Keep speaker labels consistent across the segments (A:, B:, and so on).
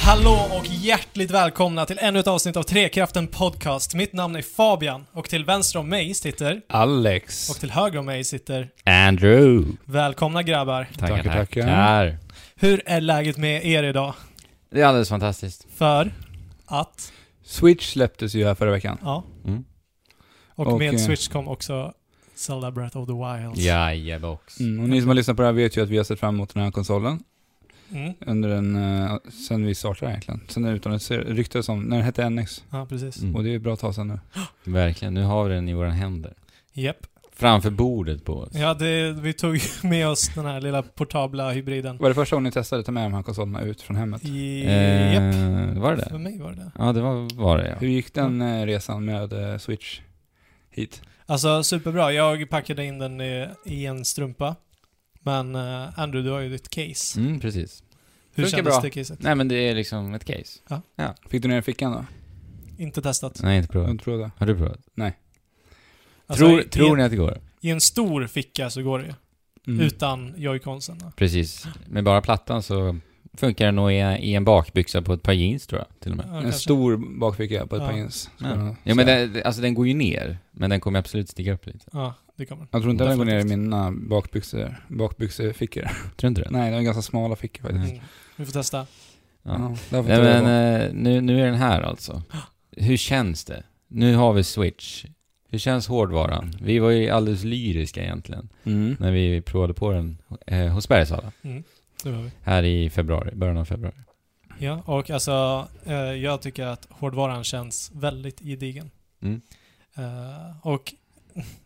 A: Hallå och hjärtligt välkomna till ännu ett avsnitt av Trekraften Podcast. Mitt namn är Fabian och till vänster om mig sitter,
B: Alex.
A: och till höger om mig sitter,
C: Andrew.
A: välkomna grabbar.
C: Tackar,
B: Tackar, tackar.
A: Hur är läget med er idag?
C: Det är alldeles fantastiskt.
A: För att,
B: Switch släpptes ju här förra veckan.
A: ja.
C: Mm.
A: Och
B: Och, eh,
A: med Switch kom också Zelda Breath of the Wild.
C: Jajabox.
B: Mm, och ni som har lyssnat på det här vet ju att vi har sett fram emot den här konsolen
A: Mm.
B: under en, eh, sen vi startade egentligen. Sen den utannonserades, ryktades om, när den hette NX.
A: Ja, precis.
C: Mm.
B: Och det är ju bra tag sedan nu.
C: Verkligen, nu har vi den i våra händer.
A: Japp.
C: Framför bordet på oss.
A: Ja, det, vi tog med oss den här lilla portabla hybriden.
B: Var det första gången ni testade att ta med de här konsolerna ut från hemmet?
A: I,
C: Eh,
A: japp.
C: var det
A: För
C: det?
A: mig var det det.
C: Ja, det var, var det
B: Hur
C: ja.
B: gick den eh, resan med eh, Switch hit?
A: Alltså superbra. Jag packade in den i, i en strumpa. Men eh, Andrew, du har ju ditt case.
C: Mm, precis.
A: Hur
C: Funkar
A: kändes
C: bra.
A: det caset?
C: Nej men det är liksom ett case.
B: Fick du ner i fickan då?
A: Inte testat.
C: Nej, inte
B: Jag
C: provat.
B: inte tror det.
C: Har du provat?
A: Alltså,
C: tror
A: i,
C: tror
A: i,
C: ni att det går?
A: I en stor ficka så går det ju.
B: Mm.
A: Utan joyconsen.
C: Precis. Med bara plattan så funkar den nog i, i en bakbyxa på ett par jeans tror jag, till och med.
A: Ja,
B: En
A: kanske.
B: stor bakficka på ett
A: Ja.
B: par jeans. ska
C: Ja,
B: jag
C: ja men
B: säga.
C: den, alltså den går ju ner, men den kommer absolut stiga upp lite.
A: Ja, det kommer.
B: Jag tror inte den går ner i mina bakbyxor, bakbyxefickor.
C: Tror du inte det?
B: Nej, de är ganska smala fickor faktiskt.
A: Mm. Vi får testa.
C: Ja.
B: där får
C: Nej,
B: ta det
C: men
B: då.
C: eh, nu, nu är den här alltså. Hur känns det? Nu har vi Switch. Hur känns hårdvaran? Vi var ju alldeles lyriska egentligen
B: Mm.
C: när vi provade på den eh, hos Bergsala
A: Det gör vi.
C: här i februari, början av februari.
A: Ja, och alltså eh, jag tycker att hårdvaran känns väldigt gedigen.
C: Mm.
A: Eh, och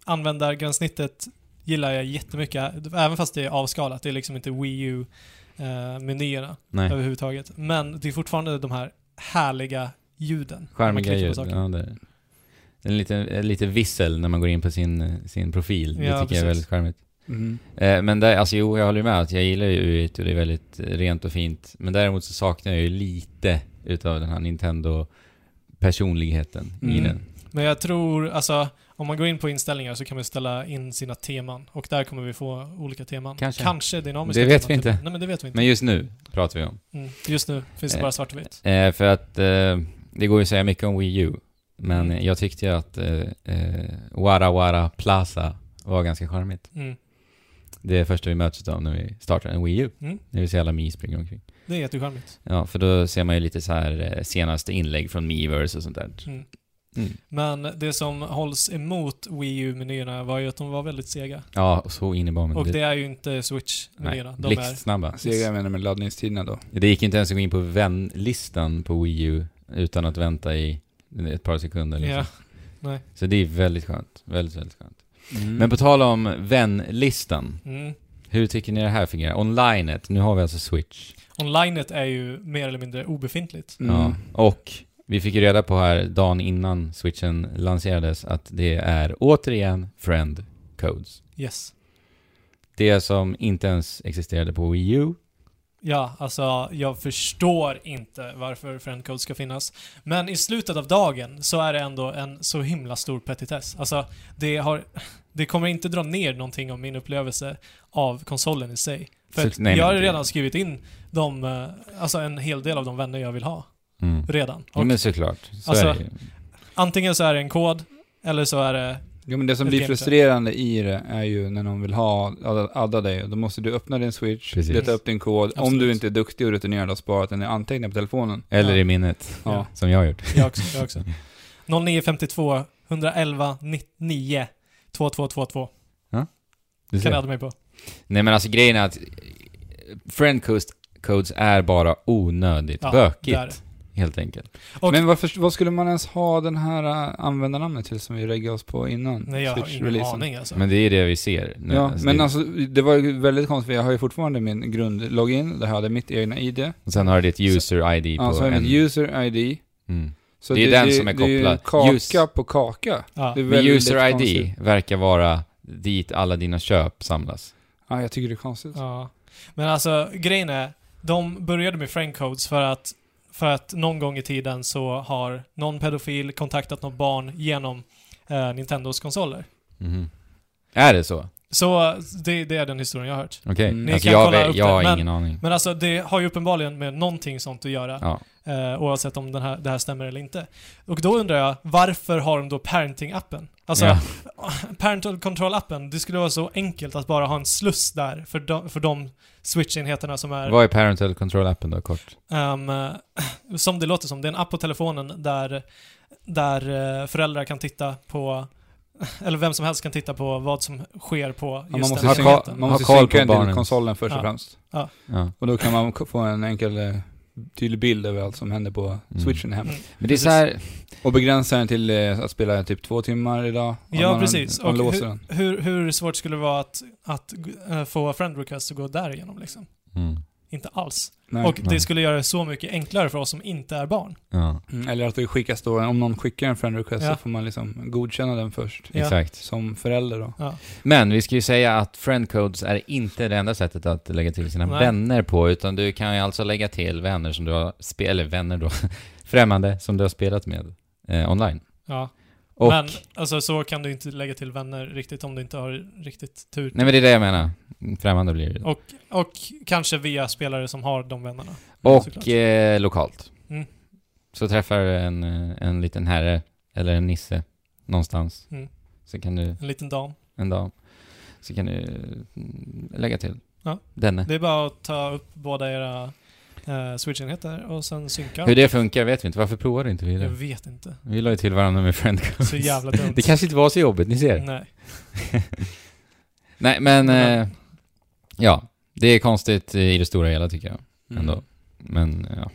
A: användargränssnittet gillar jag jättemycket, även fast det är avskalat. Det är liksom inte Wii eh, U-menyerna.
C: Nej,
A: överhuvudtaget. Men det är fortfarande de här härliga ljuden. Man
C: skärmiga
A: klickar på
C: ljud.
A: saker.
C: Ja, det är en liten, en liten vissel när man går in på sin, eh, sin profil. Det
A: Ja,
C: tycker jag
A: precis.
C: är väldigt charmigt.
B: Mm.
C: Eh, men där, alltså jo, jag håller med att jag gillar ju u och det är väldigt eh, rent och fint. Men däremot så saknar jag ju lite utav den här Nintendo-personligheten i
B: Mm.
C: den.
A: Men jag tror, alltså om man går in på inställningar så kan man ställa in sina teman och där kommer vi få olika teman.
C: Kanske.
A: dynamiska
C: Det vet
A: teman,
C: vi
A: typ.
C: inte.
A: Nej men det vet vi inte.
C: Men just nu pratar vi om.
A: Mm. Just nu finns det
C: Eh,
A: bara svart och vitt.
C: Eh, för att eh, det går ju att säga mycket om Wii U. Men
A: Mm.
C: jag tyckte ju att eh, eh, Wara Wara Plaza var ganska charmigt.
A: Mm.
C: Det är första vi möts av när vi startar en Wii U.
A: Mm.
C: När vi ser alla Mi springa omkring.
A: Det är jättecharmigt.
C: Ja, för då ser man ju lite så här eh, senaste inlägg från Miiverse och sånt där.
A: Mm.
C: Mm.
A: Men det som hålls emot Wii U-menyerna var ju att de var väldigt sega.
C: Ja, och så in i bomben.
A: Och
C: Det-
A: det är ju inte
C: nej,
A: Switch-menyerna. De är...
C: Blixtsnabba.
B: Så jag menar med laddningstiderna då.
C: Det gick inte ens att gå in på vänlistan på Wii U utan att vänta i ett par sekunder. Liksom.
A: Ja.
C: Så det är väldigt skönt. Väldigt, väldigt skönt.
B: Mm.
C: Men på tal om vänlistan.
A: Mm.
C: Hur tycker ni det här fungerar? Onlinet, nu har vi alltså Switch.
A: Onlinet är ju mer eller mindre obefintligt.
B: Mm.
C: Ja. Och vi fick ju reda på här dagen innan Switchen lanserades att det är återigen friend codes.
A: Yes.
C: Det som inte ens existerade på Wii U.
A: Ja, alltså jag förstår inte varför friendcode ska finnas. Men i slutet av dagen så är det ändå en så himla stor petitess. Alltså, det, har, det kommer inte dra ner någonting om min upplevelse av konsolen i sig. För
C: Så-
A: att
C: nej,
A: jag har
C: men-
A: redan skrivit in de, eh, alltså en hel del av de vänner jag vill ha.
C: Mm.
A: Redan.
C: Ja,
A: Och
C: men såklart. Så
A: Alltså-
C: är det ju.
A: antingen så är det en kod, eller så är det...
B: Jo men det som
A: Ett
B: blir
A: gameplay.
B: frustrerande i det är ju när någon vill ha, adda- adda dig, då måste du öppna din switch,
C: Precis.
B: leta upp din kod, om
A: Absolut.
B: du inte är duktig och rutinerad och sparat den i anteckningar på telefonen.
C: Eller
A: Ja.
C: i minnet,
B: Ja.
C: som jag har gjort.
A: Jag också. Jag också. 0952 111 99 2222.
C: Du
A: Kan
C: ser.
A: jag adda mig på.
C: Nej men alltså grejen är att eh, friend codes- codes är bara onödigt
A: Ja,
C: bökigt.
A: det är det.
C: Helt enkelt.
A: Och-
B: men varför, vad skulle man ens ha den här äh, användarnamnet till som vi reggade oss på innan?
A: Nej, jag har ingen
B: Switch-releasen?
A: aning alltså.
C: Men det är det vi ser. nu.
B: Ja,
C: Alltså,
B: men
C: det,
B: alltså det var ju väldigt konstigt, för jag har ju fortfarande min grundlogin, där jag hade mitt egna ID.
C: och sen har det ett user-id på
B: Ja, så har jag
C: en...
B: mitt user-ID.
C: mm.
B: Så
C: Det är den som är
B: Det är ju
C: kopplad.
B: kaka
C: Ljus-
B: på kaka.
A: Ja.
B: Det är
C: Men
B: väldigt
C: user-id
B: konstigt.
C: verkar vara dit alla dina köp samlas.
B: Ja, jag tycker det är konstigt.
A: Ja. Men alltså grejen är, de började med friendcodes för att, för att någon gång i tiden så har någon pedofil kontaktat något barn genom eh, Nintendos konsoler.
C: Mhm. Är det så?
A: Så eh, det, det är den historien jag har hört.
C: Okej.
B: Mm. Ni
C: Alltså
A: kan
C: jag,
A: kolla
C: vet-
A: upp
C: jag
A: det,
C: har
A: men-
C: ingen aning.
A: Men alltså det har ju uppenbarligen med någonting sånt att göra.
C: Ja.
A: Eh, oavsett om den här, det här stämmer eller inte. Och då undrar jag, varför har de då parenting-appen? Alltså,
C: Ja.
A: parental control-appen, det skulle vara så enkelt att bara ha en sluss där för de, för de switch-enheterna som är...
C: Vad är parental control-appen då, kort?
A: Ehm, eh, som det låter som, det är en app på telefonen där, där eh, föräldrar kan titta på, eller vem som helst kan titta på vad som sker på
B: Ja,
A: just
B: man måste,
A: den
B: ha
A: här
C: synka-
B: ka-
A: enheten.
B: man
C: Ha
B: måste
C: koll på
B: synka den till
C: barnens-
B: konsolen först och
A: Ja.
B: främst.
C: Ja.
B: Och då kan man k- få en enkel eh, tydlig bild över allt som händer på
C: Mm.
B: switchen hem.
A: Mm.
C: Men det är så här,
B: Och begränsa den till eh, att spela typ två timmar idag. Om
A: Ja,
B: man,
A: precis.
B: Man
A: Och
B: låser den.
A: Hur, hur svårt skulle det vara att, att eh, få friend request att gå därigenom liksom?
C: mm,
A: Inte alls.
B: Nej.
A: och
C: nej.
A: det skulle göra det så mycket enklare för oss som inte är barn.
C: ja,
B: Mm, Eller att det skickas då, om någon skickar en friend request
A: Ja.
B: så får man liksom godkänna den först.
A: Ja.
C: exakt.
B: Som förälder då.
C: Men vi ska ju säga att friend codes är inte det enda sättet att lägga till sina
A: Nej.
C: vänner på, utan du kan ju alltså lägga till vänner som du har spelat, eller vänner då, främmande som du har spelat med eh, online.
A: Ja.
C: Och,
A: Men alltså, så kan du inte lägga till vänner riktigt om du inte har riktigt tur.
C: nej men det är det jag menar. Främmande blir det. ju.
A: Och, och kanske via spelare som har de vännerna. såklart.
C: Och eh, lokalt.
A: Mm.
C: Så träffar du en, eh, en liten herre eller en nisse någonstans.
A: Mm.
C: Så kan du
A: En liten dam.
C: en dag så kan du mm, lägga till
A: Ja.
C: denne.
A: Det är bara att ta upp båda era eh, switch-enheter och sen synka.
C: Hur det funkar vet vi inte. Varför provar inte vi
A: Jag
C: det?
A: vet inte.
C: Vi la ju till varandra med friend
A: Så jävla dumt.
C: Det kanske inte var så jobbigt, ni ser.
A: Nej.
C: Nej, men...
A: Men-
C: Eh, ja, det är konstigt i det stora hela tycker jag
B: Mm.
C: ändå. Men ja.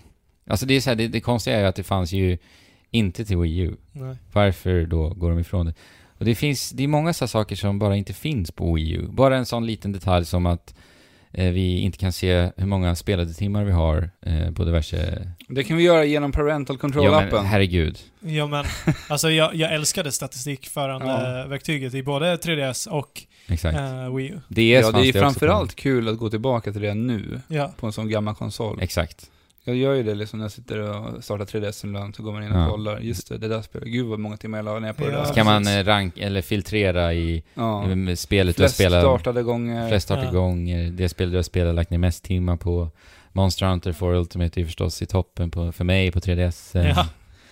C: Alltså det är så här, det, det konstiga är ju att det fanns ju inte till Wii U.
A: Nej.
C: Varför då går de ifrån det? Och det finns, det är många sådana saker som bara inte finns på Wii U. Bara en sån liten detalj som att eh, vi inte kan se hur många spelade timmar vi har eh, på diverse...
B: Det kan vi göra genom parental
C: Ja, men,
B: control-appen.
C: herregud.
A: Ja men, alltså jag, jag älskade statistikförande-verktyget i både 3DS och
C: Exakt.
A: eh, Wii U.
C: DS
B: Ja, det
C: fanns
B: är ju
C: också på-
B: framförallt kul att gå tillbaka till det nu.
A: Ja.
B: På en sån gammal konsol.
C: Exakt.
B: Jag gör ju det liksom när jag sitter och startar 3DS ibland, så går man in och
C: Ja.
B: kollar. Just det, det där spelet. Gud vad många timmar jag la ner på det
A: Ja,
B: där.
C: Så kan man
A: precis.
C: eh, rank, eller filtrera i
B: ja.
C: eh, spelet du har
B: Flest
C: spelat.
B: startade gånger.
C: Flest startade
A: Ja.
C: gånger, det spel du har spelat, lagt ner mest timmar på. Monster Hunter 4 Ultimate är ju förstås i toppen på, för mig på 3DS. eh,
A: Ja.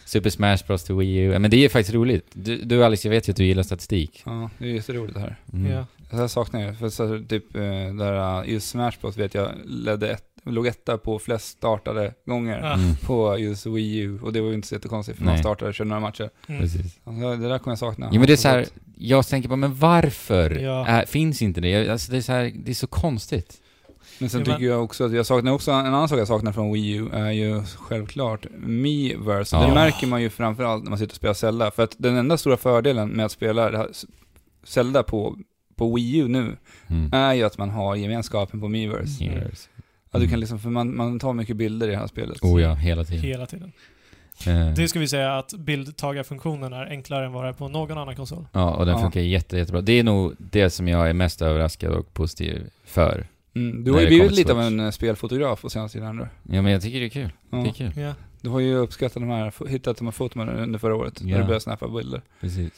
C: Super Smash Bros till Wii U. Ja, Men det är ju faktiskt roligt. Du, du Alice, jag vet ju att du gillar statistik.
B: Ja, det är ju så roligt det här.
C: Mm.
A: ja.
B: Det här saknar jag. För så, här, typ eh, där, eh, just Smash Bros vet jag ledde ett, låg etta på flest startade gånger.
A: Ja.
C: Mm.
B: På just Wii U. Och det var ju inte så jättekonstigt för man
C: Nej.
B: startade och körde några matcher.
A: Mm.
C: Precis.
B: Alltså, det där kommer jag sakna.
C: Ja, men det är så här, jag tänker bara, men varför
A: Ja.
C: är, finns inte det? Jag- Alltså, det, är så här, det är så konstigt.
B: Men sen
A: Ja, men-
B: tycker jag också att jag saknar också, en annan sak jag saknar från Wii U är ju självklart Miiverse.
C: Ja.
B: Det märker man ju framförallt när man sitter och spelar Zelda. För att den enda stora fördelen med att spela det här Zelda på, på Wii U nu
C: Mm.
B: är ju att man har gemenskapen på Miiverse.
A: Mm.
B: Att du kan liksom, för man, man tar mycket bilder i det här spelet.
C: Oh ja, hela tiden.
A: Hela tiden.
C: Eh,
A: Det ska vi säga att bildtagarfunktionen är enklare än vad det är på någon annan konsol.
C: Ja, och den
B: Ja.
C: funkar jätte, jättebra. Det är nog det som jag är mest överraskad och positiv för.
B: Mm, du
C: När
B: har ju
C: det
B: blivit
C: kommer
B: lite av
C: Switch.
B: en eh, spelfotograf på senaste tiden du.
C: Ja, men jag tycker det är kul. Det är
B: Ja.
C: kul.
A: Ja.
B: Du har ju uppskattat de här, f- hittat de här fotona under förra året,
C: Ja.
B: när du började snappa bilder.
C: Precis.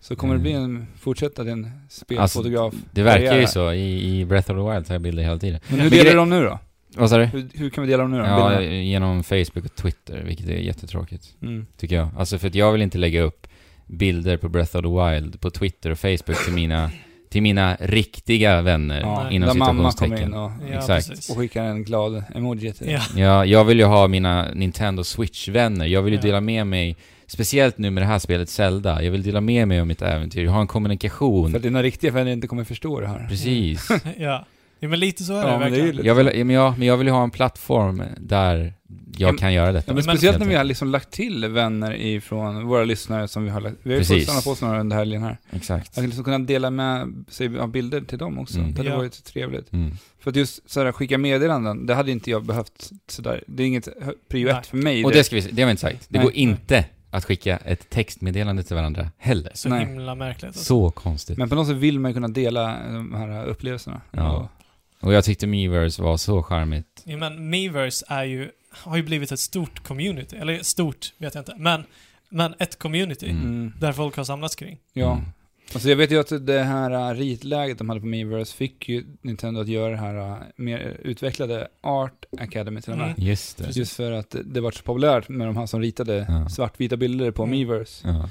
B: Så kommer det bli
C: Mm. Alltså,
B: en, fortsätta din spelfotograf
C: Det verkar ju
B: karriär.
C: så. I, i Breath of the Wild tar jag bilder hela tiden.
B: Men hur
C: Men
B: delar
C: gre-
B: du dem nu då?
C: Vad sa du?
B: Hur, hur kan vi dela dem nu då?
C: Ja,
B: bilderna?
C: genom Facebook och Twitter, vilket är jättetråkigt,
B: Mm.
C: tycker jag. Alltså för att jag vill inte lägga upp bilder på Breath of the Wild på Twitter och Facebook till mina, till mina riktiga vänner,
B: Ja,
C: inom
B: där mamma kommer in
C: citationstecken.
B: och,
A: Ja,
C: Exakt.
A: precis.
B: och skickar en glad emoji till dig.
A: Ja.
C: Ja, jag vill ju ha mina Nintendo Switch-vänner. Jag vill ju
A: Ja.
C: dela med mig, speciellt nu med det här spelet Zelda, jag vill dela med mig av mitt äventyr. Jag har en kommunikation.
B: För att dina riktiga vänner inte kommer förstå det här.
C: Precis.
A: ja. ja, men lite så är
B: Ja,
A: det
B: men det är
A: verkligen.
B: ju lite-
C: Jag vill, ja, men, jag, men jag vill ju ha en plattform där jag
B: men-
C: kan göra
B: Ja,
C: detta.
B: men
A: Men-
B: speciellt när vi har liksom lagt till vänner ifrån våra lyssnare som vi har lagt, vi har ju fått
C: Precis.
B: samla på oss några under helgen här.
C: Exakt.
B: Att liksom kunna dela med sig av bilder till dem också.
C: Mm.
B: Det hade
A: Ja.
B: varit trevligt.
C: Mm.
B: För att just sådär skicka meddelanden, det hade inte jag behövt sådär. Det är inget hö- prio
A: Nej.
B: ett för mig.
C: Och det
B: direkt.
C: ska vi, det har vi inte sagt. Det
B: Nej.
C: går inte att skicka ett textmeddelande till varandra heller.
A: Så
B: Nej.
A: himla märkligt. Alltså.
C: Så konstigt.
B: Men på något sätt vill man ju kunna dela eh, de här upplevelserna.
C: Ja.
B: Och-
C: Och jag tyckte Miiverse var så charmigt.
A: Ja, men Miiverse är ju, har ju blivit ett stort community. Eller stort vet jag inte. Men, men ett community
C: Mm.
B: Mm.
A: där folk har samlats kring.
B: Ja.
C: Mm.
B: Alltså jag vet ju att det här äh, ritläget de hade på Miiverse fick ju Nintendo att göra det här äh, mer utvecklade Art Academy till och med.
A: Mm.
C: Just det.
B: Just för att det var så populärt med de här som ritade
C: Ja.
B: svartvita bilder på
A: Mm.
B: Miiverse.
C: Ja.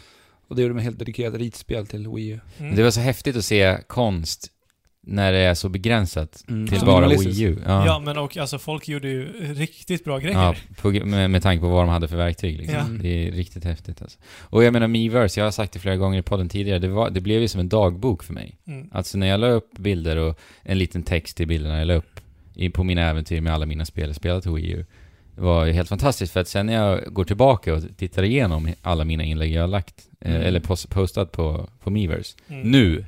B: Och det gjorde de ett helt dedikerat ritspel till Wii U.
A: Mm.
C: Det var så häftigt att se konst när det är så begränsat
B: Mm.
C: till
A: Ja.
C: bara
B: Minimalistiskt.
C: Wii U.
A: Ja, men och alltså folk gjorde ju riktigt bra grejer.
C: Ja, på, med, med tanke på vad de hade för verktyg. Liksom.
A: Ja.
C: Det är riktigt häftigt alltså. Och jag menar Miiverse, jag har sagt det flera gånger i podden tidigare, det, var, det blev ju som en dagbok för mig.
A: Mm.
C: Alltså när jag la upp bilder och en liten text till bilderna jag la upp i, på mina äventyr med alla mina spel jag spelat på Wii U var ju helt fantastiskt för att sen när jag går tillbaka och tittar igenom alla mina inlägg jag har lagt, eh,
B: Mm.
C: eller post, postat på, på Miiverse,
A: Mm.
C: nu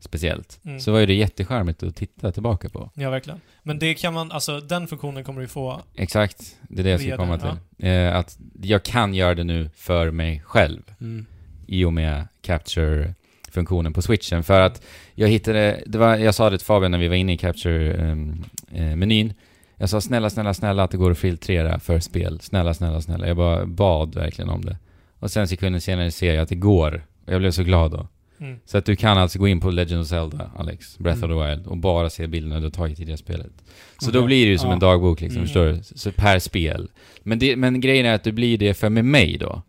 C: speciellt,
A: Mm.
C: så var ju det jättecharmigt att titta tillbaka på.
A: Ja, verkligen. Men det kan man, alltså den funktionen kommer du få.
C: Exakt, det är det jag ska
A: Via
C: komma
A: den,
C: till. Eh, att jag kan göra det nu för mig själv
B: Mm.
C: i och med Capture-funktionen på switchen. För att jag hittade, det var, jag sa det till Fabian när vi var inne i Capture-menyn. jag sa snälla, snälla, snälla att det går att filtrera för spel. Snälla, snälla, snälla. Jag bara bad verkligen om det. Och sen sekunden senare ser jag att det går. Och jag blev så glad då.
A: Mm.
C: Så att du kan alltså gå in på Legend of Zelda, Alex, Breath of the Wild och bara se bilderna du har tagit i det spelet. Så då
B: Okej.
C: blir det ju som
B: Ja.
C: en dagbok liksom,
A: Mm.
C: förstår du? Så per spel. Men, det, men grejen är att det blir det för med mig då.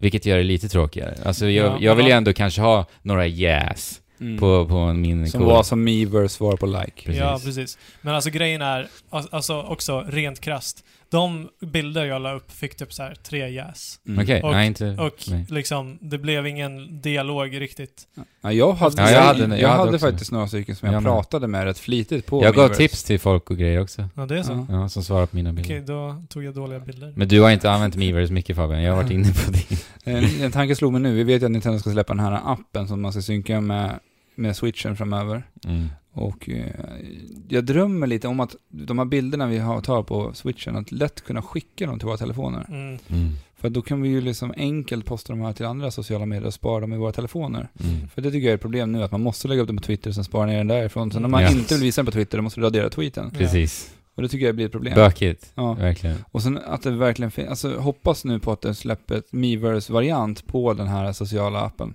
C: Vilket gör det lite tråkigare. Alltså jag,
A: Ja,
C: jag vill
A: men-
C: ju ändå kanske ha några yes
B: Mm.
C: på, på min
B: som
C: kod.
B: var som Miiverse var på like.
C: Precis.
A: Ja, precis. Men alltså grejen är, al- alltså också rent krasst. De bilder jag la upp fick typ så här tre yes.
B: Mm.
C: Okej,
A: Och-
C: nej inte...
A: Och
C: nej.
A: liksom, det blev ingen dialog riktigt.
B: Ja, jag hade,
C: Ja,
B: jag
C: jag
B: hade,
C: hade-
B: jag
C: jag hade
B: hade
C: också
B: faktiskt några stycken som jag,
C: Jag med.
B: pratade med rätt flitigt på
C: Jag gav
B: Miiverse.
C: tips till folk och grejer också.
A: Ja, det är så.
B: Ja.
C: Ja, som svarar på mina bilder.
A: Okej, då tog jag dåliga bilder.
C: Men du har inte använt Miiverse mycket Fabian, jag har varit inne på din.
B: Eh, En, en tanke slog mig nu, vi vet ju att Nintendo ska släppa den här appen som man ska synka med, med switchen framöver.
C: Mm.
B: Och eh, jag drömmer lite om att de här bilderna vi har tar på switchen, att lätt kunna skicka dem till våra telefoner.
A: Mm.
C: Mm.
B: För då kan vi ju liksom enkelt posta de här till andra sociala medier och spara dem i våra telefoner.
C: Mm.
B: För det tycker jag är ett problem nu, att man måste lägga upp dem på Twitter och sen spara ner den därifrån. Sen om man
C: Ja.
B: inte vill visa den på Twitter, då måste du radera tweeten.
C: Precis.
B: Och det tycker jag blir ett problem.
C: Bökigt.
B: Ja.
C: Verkligen.
B: Och sen att det verkligen finns, alltså hoppas nu på att den släpper ett Miiverse-variant på den här sociala appen.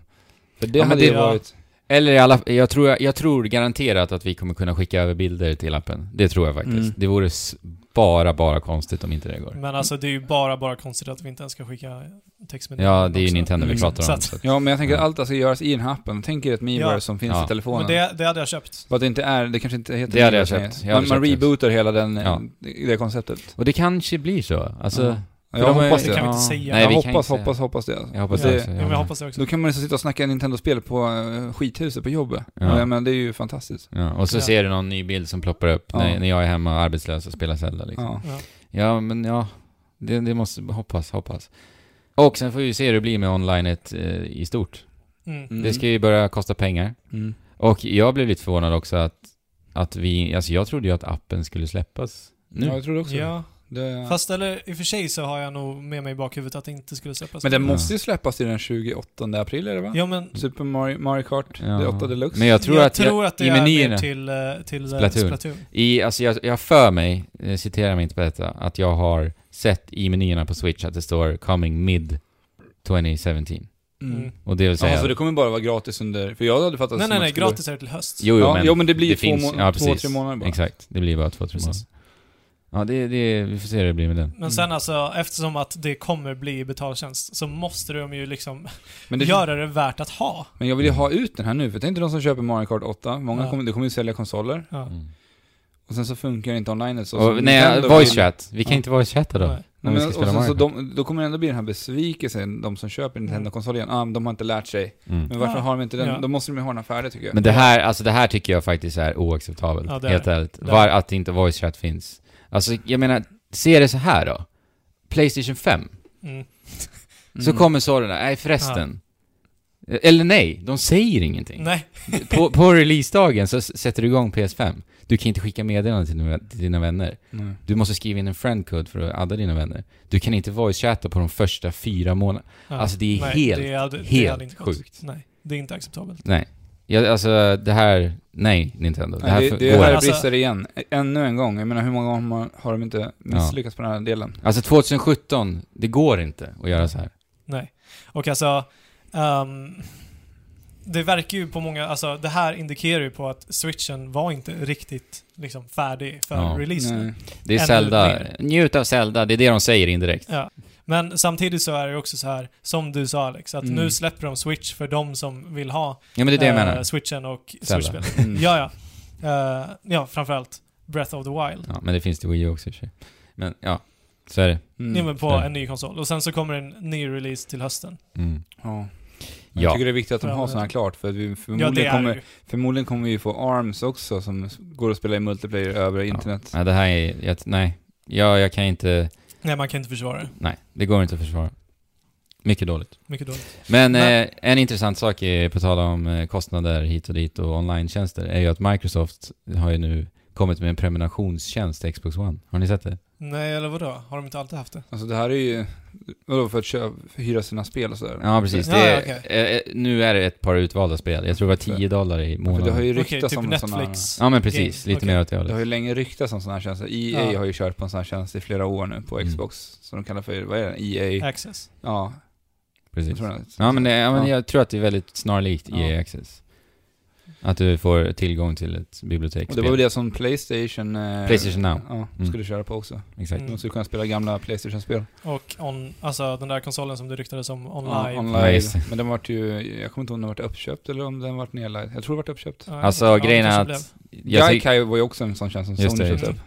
B: För det
C: Ja, men
B: hade
C: det-
B: ju varit...
C: Eller i alla, jag, tror, jag tror garanterat att vi kommer kunna skicka över bilder till appen. Det tror jag faktiskt.
B: Mm.
C: Det vore s- bara, bara konstigt om inte det går.
A: Men alltså det är ju bara, bara konstigt att vi inte ens ska skicka textmeddelanden
C: Ja, det är ju
A: också.
C: Nintendo vi
B: Mm.
C: pratar om.
A: Så att-
C: så att-
B: Ja, men jag tänker att
C: Ja.
B: allt ska göras i den här appen. Tänk er ett Miiverse
A: Ja.
B: som finns
C: Ja.
B: i telefonen.
A: Men det, det hade jag köpt.
B: För att det inte är, det kanske inte heter
C: Det hade jag
B: Miiverse längre.
C: köpt. Jag hade
B: man man
C: köpt det.
B: rebootar hela den,
C: Ja.
B: det konceptet.
C: Och det kanske blir så. Alltså,
B: Ja.
C: för
B: Jag
C: de är-
B: hoppas det.
A: Det kan vi
B: Ja.
A: inte säga.
C: Nej,
B: jag
C: vi kan
B: hoppas,
C: inte säga.
B: hoppas, hoppas det.
C: Jag hoppas
A: ja.
C: det.
B: det-
C: också,
A: ja,
C: ja.
A: men jag hoppas det också.
B: Då kan man ju sitta och snacka Nintendo-spel på eh, skithuset på jobbet.
C: Ja.
B: Ja. Men det är ju fantastiskt.
C: Ja, och så
A: Ja.
C: ser du någon ny bild som ploppar upp
B: Ja.
C: när, när jag är hemma och arbetslös och spelar Zelda. Liksom. Ja.
B: Ja.
A: Ja.
C: men ja. Det, det måste, hoppas, hoppas. Och sen får vi se hur det blir med onlinet eh, i stort.
A: Mm.
B: Mm.
C: Det ska ju börja kosta pengar.
B: Mm.
C: Och jag blev lite förvånad också att, att vi, alltså jag trodde ju att appen skulle släppas nu.
B: Ja, jag tror det också.
A: Ja,
B: Det...
A: fast eller i och för sig så har jag nog med mig i bakhuvudet att det inte skulle släppas.
B: Men den
C: Ja.
B: måste ju släppas till den 28 april, är det va?
A: Ja men
B: Super Mario, Mario Kart,
C: Ja.
B: det 8 Deluxe.
C: Men jag tror
A: jag
C: att,
A: tror att det
C: i
A: är
C: menyerna,
A: mer till, eh, till eh,
C: Splatoon.
A: Splatoon.
C: i, alltså jag, jag för mig, eh, citera mig inte på detta, att jag har sett i menyerna på Switch att det står “Coming mid 2017”.
A: Mm.
C: Och det vill
B: Ja,
C: säga...
B: så Alltså, det kommer bara vara gratis under... För jag hade fattat
A: Nej
B: som
A: nej
B: att
A: nej,
B: det skulle-
A: gratis är det till höst.
C: Jo, jo,
B: ja,
C: men,
B: jo, men det blir
C: det
B: två,
C: finns,
B: må-
C: ja,
B: två,
C: precis.
B: tre månader bara.
C: Exakt, det blir bara två, tre månader.
A: Precis.
C: Ja, det, det, vi får se hur det blir med den.
A: Men sen alltså, eftersom att det kommer bli betaltjänst så måste de ju liksom
B: Men, det,
A: göra det värt att ha.
B: men jag vill ju ha ut den här nu, för tänk dig de som köper Mario Kart 8. Många
A: Ja.
B: kommer, det kommer ju sälja konsoler.
A: Ja.
C: Mm.
B: Och sen så funkar det inte online så.
C: Och,
B: som
C: nej,
B: Nintendo
C: voice
B: vill-
C: chat. Vi kan
B: Ja.
C: inte voice chatta då.
A: Nej.
B: Nej,
C: om vi
B: men,
C: ska
B: och
C: spela
B: sen, så
C: Mario Kart.
B: de, då kommer det ändå bli den här besvikelsen, de som köper Nintendo-konsol igen. Ah, men de har inte lärt sig.
C: Mm.
B: Men varför
A: Ja.
B: har de inte den?
A: Ja.
B: Då måste de ju ha den här färdig tycker jag.
C: Men det här, alltså det här tycker jag faktiskt är oacceptabelt.
A: Ja, det är
C: helt
A: det.
C: ärligt.
A: Det är
C: Var,
A: det.
C: att inte voice chat finns. Alltså, jag menar, se det så här då. Playstation 5.
A: Mm.
B: Mm.
C: Så kommer sorgerna. Nej, förresten. Eller nej, de säger ingenting.
A: Nej.
C: På, på releasedagen så s- sätter du igång PS5. Du kan inte skicka meddelanden till dina- till dina vänner.
B: Nej.
C: Du måste skriva in en friend code för att adda dina vänner. Du kan inte voice-chatta på de första fyra månaderna.
A: Ja.
C: Alltså, det är
A: Nej,
C: helt,
A: hade- det
C: helt
A: hade inte gått.
C: sjukt.
A: Nej, det är inte acceptabelt.
C: Nej. Jag, alltså, det här... Nej, Nintendo. Det här
B: Nej, det,
C: fun-
B: det,
C: går
B: här
C: inte.
A: Alltså-
B: brister igen. Ä- Ännu en gång. Jag menar, hur många gånger har man- har de inte misslyckats på den här delen?
C: Alltså 2017, det går inte att göra så här.
A: Nej. Och alltså, ehm, det verkar ju på många, alltså det här indikerar ju på att switchen var inte riktigt liksom färdig för
C: Ja.
A: release. nu.
B: Nej.
C: Det är
A: Ännu
C: Zelda.
A: mer.
C: Njut av Zelda, det är det de säger indirekt.
A: Ja. Men samtidigt så är det ju också så här, som du sa Alex, att
B: Mm.
A: nu släpper de Switch för de som vill ha
C: Ja men det är det jag
A: eh,
C: menar.
A: Switchen och
C: Zelda.
A: Switchspel.
B: Mm.
A: Ja, ja. Eh, ja, framförallt Breath of the Wild.
C: Ja, men det finns det Wii U också i och för sig. Men ja, så är det.
B: Mm.
A: Ja, men på
C: Ja.
A: en ny konsol. Och sen så kommer en ny release till hösten.
C: Mm.
B: Ja. Jag
C: Ja.
B: tycker det är viktigt att de
A: Ja,
B: har
A: men-
B: sådana här klart, för att vi
A: Ja, det
B: förmodligen,
A: är det
B: kommer,
A: ju.
B: förmodligen kommer vi ju få ARMS också som s- går att spela i multiplayer över internet.
C: Ja, det här är... Jag, nej. Ja, jag kan inte...
A: Nej, man kan inte försvara det.
C: Nej, det går inte att försvara. Mycket dåligt.
A: Mycket dåligt.
C: Men
A: Men-
C: eh, en intressant sak, är, på tal om eh, kostnader hit och dit och online-tjänster, är ju att Microsoft har ju nu kommit med en prenumerationstjänst till Xbox One. Har ni sett det?
A: Nej, eller vadå? Har de inte alltid haft det?
B: Alltså det här är ju, vadå för att köpa, för att hyra sina spel och sådär?
C: Ja, precis.
A: Ja,
C: Det är,
A: ja,
C: eh, eh, nu är det ett par utvalda spel. Jag tror det var 10 dollar i
B: För det har
C: månaden.
B: ju
A: Okej,
B: ryktats
A: typ
B: om sådana här...
A: Netflix.
C: Ja, men precis.
A: Game.
C: Lite
A: Okej.
C: mer åt det
B: Det har
C: hållet.
B: ju länge ryktats om sådana här tjänster. EA
A: Ja.
B: har ju kört på en sån här tjänst i flera år nu på
C: Mm.
B: Xbox, som de kallar för, vad är det? EA?
A: Access.
B: Ja, jag
C: Precis.
B: tror det.
C: Ja, men, det, ja, men
B: Ja.
C: jag tror att det är väldigt snarlikt
B: Ja.
C: EA Access. Att du får tillgång till ett bibliotek.
B: Och det var väl det som Playstation... eh,
C: Playstation Now.
B: Ja,
C: Mm.
B: skulle köra på också.
C: Exakt.
A: Mm.
B: De skulle kunna spela gamla Playstation-spel.
A: Och on, alltså den där konsolen som det ryktades om online.
B: Ja,
C: Ja,
B: online.
C: just det.
B: Men den vart ju, jag kommer inte ihåg om den vart uppköpt eller om den vart nedlagd. Jag tror den vart uppköpt.
A: Ja,
C: Alltså,
A: ja, det
C: grejen är
A: kanske
C: att- Jag tyck-
B: Gaikai var ju också en sån tjänst som
C: Just
B: Sony
C: det,
B: köpte
A: blev.
B: upp.
A: Mm.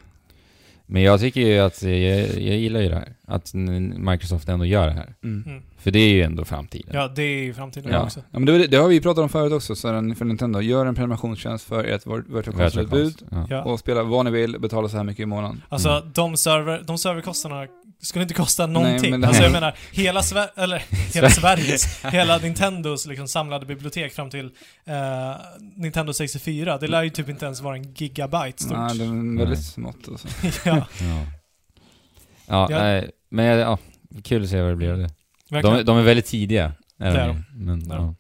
C: men jag tycker ju att, eh, jag, jag gillar ju det här. Att n- Microsoft ändå gör det här.
B: Mm.
A: Mm.
C: För det är ju ändå framtiden.
A: Ja, det är ju framtiden
C: Ja.
A: också.
B: Ja, men det, var det- det har vi ju pratat om förut också, så den, för Nintendo. Gör en prenumerationstjänst för ert vir- virtual
C: Virtual
B: console-utbud
C: console. Ja. Mm.
A: Ja.
B: och spela vad ni vill, betala så här mycket i månaden.
A: Alltså de, server, de serverkostnaderna skulle inte kosta någonting.
B: men det-
A: alltså jag
B: Nej.
A: menar, hela, Sver- eller, hela Sveriges, hela Nintendos liksom samlade bibliotek fram till eh, Nintendo 64, det lär ju typ inte ens vara en gigabyte stort.
B: Nej, det är
C: Nej.
B: väldigt smått alltså.
A: ja,
C: Ja, ja,
A: Ja.
C: Nej, men jag- ja, kul att se vad det blir av det.
A: verkligen.
C: De, de är väldigt tidiga. är
A: Det
C: de
A: är
C: ju. Men,
A: Det är
C: ja.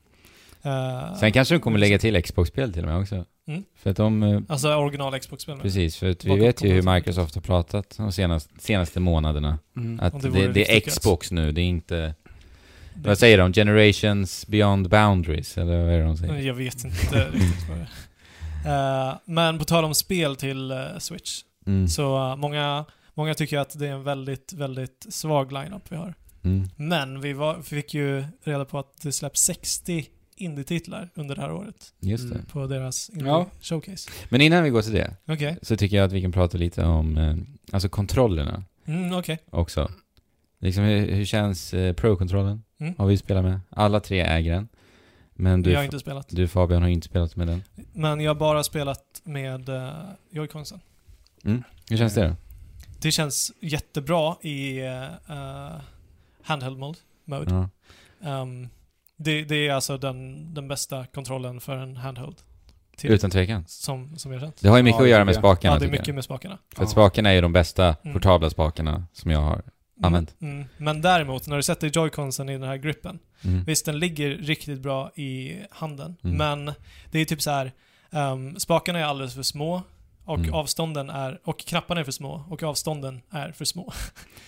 A: Eh,
C: Sen kanske de kommer lägga till Xbox-spel till och med också.
A: Mm.
C: För att de... eh,
A: alltså original Xbox-spel. nu.
C: Precis, för att vi
A: Bakom
C: vet ju hur
A: komponenterna.
C: Microsoft har pratat de senaste, senaste månaderna.
B: Mm.
C: Att
A: Om
C: det,
A: det
C: det,
A: vore
C: är
A: riktigt
C: Xbox nu, det är inte...
A: Det-
C: Vad säger de? Generations beyond boundaries, eller vad är det de säger?
A: Jag vet inte riktigt vad det är. Eh, Men på tal om spel till eh, Switch,
C: Mm.
A: så eh, många, många tycker att det är en väldigt, väldigt svag lineup vi har.
C: Mm.
A: Men vi var, fick ju reda på att det släpps 60 indie-titlar under det här året
C: Just det.
B: Mm.
A: på deras
B: Ja.
A: indie-showcase.
C: Men innan vi går till det,
A: Okej.
C: så tycker jag att vi kan prata lite om eh, alltså kontrollerna
A: Mm, okej.
C: också. Liksom hur, hur känns eh, Pro-kontrollen?
A: Mm.
C: Har vi spelat med? Alla tre äger den. Men du,
A: Jag har inte spelat.
C: du Fabian har inte spelat med den.
A: Men jag har bara spelat med uh, joyconsen.
C: Hur känns det då?
A: Det känns jättebra i eh, handheld mode. mode.
C: Ja.
A: Ehm, det, det är alltså den, den bästa kontrollen för en handheld. Till,
C: Utan tvekan.
A: som, som jag har känt.
C: Det har ju mycket
B: Ja,
C: att
B: det
C: göra
B: tycker
C: med
B: jag.
C: spakarna
A: Ja, det är
C: tycker jag.
A: mycket med spakarna.
C: För att
B: Ja.
C: spakarna är ju de bästa
A: Mm.
C: portabla spakarna som jag har använt.
A: Mm. Men däremot, när du sätter joyconsen i den här grippen.
C: Mm.
A: Visst, den ligger riktigt bra i handen.
C: Mm.
A: Men det är typ så här, ehm, spakarna är alldeles för små. Och
C: Mm.
A: avstånden är, och knapparna är för små. Och avstånden är för små.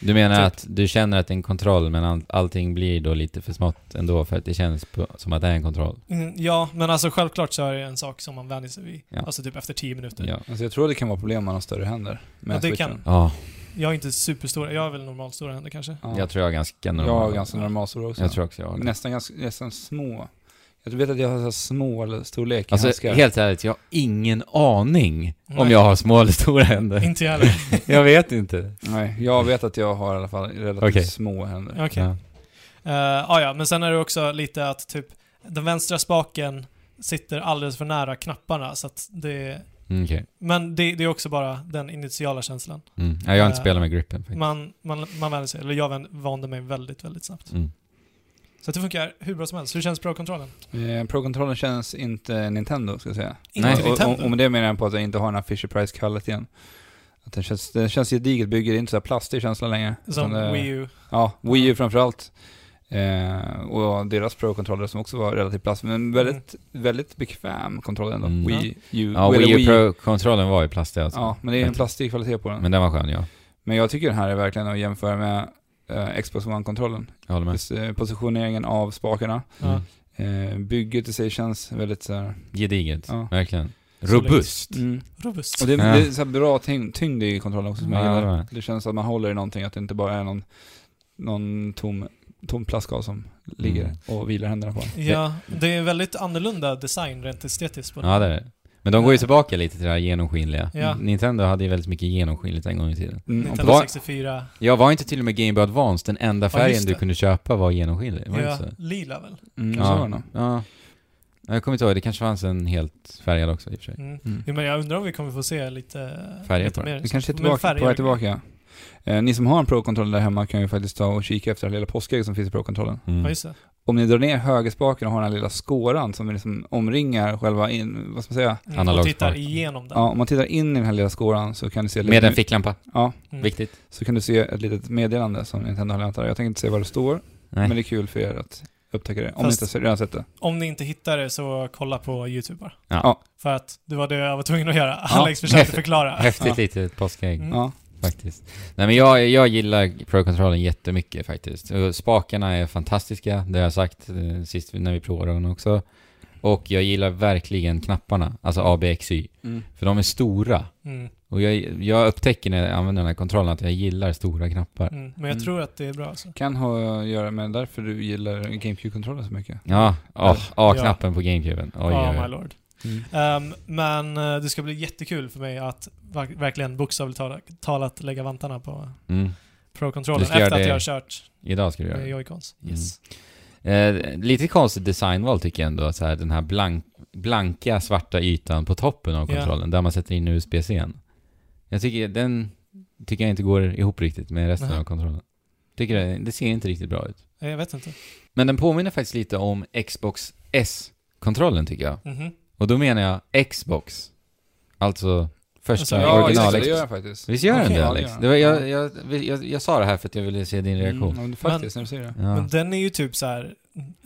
C: Du menar
A: Typ.
C: att du känner att det är en kontroll men all, allting blir då lite för smått ändå för att det känns på, som att det är en kontroll?
A: Mm, ja, men alltså självklart så är det en sak som man vänjer sig vid.
C: Ja.
A: Alltså typ efter 10 minuter.
C: Ja.
B: Alltså jag tror det kan vara problem om man har större händer. med
A: Ja, det
B: switchen.
A: kan-
C: Ja,
A: Jag är inte superstor, jag är väl normalstora händer kanske.
B: Ja.
C: jag tror jag är ganska
B: jag
C: normal.
B: har ganska normalstora också.
C: Jag tror också jag har det.
B: Nästan, ganska, nästan små. Jag vet att jag har så här små eller storlek i
C: Alltså
B: handskar.
C: helt ärligt, jag har ingen aning om
A: Nej.
C: jag har små eller stora händer.
A: Inte jag heller.
C: jag vet inte.
B: Nej, jag vet att jag har i alla fall relativt
C: Okej.
B: små händer.
A: Okej.
C: Ja.
A: Eh, ah, ja, men sen är det också lite att typ den vänstra spaken sitter alldeles för nära knapparna så att det
C: Mm, okej.
A: Men det, det är också bara den initiala känslan.
C: Mm. Ja, jag har inte
A: Eh,
C: spelat med gripen faktiskt.
A: Man, man, man vänjer sig, eller jag vän- vande mig väldigt, väldigt snabbt.
C: Mm.
A: Så att det funkar hur bra som helst. Hur känns Pro-kontrollen?
B: Eh, Pro-kontrollen känns inte Nintendo, ska jag säga.
A: Inte
C: Nej,
B: och,
A: Nintendo?
B: Och, och med det menar jag på att den inte har den här Fisher price kallet igen. Att den känns, den känns gediget bygger, det är inte så här plastig känsla längre.
A: som
B: Utan det-
A: Wii U.
B: Ja, Wii U framförallt. Eh, och deras Pro-kontroller som också var relativt plastig, men väldigt, väldigt bekväm kontroll ändå.
C: Mm.
B: Wii U.
C: Ja,
B: eller
C: Wii U Pro-kontrollen var ju plastig alltså.
B: Ja, men det är en plastig kvalitet på den.
C: Men den var skön, ja.
B: Men jag tycker den här är verkligen att jämföra med eh, Xbox One-kontrollen.
C: Jag håller med.
B: Just, eh, Positioneringen av spakarna.
A: Ja.
C: Mm.
B: Eh, bygget i sig känns väldigt så här,
C: Gediget,
B: Ja.
C: verkligen.
A: Så
C: Robust.
B: mm.
A: Robust.
B: Och det,
C: Ja.
B: det är så här bra tyngd, tyngd i kontrollen också som jag
C: Mm. Ja,
B: gillar.
C: det var det.
B: Det känns att man håller i någonting, att det inte bara är någon, någon tom, tom plastkav som ligger
C: Mm.
B: och vilar händerna på.
A: Ja, det är väldigt annorlunda design rent estetiskt på den.
C: Ja, det är det. Men de går ju tillbaka lite till det här genomskinliga.
A: Ja.
C: Nintendo hade ju väldigt mycket genomskinligt en gång i tiden.
B: Mm.
A: Nintendo
C: Var-
A: 64.
C: Jag var inte till och med Game Boy Advance den enda färgen
A: just
C: du
A: det.
C: kunde köpa var genomskinlig? Var det
A: Ja,
C: så?
A: lila väl?
B: Mm, så var det
C: Ja.
B: nog.
C: ja. Jag kommer inte ihåg, det kanske fanns en helt färgad också i och för sig.
A: Mm.
B: Mm.
A: Jo, men jag undrar om vi kommer få se lite...
C: Färger
A: lite
C: på det.
B: Vi kanske är
A: Men
B: tillbaka,
A: färger-
B: på väg tillbaka. Eh, ni som har en Pro-kontroll där hemma kan ju faktiskt ta och kika efter det här lilla påskägget som finns i Pro-kontrollen.
C: Mm.
A: Ja, just det.
B: Om ni drar ner högerspaken och har den här lilla skåran som liksom omringar själva in, vad ska man säga?
A: Mm.
C: Analog
A: och tittar
C: spark.
A: igenom den.
B: Ja, om man tittar in i den här lilla skåran så kan du se... lite-
C: Med en ficklampa,
B: Ja,
A: Mm.
C: viktigt.
B: så kan du se ett litet meddelande som Nintendo har lämnat där. Jag tänker inte se vad det står,
C: Nej.
B: men det är kul för er att upptäcka det. Om
A: Fast- Mm.
B: ni inte redan sett det.
A: Om ni inte hittar det så kolla på YouTube bara.
C: Ja.
B: Ja.
A: För att det var det jag var tvungen att göra.
B: Ja.
A: Alex försökte förklara.
C: Häftigt
B: Ja.
C: litet påskägg
A: Mm.
B: Ja.
C: faktiskt. Nej men jag, jag gillar Pro-kontrollen jättemycket faktiskt. Och Spakarna är fantastiska, det har jag sagt eh, sist när vi provade den också. Och jag gillar verkligen knapparna, alltså A, B, X, Y. För de är stora.
A: Mm.
C: Och jag, jag upptäcker när jag använder den här kontrollen att jag gillar stora knappar.
A: Mm. Men jag
B: Mm.
A: tror att det är bra alltså.
B: Kan ha att göra med därför du gillar GameCube-kontrollen så mycket.
C: Ja, åh, A-knappen på GameCuben. Oj,
A: Ja,
C: oj,
A: my
C: oj.
A: lord.
C: Mm.
A: Ehm, men eh, det ska bli jättekul för mig att verk- verkligen bokstavligt talat, talat lägga vantarna på
C: Mm.
A: Pro-kontrollen
C: Du ska göra
A: efter att
C: det
A: jag har kört
C: Idag ska du göra
A: med
C: det.
A: Joy-Cons.
C: Mm.
A: Yes.
C: Eh, lite konstigt designval tycker jag ändå, så här, den här blank, blanka svarta ytan på toppen av
A: Ja.
C: kontrollen, där man sätter in USB-C'n. Jag tycker den tycker jag inte går ihop riktigt med resten
A: Nähä.
C: av kontrollen. Tycker det, det ser inte riktigt bra ut.
A: Eh, Jag vet inte.
C: Men den påminner faktiskt lite om Xbox S-kontrollen tycker jag.
A: Mhm.
C: Och då menar jag Xbox. Alltså första
A: Alltså,
B: Ja, just
C: original
B: det, det
C: Xbox.
B: gör jag faktiskt.
C: Visst gör den
A: Okej.
C: det
B: Ja,
C: Alex?
B: gör den.
C: Det var, jag, jag, jag, jag sa det här för att jag ville se din reaktion.
B: Mm, ja, faktiskt, när du säger det.
C: Ja.
A: Men den är ju typ så här,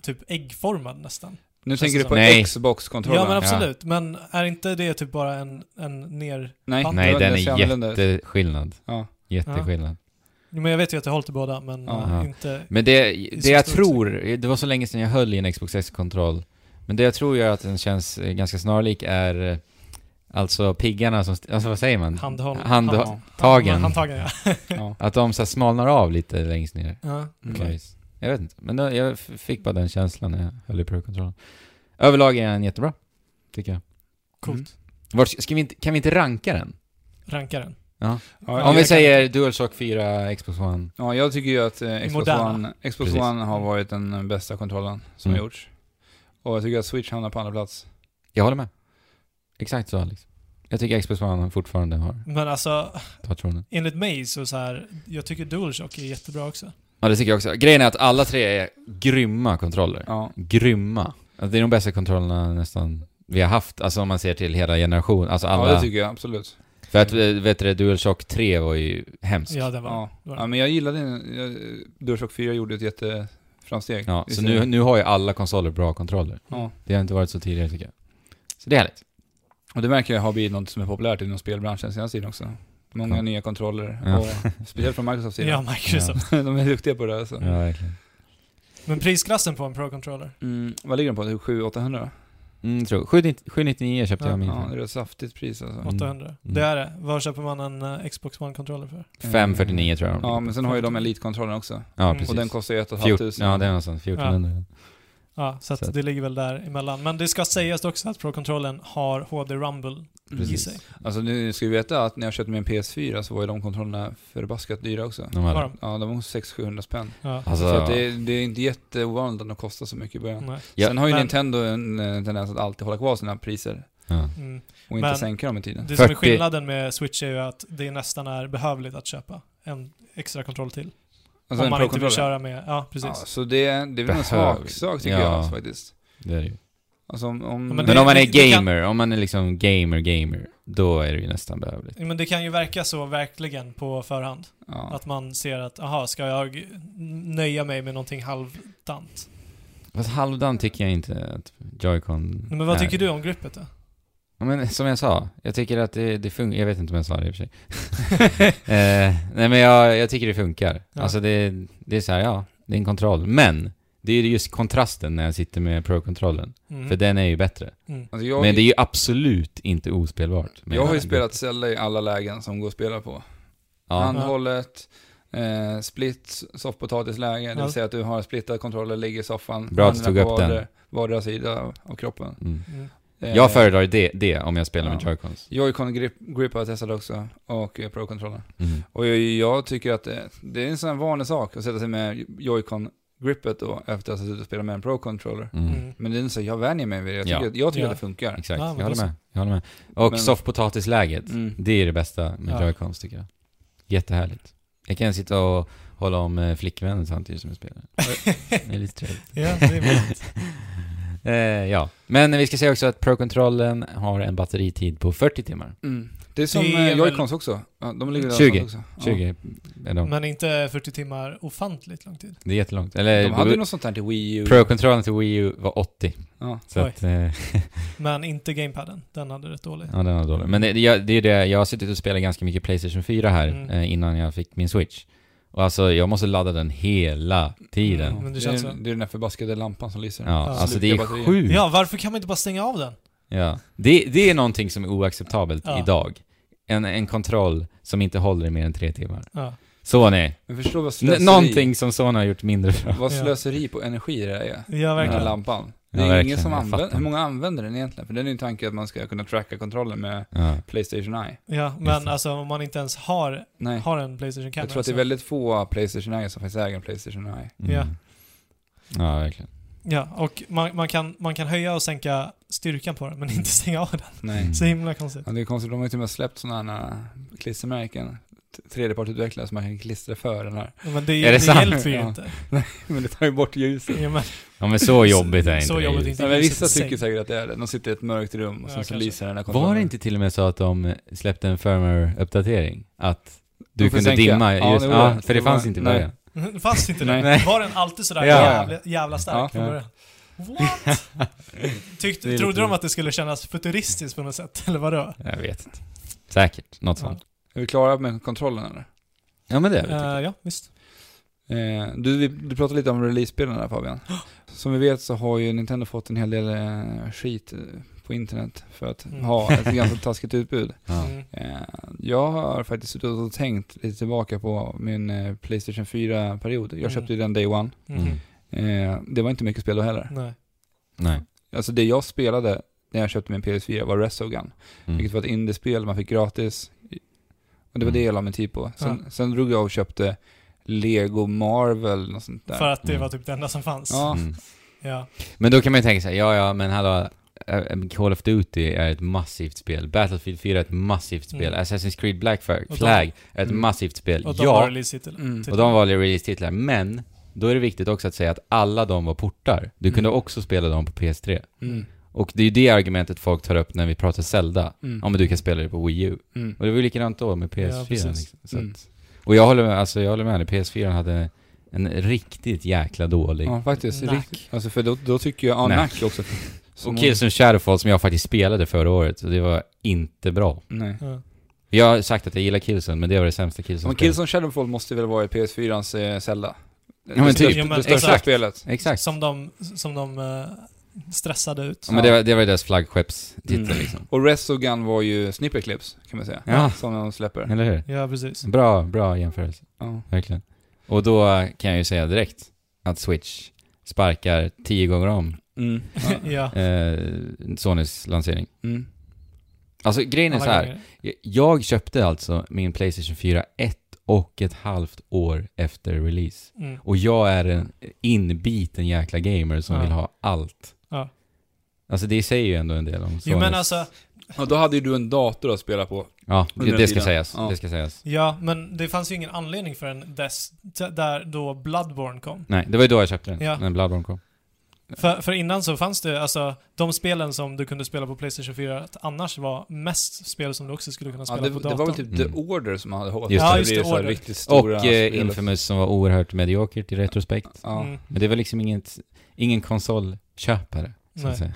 A: typ äggformad nästan.
B: Nu tänker du på
C: Nej.
B: Xbox-kontrollen?
A: Ja men absolut, men är inte det typ bara en, en ner...
B: Nej,
A: Nej,
C: Nej,
B: det-
C: den
B: det ser
C: är
B: annorlunda ut.
C: jätteskillnad.
B: Ja.
C: Jätteskillnad.
A: Jo, Men jag vet ju att jag håller till båda, men
B: Ja.
A: eh, inte...
C: Men det, det
A: så
C: jag
A: stort.
C: tror, det var så länge sedan jag höll i en Xbox S-kontroll, men det jag tror gör att den känns eh, ganska snarlik är eh, alltså piggarna som, st- alltså vad säger man?
A: Handhåll.
C: Hand,
A: Hand-
B: Ja,
C: Tagen.
A: Handtagen ja.
B: ja.
C: att de så här smalnar av lite längst ner.
A: ja.
B: Mm.
C: Okay. Jag vet inte, men då, jag f- fick bara den känslan när jag höll i Pro-kontrollen. Överlag är den jättebra, tycker jag.
A: Coolt.
C: Vart, ska vi inte, kan vi inte ranka den?
A: Ranka den.
B: Ja,
C: Om vi
B: jag,
C: säger DualShock 4, Xbox One.
B: ja, jag tycker ju att eh, Xbox,
A: moderna.
B: One, Xbox
C: Precis.
B: One har varit den eh, bästa kontrollen som
C: Mm.
B: har gjorts. Och jag tycker att Switch hamnar på andra plats.
C: Jag håller med. Exakt så Alex. Jag tycker Xbox One fortfarande har
A: Men alltså,
C: touchtronen.
A: enligt mig så, så här, jag tycker DualShock är jättebra också.
C: Ja, det tycker jag också. Grejen är att alla tre är grymma kontroller.
B: Ja.
C: Grymma. Alltså, det är de bästa kontrollerna nästan vi har haft, alltså om man ser till hela generationen, alltså alla.
B: ja, det tycker jag absolut.
C: för att, eh, vet du det, DualShock 3 var ju hemskt. Ja,
A: Ja, den var...
B: Ja.
A: det var
B: Ja, men jag gillade den. Jag, DualShock 4 gjorde ett jätteframsteg. i
C: så
B: sin-
C: nu, nu har ju alla konsoler bra kontroller.
B: Ja.
C: Det har inte varit så tidigare tycker jag. Så det är härligt.
B: Och det märker jag har blivit något som är populärt inom spelbranschen senaste tiden också. Många
C: Ja.
B: nya kontroller,
C: Ja.
B: och, speciellt från Microsofts sida.
A: Ja, Microsoft.
B: De är duktiga på det här. Så.
C: Ja, verkligen.
A: Men prisklassen på en Pro-controller?
B: Mm, vad ligger den på? 700-800?
C: Mm, tror 790 799 köpte
A: Ja,
C: jag min.
B: Ja,
C: för.
B: det är ett saftigt pris alltså.
C: Mm.
A: 800. Det är det. Vad köper man en eh, Xbox One-controller för?
C: 549 tror jag
B: Ja,
C: de ligger på.
B: men sen har ju de elitkontrollen också.
C: ja,
A: Mm.
C: precis.
B: Och den kostar ju 1
C: Fjort,
B: 500.
C: ja, det är någonstans 1400.
A: Ja, så, att
C: Så att-
A: det ligger väl där emellan. Men det ska sägas också att Pro-controllen har HD Rumble i
C: Precis.
A: sig.
B: Alltså nu ska vi veta att när jag köpte min PS4 så var ju de kontrollerna förbaskat dyra också.
C: De hade.
A: Har de?
B: Ja, de var 600-700 spänn.
A: Ja.
C: Alltså,
B: Så att det, är- det är inte jätteovanligt att de kostar så mycket i början.
A: Nej.
C: Ja,
B: Sen har ju
A: men-
B: Nintendo en eh, tendens att alltid hålla kvar sina priser
C: ja.
A: Mm.
B: och inte
A: Men-
B: sänka dem i tiden.
A: Det som är
C: 40.
A: skillnaden med Switch är ju att det nästan är behövligt att köpa en extra kontroll till.
B: Alltså
A: om
B: en
A: man inte vill
B: Pro-kontroller.
A: köra med... Ja, precis.
B: Ja, alltså. så det, det är väl en
C: Behövligt.
B: smaksak tycker
C: Ja.
B: jag alltså, faktiskt.
C: Det är det ju.
B: Alltså om... om
A: Ja,
B: men
A: men
C: Men
A: det-
C: om man är
A: det- det kan-
C: gamer, om man är liksom gamer, gamer, då är det ju nästan behövligt.
A: Men det kan ju verka så verkligen på förhand.
B: ja.
A: Att man ser att, aha, ska jag nöja mig med någonting halvdant?
C: Fast halvdan tycker jag inte att Joy-Con
A: Men vad
C: är.
A: tycker du om gruppet då?
C: Ja, Men som jag sa, jag tycker att det, det funkar, jag vet inte om jag sa det i och för sig. eh, nej men jag, jag tycker det funkar.
A: Ja.
C: Alltså det, det är så här, ja, det är en kontroll. Men Det är ju just kontrasten när jag sitter med Pro-kontrollen.
A: Mm.
C: För den är ju bättre.
A: Mm.
B: Alltså jag,
C: Men det är ju absolut inte ospelbart.
B: jag har ju spelat Zelda i alla lägen som går att spela på.
C: Ja.
B: Handhållet, eh, split soffpotatisläge, det
A: Ja.
B: vill säga att du har splittad kontroller, ligger i soffan,
C: Bra att du
B: händerna
C: tog
B: på
C: upp den.
B: vardera- vardera sida av kroppen.
C: Mm.
A: Mm.
B: Eh,
C: Jag föredrar det, det om jag spelar med
B: Ja.
C: Joy-Cons.
B: Joy-Con grip, grip har jag testat också, och eh, Pro-kontrollen.
C: Mm.
B: Och jag, jag tycker att det, det är en sån här vanlig sak att sätta sig med Joy-Con-grippet då, efter att ha suttit och spelat med en Pro-controller.
C: Mm.
A: Mm.
B: Men det är så, jag vänjer mig vid det. Jag tycker,
C: Ja.
B: att, jag tycker
A: Ja.
B: att det funkar.
C: Exakt,
A: Ja, men
C: jag håller
A: då så.
C: med. Jag håller med. Och
B: Men-
C: soffpotatisläget,
B: Mm.
C: det är det bästa med
A: Ja.
C: Joy-Cons tycker jag. Jättehärligt. Jag kan sitta och hålla om eh, flickvännen samtidigt som jag spelar. Det är lite trevligt.
A: Ja, det är bra.
C: Eh, ja, men vi ska säga också att Pro-kontrollen har en batteritid på 40 timmar.
B: Mm. Det är som
A: Det är
B: eh,
A: väl-
B: Joy-Cons också. Ja, de ligger där
C: 20.
B: också. Ja.
C: 20 är de.
A: Men inte 40 timmar ofantligt lång tid.
C: Det är jättelångt. Eller,
B: De hade ju något sånt här till Wii U.
C: Pro-kontrollen till Wii U var 80.
B: Ja.
C: Så
A: Oj.
C: att, eh,
A: Men inte gamepaden. Den hade rätt dåligt.
C: ja den var dålig. Men det, det, jag- det är det, jag har suttit och spelat ganska mycket Playstation 4 här
A: Mm.
C: eh, innan jag fick min Switch. Och alltså jag måste ladda den hela tiden.
A: Mm. men det
B: det,
A: känns
B: är,
A: så.
B: det är den där förbaskade lampan som lyser.
C: Ja, alltså det är
B: Slukar batterier.
C: sjukt. Ja.
A: Ja, varför kan man inte bara stänga av den?
C: Det, det är någonting som är oacceptabelt
A: Ja.
C: idag. En, en kontroll som inte håller i mer än tre timmar.
A: Ja.
C: Sony!
B: Men förstå vad
C: N-
B: slöseri,
C: någonting som Sony har gjort mindre bra.
B: vad
A: Ja.
B: slöseri på energi det är.
A: Ja,
B: Den här
A: verkligen.
B: lampan. Det
C: Ja,
B: är ingen
C: verkligen,
B: som
C: jag
B: använder,
C: fattar.
B: hur många använder den egentligen? För den är ju tanken att man ska kunna tracka kontrollen med
C: Ja. Mm.
B: Playstation Eye.
A: Ja,
C: Just
A: men
C: det.
A: alltså om man inte ens har,
B: Nej.
A: har en Playstation-kamera.
B: Jag tror att det är
A: så-
B: väldigt få Playstation Eye som faktiskt äger en Playstation Eye.
C: Mm.
A: Ja.
C: Ja, verkligen.
A: Ja, och man, man, kan, man kan höja och sänka styrkan på den, men inte stänga av den.
B: Nej.
A: Så
C: Mm.
A: himla konstigt.
B: Ja, det är konstigt, de har ju till och med släppt sådana här äh, klistermärken. t- Tredjepartsutvecklare som man kan klistra för den här.
A: Ja, Men det,
C: Är det
A: det,
C: sant?
A: hjälper ju
B: Ja.
A: inte.
B: Men det tar ju bort ljuset.
A: Ja, men,
C: Ja men så jobbigt är
A: Så
C: inte det
A: jobbigt
C: ju.
A: inte.
B: Nej, men vissa
A: ljuset
B: tycker
A: sänkt.
B: säkert att det är det. De sitter i ett mörkt rum och
A: Ja,
B: sen så
A: kanske.
B: lyser den här kontrollen.
C: Var det inte till och med så att de eh, släppte en firmware-uppdatering? Att du
B: De får
C: kunde
B: sänka.
C: dimma?
B: Ja,
C: Just,
B: det
C: ja,
B: var det.
C: för det
B: Det var-
C: fanns inte i
B: nej.
C: början.
A: det fanns inte
B: Nej.
A: det. Var den alltid sådär
B: Ja.
A: jävla, jävla stark
B: Ja.
A: från
C: Ja.
A: början? What?
C: Det är
A: Tyckte,
C: lite-
A: trodde de att det skulle kännas futuristiskt på något sätt, eller vadå?
C: Jag vet inte. Säkert, något
A: Ja.
C: sånt.
B: Är vi klara med kontrollen eller?
C: Ja men det är typ- det.
A: Uh, ja, visst.
B: Eh, du, vi- du pratade lite om release-spelen där Fabian. Som vi vet så har ju Nintendo fått en hel del eh, skit eh, på internet för att
A: Mm.
B: ha ett ganska taskigt utbud.
C: Ja.
A: Mm.
B: Eh, jag har faktiskt suttit och tänkt lite tillbaka på min eh, Playstation 4-period. Jag
A: Mm.
B: köpte ju den day one.
A: Mm.
C: Mm.
B: Eh, det var inte mycket spel då heller.
A: Nej.
C: Nej.
B: Alltså det jag spelade när jag köpte min PS4 var Resogun.
C: Mm.
B: Vilket var ett indiespel man fick gratis. Och det var
C: Mm.
B: det jag la min tid på. Sen, sen drog jag och köpte Lego Marvel och sånt där.
A: För att det
C: Mm.
A: var typ det enda som fanns.
B: Ja.
C: Mm.
A: Ja.
C: Men då kan man ju tänka sig, ja ja men hallå, eh, Call of Duty är ett massivt spel, Battlefield 4 är ett massivt spel,
A: Mm.
C: Assassin's Creed Black Flag
A: de-
C: Flag är ett
B: Mm.
C: massivt spel.
A: Och de var
C: Ja,
A: release-titel.
B: Mm.
A: titel.
C: och de var release-titlar, men då är det viktigt också att säga att alla de var portar. Du kunde
B: Mm.
C: också spela dem på PS3.
B: Mm.
C: Och det är ju det argumentet folk tar upp när vi pratar Zelda.
B: Mm.
C: Ja men du kan spela det på Wii U.
B: Mm.
C: Och det var ju likadant då med PS4.
A: Ja, precis.
C: liksom. så
B: Mm.
C: att, och jag håller med, alltså jag håller med dig. PS4 hade en riktigt jäkla dålig.
B: Ja, faktiskt.
A: Knack.
B: Riktigt. Alltså för då, då tycker jag, ja,
C: Knack.
B: Nack också. Som
C: och Killzone Shadowfall som jag faktiskt spelade förra året, och det var inte bra.
B: Nej.
A: Ja.
C: Jag har sagt att jag gillar Killzone, men det var det sämsta Killzone
B: Men Killzone Shadowfall måste väl vara i PS4-ans eh, Zelda?
C: men
B: det
C: typ.
B: största,
A: Ja, men
B: det största
A: exakt.
B: spelet.
C: Exakt.
A: Som de, som de eh, stressade ut.
C: Ja, men det var, det var ju deras flaggskeppstitel
B: Mm.
C: liksom.
B: Och Resogun var ju Snipper Clips, kan man säga.
C: Ja.
B: Som de släpper.
C: Eller hur?
A: Ja, precis.
C: Bra, bra jämförelse.
B: Ja.
C: Verkligen. Och då kan jag ju säga direkt att Switch sparkar tio gånger om
B: Mm. Ja.
A: ja.
C: eh, Sonys lansering.
B: Mm.
C: Alltså grejen är
A: alla
C: så här.
A: gånger.
C: Jag köpte alltså min Playstation 4 ett och ett halvt år efter release.
A: Mm.
C: Och jag är en inbiten jäkla gamer som
A: Ja.
C: vill ha allt.
A: Ja.
C: Alltså det säger ju ändå en del om
A: Jo men
C: Sonys-
A: alltså,
B: Och då hade ju du en dator att spela på.
C: Ja, det,
B: Under
C: det ska
B: tiden.
C: sägas.
B: Ja.
C: Det ska sägas.
A: ja men det fanns ju ingen anledning för en dess, t- där då Bloodborne kom.
C: Nej, det var ju då jag köpte den.
A: Ja.
C: När Bloodborne kom.
A: För, för innan så fanns det, alltså de spelen som du kunde spela på Playstation 4 att annars var mest spel som du också skulle kunna
B: Ja,
A: spela
B: det,
A: på
B: det
A: datorn.
B: var väl typ The
C: Mm.
B: Order som man hade hoppats
C: Just
B: på.
A: det.
B: Det
A: Ja, just
B: blir
A: The
B: så här
A: Order.
B: riktigt
C: Och
B: stora
C: eh,
B: spelet.
C: Infamous som var oerhört mediokert i retrospekt.
B: Ja.
A: Mm,
C: Men det var liksom inget, ingen konsolköpare. Så
A: nej.
C: att säga.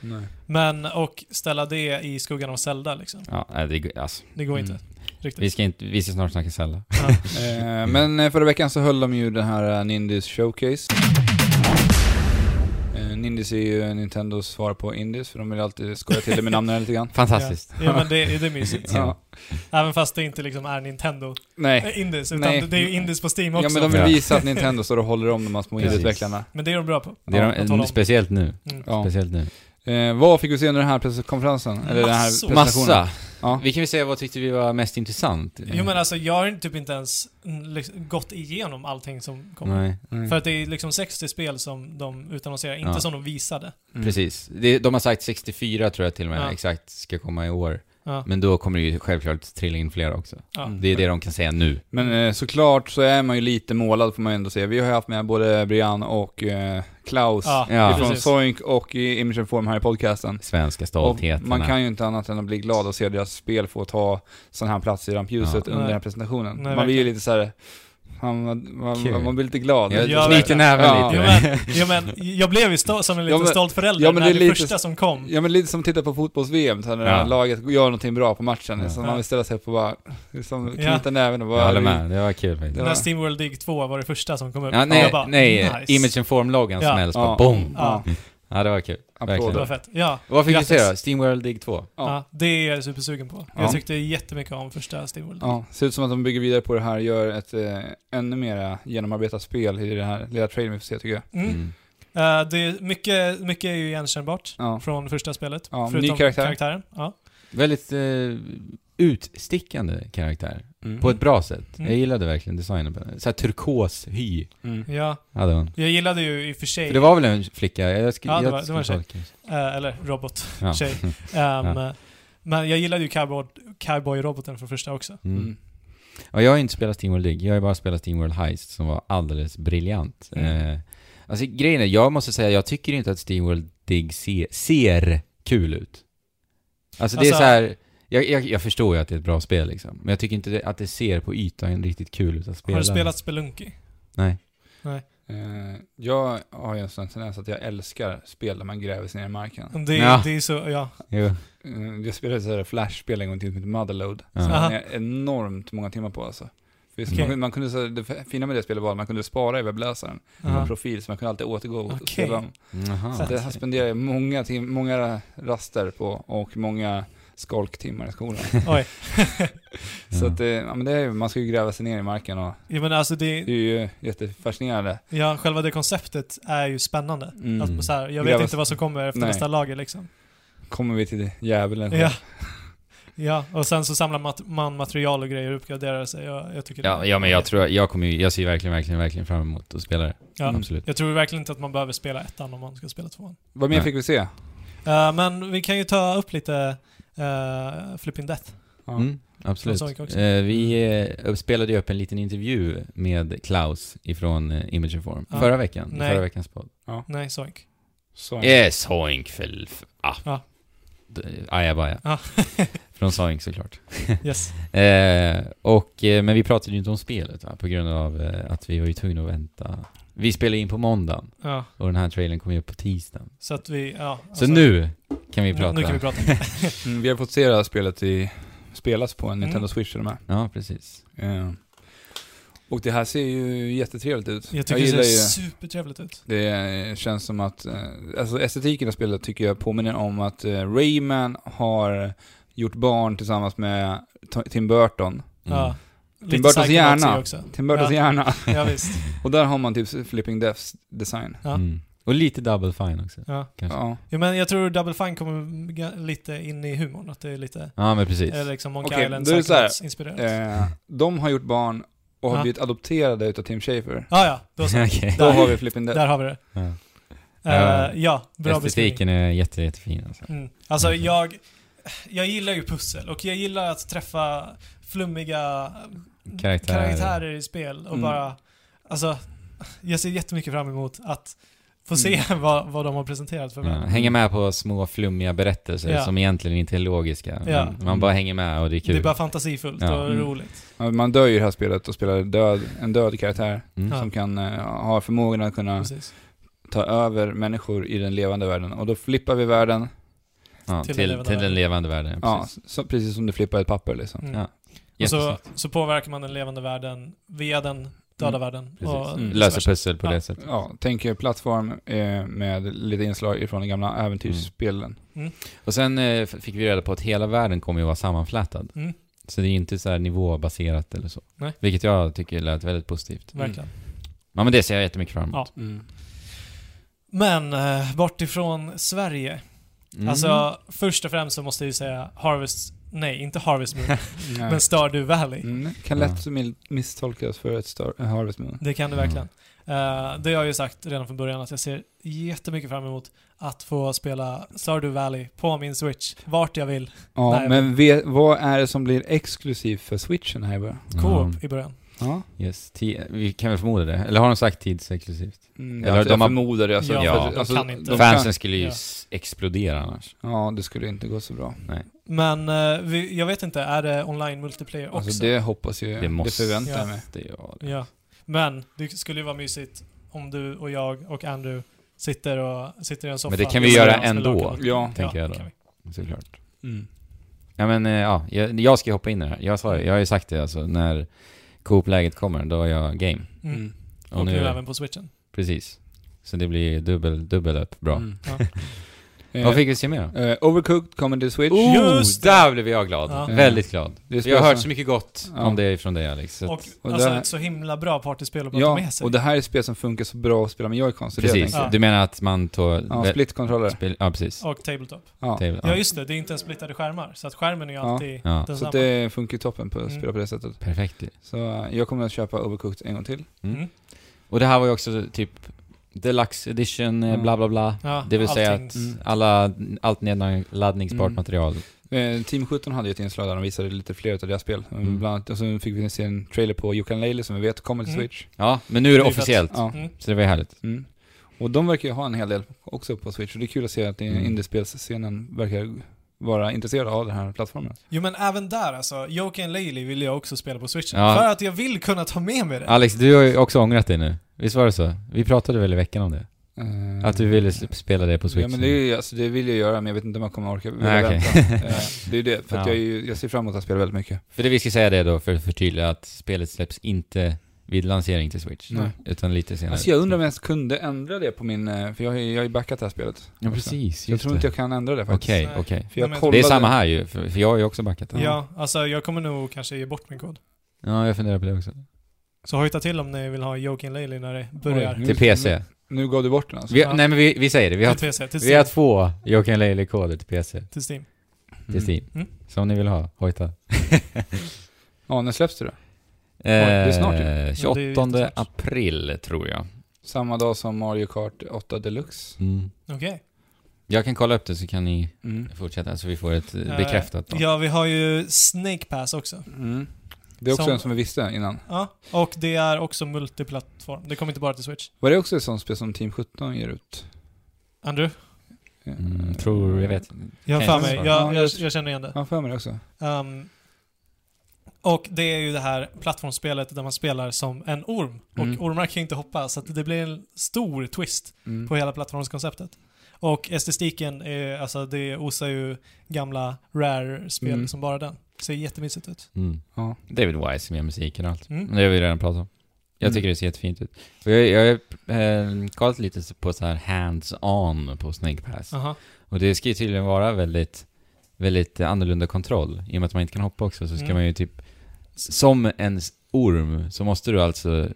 B: Nej.
A: Men, och ställa det i skuggan av Zelda liksom.
C: Ja, nej, det, går- alltså,
A: Det går
B: Mm.
A: inte. Riktigt.
C: vi, ska inte, vi ska snart snacka Zelda.
A: Ja.
B: Eh, men eh, förra veckan så höll de ju den här eh, Nindies Showcase. Indies är ju Nintendos svar på Indies, för de vill alltid skoja till det med namnen lite grann.
C: Fantastiskt.
A: Ja, ja men det, det är mysigt.
B: Ja.
A: Även fast det inte liksom är Nintendo
B: Nej.
A: äh, Indies, utan
B: Nej.
A: det är ju Indies på Steam också.
B: Ja men de vill visa att Nintendo står och håller om de här små
C: Precis.
B: indieutvecklarna.
A: Men det är de bra på.
C: Det
A: Ja, att
C: är
A: hålla
C: de,
A: om.
C: speciellt nu.
A: Mm.
B: Ja.
C: Speciellt nu.
B: Eh, vad fick vi se under den här presskonferensen? Eller den här
A: Massor.
B: presentationen?
C: Massa.
B: Ja.
C: Vi kan väl säga vad tyckte vi var mest intressant?
A: Jo men alltså jag har typ inte ens mm, liksom, gått igenom allting som kommer.
C: Nej,
B: Mm.
A: För att det är liksom 60 spel som de utannonserar, inte
C: Ja.
A: som de visade.
B: Mm.
C: precis. Det, de har sagt 64 tror jag till och med
A: Ja.
C: exakt ska komma i år.
A: Ja.
C: Men då kommer det ju självklart trilla in fler också.
A: Ja.
B: Mm.
C: Det är det de kan säga nu.
B: Men eh, såklart så är man ju lite målad får man ju ändå säga. Vi har ju haft med både Brian och eh, Klaus
A: Ja,
C: Ja.
B: från
A: precis.
B: Soink och i Image and Form här i podcasten.
C: Svenska
B: Och
C: stoltheterna.
B: man kan ju inte annat än att bli glad och se deras spel få ta sån här plats i rampljuset
A: Ja.
B: under
A: Nej.
B: den här presentationen.
A: Nej,
B: man blir ju
A: verkligen.
B: lite såhär, man, man,
C: Kul.
B: man, man blir lite glad.
A: Ja,
C: Jag
A: verkligen.
C: knyter näven
B: Ja.
A: Jo,
C: lite.
A: men, jo, men, jag blev ju sto- som en liten
B: Ja, men-
A: stolt förälder
B: ja, men
A: när
B: det
A: det,
B: är lite
A: första
B: s-
A: som kom.
B: Ja men lite som att titta på fotbolls-VM, så här när
C: Ja.
B: laget gör någonting bra på matchen,
C: Ja.
B: så
A: Ja.
B: man vill ställa sig upp och bara liksom,
A: Ja.
B: knyta näven och bara...
C: Jag håller med, det var kul faktiskt.
B: Ja.
A: När Steam World Dig 2 var det första som kom upp.
C: Ja, nej,
A: jag bara,
C: nej
A: nice.
C: Image and Form-loggan
A: Ja.
C: smälls
B: Ja.
C: bara BOOM!
A: Ja.
B: Ja.
C: Ja, det var kul.
A: Det var
B: Applåder.
C: Verkligen.
A: fett. Ja.
C: Vad fick vi
A: Grattis.
C: se då? Steamworld Dig 2?
A: Ja.
B: Ja.
A: det är jag supersugen på.
B: Ja.
A: Jag tyckte jättemycket om första Steam World.
B: Ja, ser ut som att de bygger vidare på det här och gör ett eh, ännu mer genomarbetat spel i det här lilla trailern vi får se tycker jag.
A: Mm.
C: Mm.
A: Eh, det är mycket, mycket är ju igenkännbart
B: Ja.
A: från första spelet.
B: Ja, ny
A: förutom
B: karaktär.
A: karaktären. Ja.
C: Väldigt eh, utstickande karaktär. På ett bra sätt.
A: Mm.
C: Jag gillade verkligen designen. på den. Så här turkos hy
B: Mm.
A: ja,
C: hade hon.
A: jag gillade ju i och för sig,
C: För det var väl en flicka? Jag sk-
A: Ja, det
C: jag
A: var- det var en
C: skulle
A: tjej.
C: tolka det.
A: eh, eller robot,
C: Ja. Mm.
A: tjej. Ehm, Men jag gillade ju cowboy, cowboy-roboten från första också.
C: Mm.
B: Mm.
C: Och jag har ju inte spelat Steamworld League, jag har ju bara spelat Steamworld Heist som var alldeles briljant.
A: Mm.
C: Eh, alltså grejen är, jag måste säga, jag tycker inte att Steamworld Dig se, ser kul ut. Alltså det
A: Alltså-
C: är så här. Jag, jag, jag förstår ju att det är ett bra spel liksom, men jag tycker inte det, att det ser på ytan riktigt kul ut att spela.
A: Har du spelat Spelunky?
C: Nej.
B: Eh, jag har ju en sån tendens att jag älskar spel där man gräver sig ner i marken.
A: Det, är-
C: Ja.
A: det är så, ja.
C: Jo.
B: Eh, jag spelade så här flashspel en gång till som heter Motherload.
C: Ja.
A: Aha.
B: Som jag enormt många timmar på alltså. Visst,
A: Okej.
B: man, man kunde, så här- det f- fina med det spelet var att man kunde spara i webbläsaren,
A: Aha.
B: en profil, så man kunde alltid återgå och
A: Okej.
B: spela om.
C: Jaha.
B: Så det här spenderade jag många, tim- många raster på och många skolktimmar i skolan.
A: Oj.
B: Så att det, ja, men det är, ju- man ska ju gräva sig ner i marken och
A: ja, men alltså
B: det
A: det,
B: är ju jättefascinerande.
A: ja, själva det konceptet är ju spännande.
B: Mm.
A: Alltså, så här, jag vet
B: Gräva-
A: inte vad som kommer efter
B: Nej.
A: nästa lager liksom.
B: Kommer vi till djävulen?
A: Ja. ja, och sen så samlar mat- man material och grejer och uppgraderar sig. Jag, jag tycker
C: Ja,
A: det-
C: ja men jag tror, jag kommer ju, jag ser verkligen, verkligen, verkligen fram emot att spela det.
A: Ja.
B: Mm.
C: Absolut.
A: Jag tror verkligen inte att man behöver spela ettan om man ska spela tvåan.
B: Vad mer
C: Nej.
B: fick vi se?
A: Eh, men vi kan ju ta upp lite uh, Flipping Death.
B: Ja.
C: Mm, absolut.
A: Från Sonic också.
C: Eh, vi eh, spelade ju upp en liten intervju med Klaus ifrån eh, Image and Form
A: Ja.
C: förra veckan. i
A: Nej.
C: Förra veckans podd.
A: Nej, Soink.
B: Så.
C: Eh, Soink för... Ah.
A: Ja.
C: D- Ajabaja.
A: Ja.
C: Från Soink såklart.
A: Yes.
C: Eh, och, eh, men vi pratade ju inte om spelet va? på grund av eh, att vi var ju tvungna att vänta. Vi spelade in på måndagen
A: ja,
C: och den här trailern kom ju upp på tisdagen.
A: så att vi, ja.
C: Så nu kan vi
A: Alltså, nu-
C: prata.
A: Nu kan vi prata.
B: Mm, vi har fått se det här spelet i, spelas på en Nintendo
A: Mm.
B: Switch och de här.
C: Ja, precis.
B: Eh, Och det här ser ju jättetrevligt ut.
A: Jag tycker
B: gillar
A: det ser
B: ju...
A: supertrevligt ut.
B: Det eh, känns som att, eh, alltså estetiken av spelet tycker jag påminner om att eh, Rayman har gjort barn tillsammans med To- Tim Burton.
C: Mm.
A: Ja.
B: Tim
A: Lite
B: Burtons hjärna.
A: Psychonauts också.
B: Tim Burtons
A: Ja.
B: hjärna.
A: Ja, visst.
B: Och där har man typ Flipping Deaths design.
A: Ja.
C: Mm. Och lite double fine också.
A: Ja.
C: Kanske.
B: Ja.
A: ja, men jag tror Double Fine kommer ga- lite in i humorn. Att det är lite,
C: Ja, men precis.
A: eh, liksom Monkey
B: Okej,
A: Island
B: då är det så här.
A: inspirerat.
B: Eh, de har gjort barn och har
A: Ja.
B: blivit adopterade utav Tim Schafer.
A: Ja, ja. Då så.
C: Okej.
B: Då
A: Där.
B: har vi Flipping Death.
A: Där har vi det.
C: Ja.
A: Eh,
C: Ja.
A: ja, bra beskrivning.
C: Estetiken är jätte, jättefin alltså.
A: Mm. Alltså jag, jag gillar ju pussel och jag gillar att träffa flummiga eh,
C: Karaktärer.
A: karaktärer i spel och
B: Mm.
A: bara, alltså jag ser jättemycket fram emot att få se vad, vad de har presenterat för
C: Mm. Ja.
A: mig.
C: Hänga med på små flummiga berättelser
A: Ja.
C: som egentligen inte är logiska.
A: Ja. Mm.
C: Men Man bara hänger med och det är kul.
A: Det är bara fantasifullt
C: Ja.
A: och
B: Mm.
A: roligt.
B: Ja, Man dör ju i det här spelet och spelar död, en död karaktär
C: Mm.
A: Ja.
B: som kan eh, ha förmågan att kunna
A: Precis.
B: ta över människor i den levande världen. Och då flippar vi världen,
C: Ja,
A: Till
C: till,
A: den
C: till,
A: levande
C: den levande världen.
B: ja,
C: Precis.
B: så, precis som du flippar ett papper liksom.
A: Mm.
C: Ja.
A: Och så,
C: Jättesnyggt.
A: så påverkar man den levande världen via den döda
B: Mm,
A: världen.
C: precis.
A: Och
B: Mm.
C: Löser
A: smash-
C: pussel på
A: Ja.
C: det sättet.
B: Ja, tänk er plattform eh, med lite inslag ifrån de gamla äventyrsspelen.
C: Och sen eh, f- fick vi reda på att hela världen kommer ju vara sammanflätad.
A: Mm,
C: Så det är inte så här nivåbaserat eller så.
A: Nej.
C: Vilket jag tycker lät väldigt positivt.
A: Mm. verkligen.
C: Ja men det ser jag jättemycket fram emot.
A: Mm. Men eh, bort ifrån Sverige.
C: Mm.
A: Alltså, först och främst så måste jag ju säga Harvest... Nej, inte Harvest Moon,
B: Nej.
A: men Stardew Valley.
B: Mm, kan lätt mil- misstolkas för ett Star- eh, Harvest Moon.
A: Det kan det
C: Mm.
A: verkligen. Eh, det har jag ju sagt redan från början att jag ser jättemycket fram emot att få spela Stardew Valley på min Switch, vart jag
C: Mm.
A: vill.
B: Ja,
A: Nej.
B: men ve- vad är det som blir exklusivt för switchen här i början?
A: Co-op i början.
B: Ja.
C: Yes. Ti- vi kan väl förmoda det? Eller har de sagt tidsexklusivt?
B: Mm,
C: Eller
B: alltså,
C: de har-
B: jag förmodar det. Alltså,
A: Ja,
B: för-
A: de
B: alltså,
A: kan inte.
B: de
C: Fansen skulle ju
A: ja.
C: s- explodera annars.
B: Ja, det skulle inte gå så bra.
A: Men eh, vi, jag vet inte, är det online multiplayer också?
B: Alltså, det hoppas jag.
C: Det
B: Det,
C: måste-
B: förväntar jag
A: Ja.
B: mig.
C: Det är jag.
A: Ja. Men det skulle ju vara mysigt om du och jag och Andrew sitter, och, sitter i en soffa.
C: Men det kan vi
A: och
C: göra
A: spelar
C: ändå,
A: Lakan.
B: Ja.
C: tänker jag då.
A: det kan vi.
C: Såklart.
B: Mm.
C: Ja men eh, ja, jag, jag ska hoppa in i det här. Jag, sa, jag har ju sagt det alltså, när Coop-läget kommer, då är jag game.
A: Mm.
B: Mm.
A: Och nu även på switchen.
C: Precis. Så det blir dubbel, dubbel upp bra.
B: Mm.
A: Ja.
B: Eh,
C: Vad fick vi se mer då?
B: eh, Overcooked kommer till Switch.
A: Oh! Just Oh, det!
C: Där blev jag glad.
A: Ja.
C: Väldigt glad.
B: Det är
C: Jag har hört
B: så-
C: så mycket gott
B: Ja.
C: om det från dig Alex. Så
A: Och,
C: att,
B: och
A: alltså
B: där-
A: ett så himla bra partyspel att bara ta
B: Ja,
A: med sig.
B: och det här är spel som funkar så bra att spela med Joy-Con. så det är
C: precis.
B: det jag tänker.
C: Du menar att man tog...
B: Ja,
C: väl-
B: split-controller.
C: spel, ja precis.
A: Och Tabletop.
B: Ja.
C: Table-
A: Ja just det, det är inte ens splittade skärmar. Så att skärmen är ju
B: Ja.
A: alltid
C: Ja.
A: densamma.
B: Så att det funkar ju toppen på att
A: Mm.
B: spela på det sättet.
C: Perfekt ju.
B: Så eh, jag kommer att köpa Overcooked en gång till.
A: Mm.
C: Och det här var ju också typ Deluxe edition, eh,
B: Mm.
C: bla bla bla.
A: Ja,
C: Det vill säga
A: allting.
C: att
B: Mm.
C: alla, allt nedladdningsbart
B: Mm.
C: material.
B: Eh, Team 17 hade ju ett inslag där de visade lite fler av deras spel. Mm.
C: Mm.
B: Bland annat, och så fick vi se en trailer på Jokan Laley som vi vet kommer till
A: Mm.
B: Switch.
C: Ja, men nu är det
A: Det är ju
C: officiellt.
B: Ja.
A: Mm.
C: Så det var ju härligt.
B: Mm. Och de verkar ju ha en hel del också på Switch. Och det är kul att se att mm.
C: Mm.
B: indiespelsscenen verkar vara intresserad av den här plattformen.
A: Jo men även där alltså, Joke and Laley vill jag också spela på switchen.
C: Ja.
A: För att jag vill kunna ta med mig det.
C: Alex, du har ju också ångrat dig nu. Visst var det så? Vi pratade väl i veckan om det?
B: Eh,
C: Att du ville s- spela det på Switch?
B: Ja men det, är ju, alltså, det vill jag göra men jag vet inte om jag kommer orka vilja
C: Nej, okej.
B: vänta. Eh, det är det, för att
C: Ja.
B: jag, är ju, jag ser fram emot att spela väldigt mycket.
C: För det vi ska säga det då, för att förtydliga att spelet släpps inte vid lansering till Switch.
B: Nej.
C: Utan lite senare.
B: Alltså jag undrar om jag ens kunde ändra det på min, eh, för jag har ju jag har ju backat det här spelet.
C: Ja precis,
B: Så jag
C: just
B: tror
C: det.
B: inte jag kan ändra det faktiskt.
C: Okej,
A: Nej.
C: okej.
B: För jag
A: Nej, men-
B: kollade,
C: Det är samma här ju, för, för jag har ju också backat den.
A: Ja, alltså jag kommer nog kanske ge bort min kod.
C: Ja, jag funderar på det också.
B: Mm.
A: Så hojta till om ni vill ha Joke and Laley när det liksom- börjar.
B: Oj, nu-
C: Till PC.
B: Nu gav du bort den alltså.
C: Vi,
A: Ja.
C: Nej men vi, vi säger det, vi har,
A: till PC, till
C: vi har
A: Steam.
C: två Joke and Laley-koder till PC,
A: Till Steam.
C: till Steam.
A: Mm.
C: Så om ni vill ha, hojta.
B: Ja, när släpps det då?
C: Eh,
B: är snart ju.
A: Ja, det är
C: 28
A: jättesnart.
C: april tror jag.
B: Samma dag som Mario Kart 8 Deluxe.
A: Okej.
C: Jag kan kolla upp det så kan ni
B: Mm.
C: fortsätta så vi får ett eh,
A: Eh,
C: bekräftat då.
A: Ja, vi har ju Snake Pass också.
B: Mm. Det är också
A: Som-
B: en som vi visste innan.
A: Ja, och det är också multiplattform. Det kommer inte bara till Switch.
B: Var det också ett sånt spel som Team 17 ger ut?
A: Andrew?
B: Eh,
C: Mm, tror, jag vet.
A: Jag har
C: Kan
A: för
C: jag
A: mig.
C: svara?
A: Jag,
B: Ja,
A: jag,
B: just-
A: jag känner igen det.
B: Ja, för mig det också.
A: Ehm, och det är ju det här plattformsspelet där man spelar som en orm.
B: Mm.
A: Och ormar kan ju inte hoppa, så att det blir en stor twist
B: Mm.
A: på hela plattformskonceptet. Och estetiken, är, alltså det osar ju gamla Rare-spel
B: Mm.
A: som bara den. Ser jättemysigt ut.
C: Mm.
B: Ja.
C: David Wise med musiken och allt.
A: Mm.
C: Men det har vi redan pratat om. Jag
B: Mm.
C: tycker det ser jättefint ut. Och jag, jag har eh, kollat lite på så här hands-on på Snake Pass.
A: Aha.
C: Och det ska ju tydligen vara väldigt, väldigt annorlunda kontroll. I och med att man inte kan hoppa också så ska
A: Mm.
C: man ju typ, som en s- orm, så måste du alltså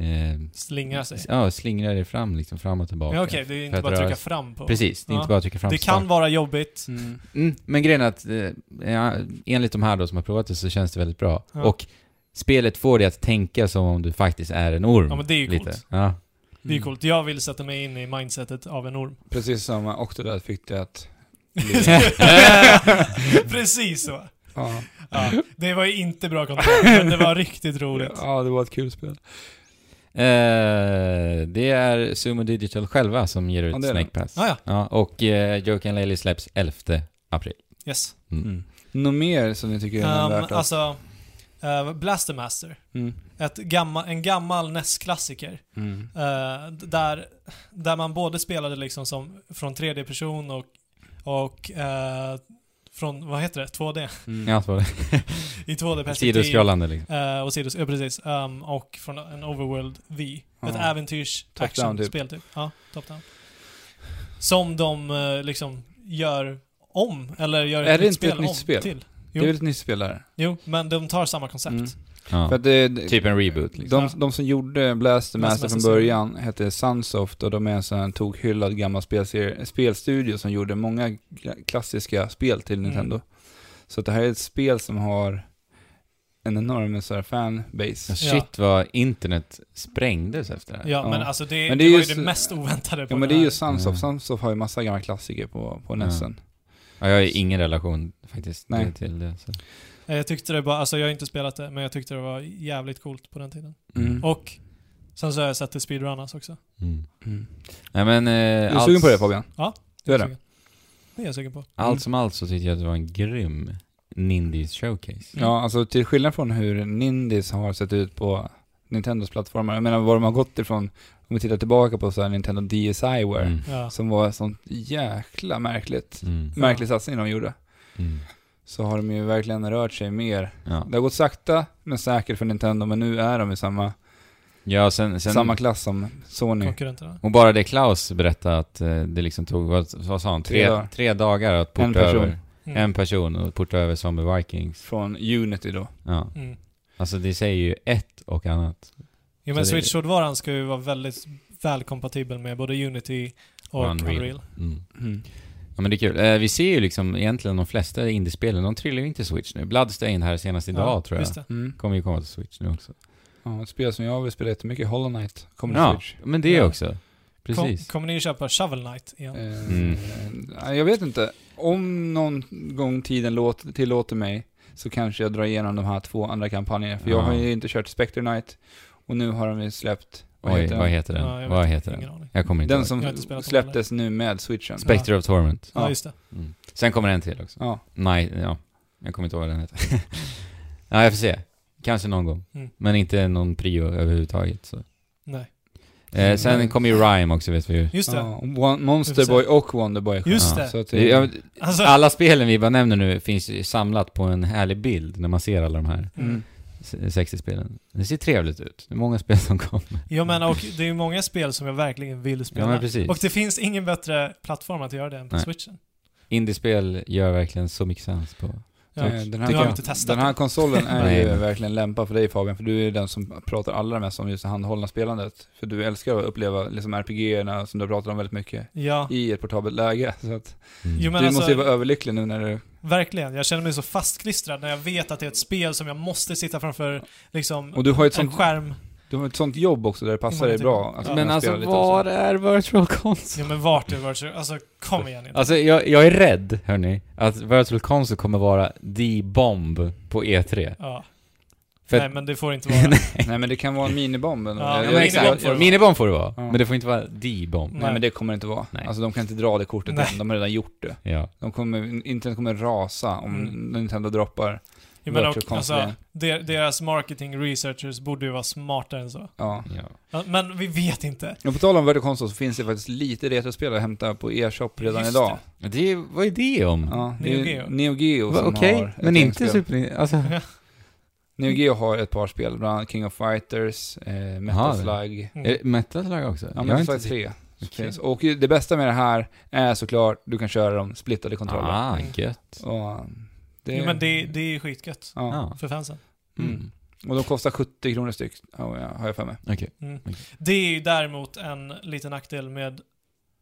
C: eh,
A: Slingra sig.
C: ja, slingra dig fram liksom, fram och tillbaka.
A: Men okej, det är
C: För
A: inte
C: att
A: bara att
C: röra
A: trycka
C: sig.
A: fram på.
C: Precis, det är
A: Ja.
C: inte bara att trycka fram
A: Det
C: start.
A: kan vara jobbigt.
B: Mm.
C: Mm, men grejen är att eh, ja, enligt de här då som har provat det så känns det väldigt bra.
A: Ja.
C: Och spelet får dig att tänka som om du faktiskt är en orm.
A: Ja, men det är ju
C: Mm. lite.
A: coolt.
C: Ja.
A: Det är
B: Mm.
A: ju coolt. Jag vill sätta mig in i mindsetet av en orm.
B: Precis som Octodad fick det att...
A: Precis så.
B: Ja.
A: Ja, det var ju inte bra kontroll, men det var riktigt roligt.
B: ja, det var ett kul spel.
C: Eh, det är Sumo Digital själva som ger ut
B: Ja, det är det.
C: Snake Pass.
A: Ah, ja.
C: Ja, och eh, Joke and Laley släpps 11 april.
A: Yes.
B: Mm. Något mer som ni tycker är
A: Um,
B: värt att...
A: alltså, eh, Blaster Master.
B: Mm.
A: Ett gamma, en gammal NES-klassiker.
B: Mm.
A: eh, d- där, där man både spelade liksom som från 3D-person och, och eh, från, vad heter det, 2D?
B: Mm.
C: Ja, så var
A: I 2D-perspektiv.
C: det. Sidoskrollande liksom.
A: Eh, och sidus, ja precis. Ehm, och från en Overworld V. Ett
B: Ja.
A: äventyrs
B: Top-down
A: actionspel typ. Ja, top down. Som de eh, liksom gör om, eller gör
B: Är
A: ett nytt
B: det inte
A: spel
B: ett nytt
A: om
B: spel?
A: till.
B: Det är väl ett nytt spel där?
A: Jo, men de tar samma koncept.
B: Mm.
C: Ja.
B: För att det, det-
C: Typ en reboot. Liksom.
B: De, de som gjorde Blast the
A: Blast
B: Master från
A: Master
B: början hette Sunsoft och de är en sån här tokhyllad gammal spelserie, spelstudio som gjorde många kla- klassiska spel till
A: Mm.
B: Nintendo. Så att det här är ett spel som har en enorm så här,
C: Ja,
B: fanbase.
C: Shit vad internet sprängdes efter det här.
A: Ja,
B: Ja.
A: men alltså det,
B: Men
A: det,
B: det är
A: var ju
B: just-
A: det mest oväntade på
B: Ja men det
A: den
B: är
A: här.
B: ju Sunsoft.
C: Mm.
B: Sunsoft har ju massa gamla klassiker på, på NESen.
C: Ja, jag har ju ingen relation faktiskt
B: Nej.
C: till det. Så.
A: Eh, Jag tyckte det bara, alltså jag har inte spelat det, men jag tyckte det var jävligt coolt på den tiden.
B: Mm.
A: Och sen så har jag sett det speedrunnas också.
C: Mm.
B: Mm.
C: Nej men... Eh,
B: Är du
C: allt-
B: sugen på det Fabian? Mm.
A: Ja,
B: Du är
A: Jag
B: det?
A: sugen. Det är jag sugen på.
C: Allt som allt så tyckte jag att det var en grym Nindies
A: Mm.
C: showcase.
B: Ja, alltså till skillnad från hur Nindies har sett ut på Nintendos plattformar. Jag menar vad de har gått ifrån, om vi tittar tillbaka på så här Nintendo DSiWare.
C: Mm.
A: Ja.
B: Som var sånt jäkla märkligt.
C: Mm.
A: Ja.
B: Märklig satsning de gjorde.
C: Mm.
B: Så har de ju verkligen rört sig mer.
C: Ja.
B: Det har gått sakta men säkert för Nintendo, men nu är de i samma,
C: ja, sen... sen
B: samma klass som Sony.
A: Konkurrenterna.
C: och bara det Klaus berättade att eh, det liksom tog, vad, vad sa han?
B: Tre
C: Tre,
B: dagar.
C: tre dagar att porta
B: En person.
C: över
A: Mm.
C: en person och porta över Zombie Vikings.
B: Från Unity då.
C: Ja.
A: Mm.
C: Alltså det säger ju ett och annat.
A: Jo men
C: Så det-
A: Switch-hårdvaran ska ju vara väldigt väl kompatibel med både Unity och
C: Unreal.
A: Unreal.
C: Mm. Ja men det är kul. Eh, vi ser ju liksom egentligen de flesta indiespelen, de trillar ju inte Switch nu. Bloodstain här senast idag
A: Ja,
C: tror jag.
A: Just det.
B: Mm.
C: Kommer ju komma till Switch nu också.
B: Ja, ett spel som jag vill spela jättemycket, Hollow Knight, kommer till
C: Ja,
B: Switch.
C: men det
A: Ja.
C: också. Precis.
A: Kom, kommer ni köpa Shovel Knight igen?
B: Eh,
C: Mm.
B: eh, Jag vet inte. Om någon gång tiden låt, tillåter mig så kanske jag drar igenom de här två andra kampanjerna. För jag
C: Ja.
B: har ju inte kört Spectre Knight och nu har de ju släppt, vad
C: Oj,
B: heter den?
C: vad heter den?
A: Ja, jag
C: vad
A: vet
C: heter
A: inte,
C: den?
A: Ingen aning.
C: Jag kommer inte
B: Den
C: ihåg.
A: Jag har
B: som
A: inte spelat dem
B: släpptes nu med switchen.
A: Spec-
C: Spectre of Torment.
A: Ja,
B: Ja.
A: just det.
C: Mm. Sen kommer en till också.
B: Ja.
C: Nej, ja. Jag kommer inte ihåg vad den heter. ja, jag får se. Kanske någon gång.
A: Mm.
C: Men inte någon prio överhuvudtaget. Så.
A: Nej.
C: Eh, sen
B: Mm.
C: kommer ju Rhyme också vet vi ju.
A: Just det.
B: Ja, One-
A: Vi får
B: Monster
A: se.
B: Boy och Wonderboy.
A: Just
C: Ja,
A: det.
B: Så att det,
C: Ja,
A: Alltså,
C: Alla spelen vi bara nämner nu finns ju samlat på en härlig bild när man ser alla de här
B: mm.
A: mm.
C: s- 60-spelen. Det ser trevligt ut. Det är många spel som kommer.
A: Jo men och det är ju många spel som jag verkligen vill
C: Ja,
A: spela.
C: men precis.
A: och det finns ingen bättre plattform att göra det än på
C: Nej.
A: switchen.
C: Indiespel gör verkligen så mycket sens på...
A: Ja.
B: Eh, Den,
A: Nu har vi
B: här,
A: inte testat
B: den här
A: det.
B: konsolen är
C: Nej,
B: ju
C: men-
B: verkligen lämpad för dig Fabian, för du är den som pratar allra mest om just det handhållna spelandet. För du älskar att uppleva liksom RPG-erna som du har pratat om väldigt mycket
A: Ja.
B: i ett portabelt läge. Så att
C: Mm.
A: Jo men
B: du måste ju vara
A: alltså,
B: överlycklig nu när du...
A: verkligen. Jag känner mig så fastklistrad när jag vet att det är ett spel som jag måste sitta framför liksom
B: Och du har ju ett
A: en
B: sånt,
A: skärm.
B: du har ett sånt jobb också där det passar dig bra.
A: Ja.
C: Men
B: kunna
C: alltså,
B: spela lite och så.
C: var är virtual console?
A: Ja men vart är virtual? Alltså kom igen inte.
C: Alltså jag, jag är rädd, hörni, att virtual console kommer vara the bomb på E3.
A: Ja.
C: För
A: Nej men det får inte vara.
B: Nej men det kan vara en minibomb. eller
A: Ja,
B: något.
A: men
B: Jag-
C: ja,
B: jag-
C: men
A: minibomb
C: exakt.
A: får det vara. Mm.
C: Minibomb får det vara,
B: Ja.
C: men det får inte vara the bomb.
B: Nej men det kommer det inte vara.
C: Nej.
B: Alltså de kan inte dra det kortet
A: Nej.
B: än, de har redan gjort det.
C: Ja.
B: De kommer, internet kommer rasa om
A: Mm.
B: Nintendo droppar.
A: Jag menar,
B: Virtual
A: och,
B: console.
A: alltså, der- deras marketing researchers borde ju vara smartare än så.
B: Ja.
C: ja.
A: Ja, Men vi vet inte.
B: Och på tal om Virtual Console så finns det faktiskt lite retrospel att hämta på e-shop redan
A: Just Mm.
B: idag.
C: Det, vad är det om?
B: Ja,
A: Neo
B: det är
A: Geo.
B: Neo Geo
C: Va,
B: som
C: Okej,
B: har ett
C: men
B: gäng
C: inte
B: spel.
C: Super... Alltså,
A: Ja.
B: Neo Geo har ett par spel, bland annat King of Fighters, eh,
C: Jaha,
B: Metal
C: det-
B: Slug.
C: är det Metal Slug också?
B: Ja,
C: Jag har
B: Metal Slug 3.
C: Okej.
B: finns. Och det bästa med det här är såklart, du kan köra de splittade kontrollerna.
C: Ah,
A: Mm.
C: gött.
B: Och eh, det,
A: Jo, men det, det är ju skitgött.
B: ja.
C: Ja.
A: För fansen.
C: Mm.
B: Och de kostar 70 kronor styck, har jag- har jag för mig.
C: Okej.
A: Mm.
C: Okej.
A: Det är ju däremot en liten nackdel med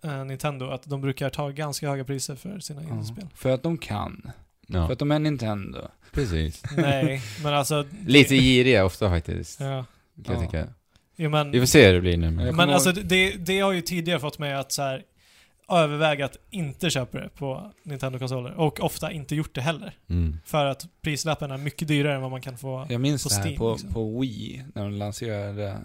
A: eh, Nintendo, att de brukar ta ganska höga priser för sina
B: Ja.
A: indiespel.
B: För att de kan.
C: Ja,
B: För att de är Nintendo.
C: precis.
A: Nej, men alltså... det-
C: Lite giriga ofta faktiskt, kan
A: Ja.
C: jag
B: Ja.
C: tycka.
A: Jo, men
C: Vi får se hur det blir nu.
B: Jag
C: Men...
B: kommer
A: men
B: ihåg-
A: alltså, det, det har ju tidigare fått mig att så här, överväga att inte köpa det på Nintendo-konsoler. Och ofta inte gjort det heller.
C: Mm.
A: För att prislappen är mycket dyrare än vad man kan få.
B: Jag minns
A: På
B: det här
A: Steam,
B: på,
A: liksom.
B: på Wii, när de lanserade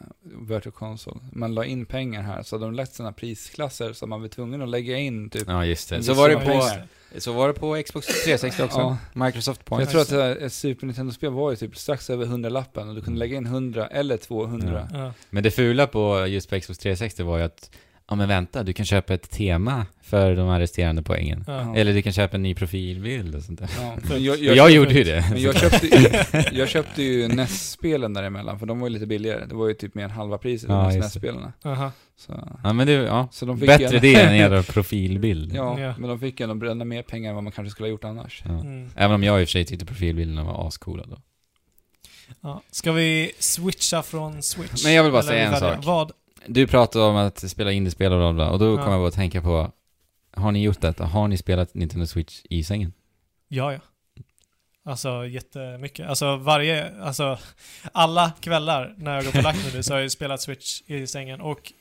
B: Virtual Console. Man la in pengar här, så hade de lagt sina prisklasser, så man var tvungen att lägga in typ...
C: Ja, just det.
B: Men
C: Så
B: det
C: var det,
B: är så
C: på, så var det på Xbox 360 också.
B: Ja.
C: Microsoft
B: För
C: Point.
B: jag tror att det här, ett Super Nintendo-spel var ju typ strax över 100-lappen
C: Mm.
B: och du kunde lägga in 100 eller 200.
A: Ja.
C: Men det fula på just på Xbox 360 var ju att ja men vänta, du kan köpa ett tema för de här resterande poängen.
A: Ja.
B: Ja.
C: Eller du kan köpa en ny profilbild och sånt där.
B: Ja.
A: För-
B: Men jag,
C: Jag,
B: jag,
C: gjorde ju det.
B: men jag köpte ju, jag köpte ju NES-spelen däremellan, för de var ju lite billigare. Det var ju typ mer än halva priset,
C: Ja,
B: de här
C: just det.
B: NES-spelarna.
A: Aha.
B: Så,
C: Ja men du, ja.
B: så de fick
C: Bättre
B: gärna-
C: det än era profilbild.
B: Ja,
A: Ja.
B: men de fick ändå bränna mer pengar än vad man kanske skulle ha gjort annars.
C: Ja.
A: Mm.
C: Även om jag i och för sig tyckte profilbilderna var ascoola då.
A: Ja. Ska vi switcha från Switch?
C: Men jag vill bara
A: Eller
C: säga
A: är vi
C: en
A: färdiga?
C: sak.
A: Vad?
C: Du pratade om att spela indiespel och bla bla, och då
A: Ja.
C: kom jag bara att tänka på, har ni gjort detta? Har ni spelat Nintendo Switch i sängen?
A: Ja, ja. Alltså jättemycket. Alltså varje, alltså alla kvällar när jag går på lagt mig nu så har jag ju spelat Switch i sängen och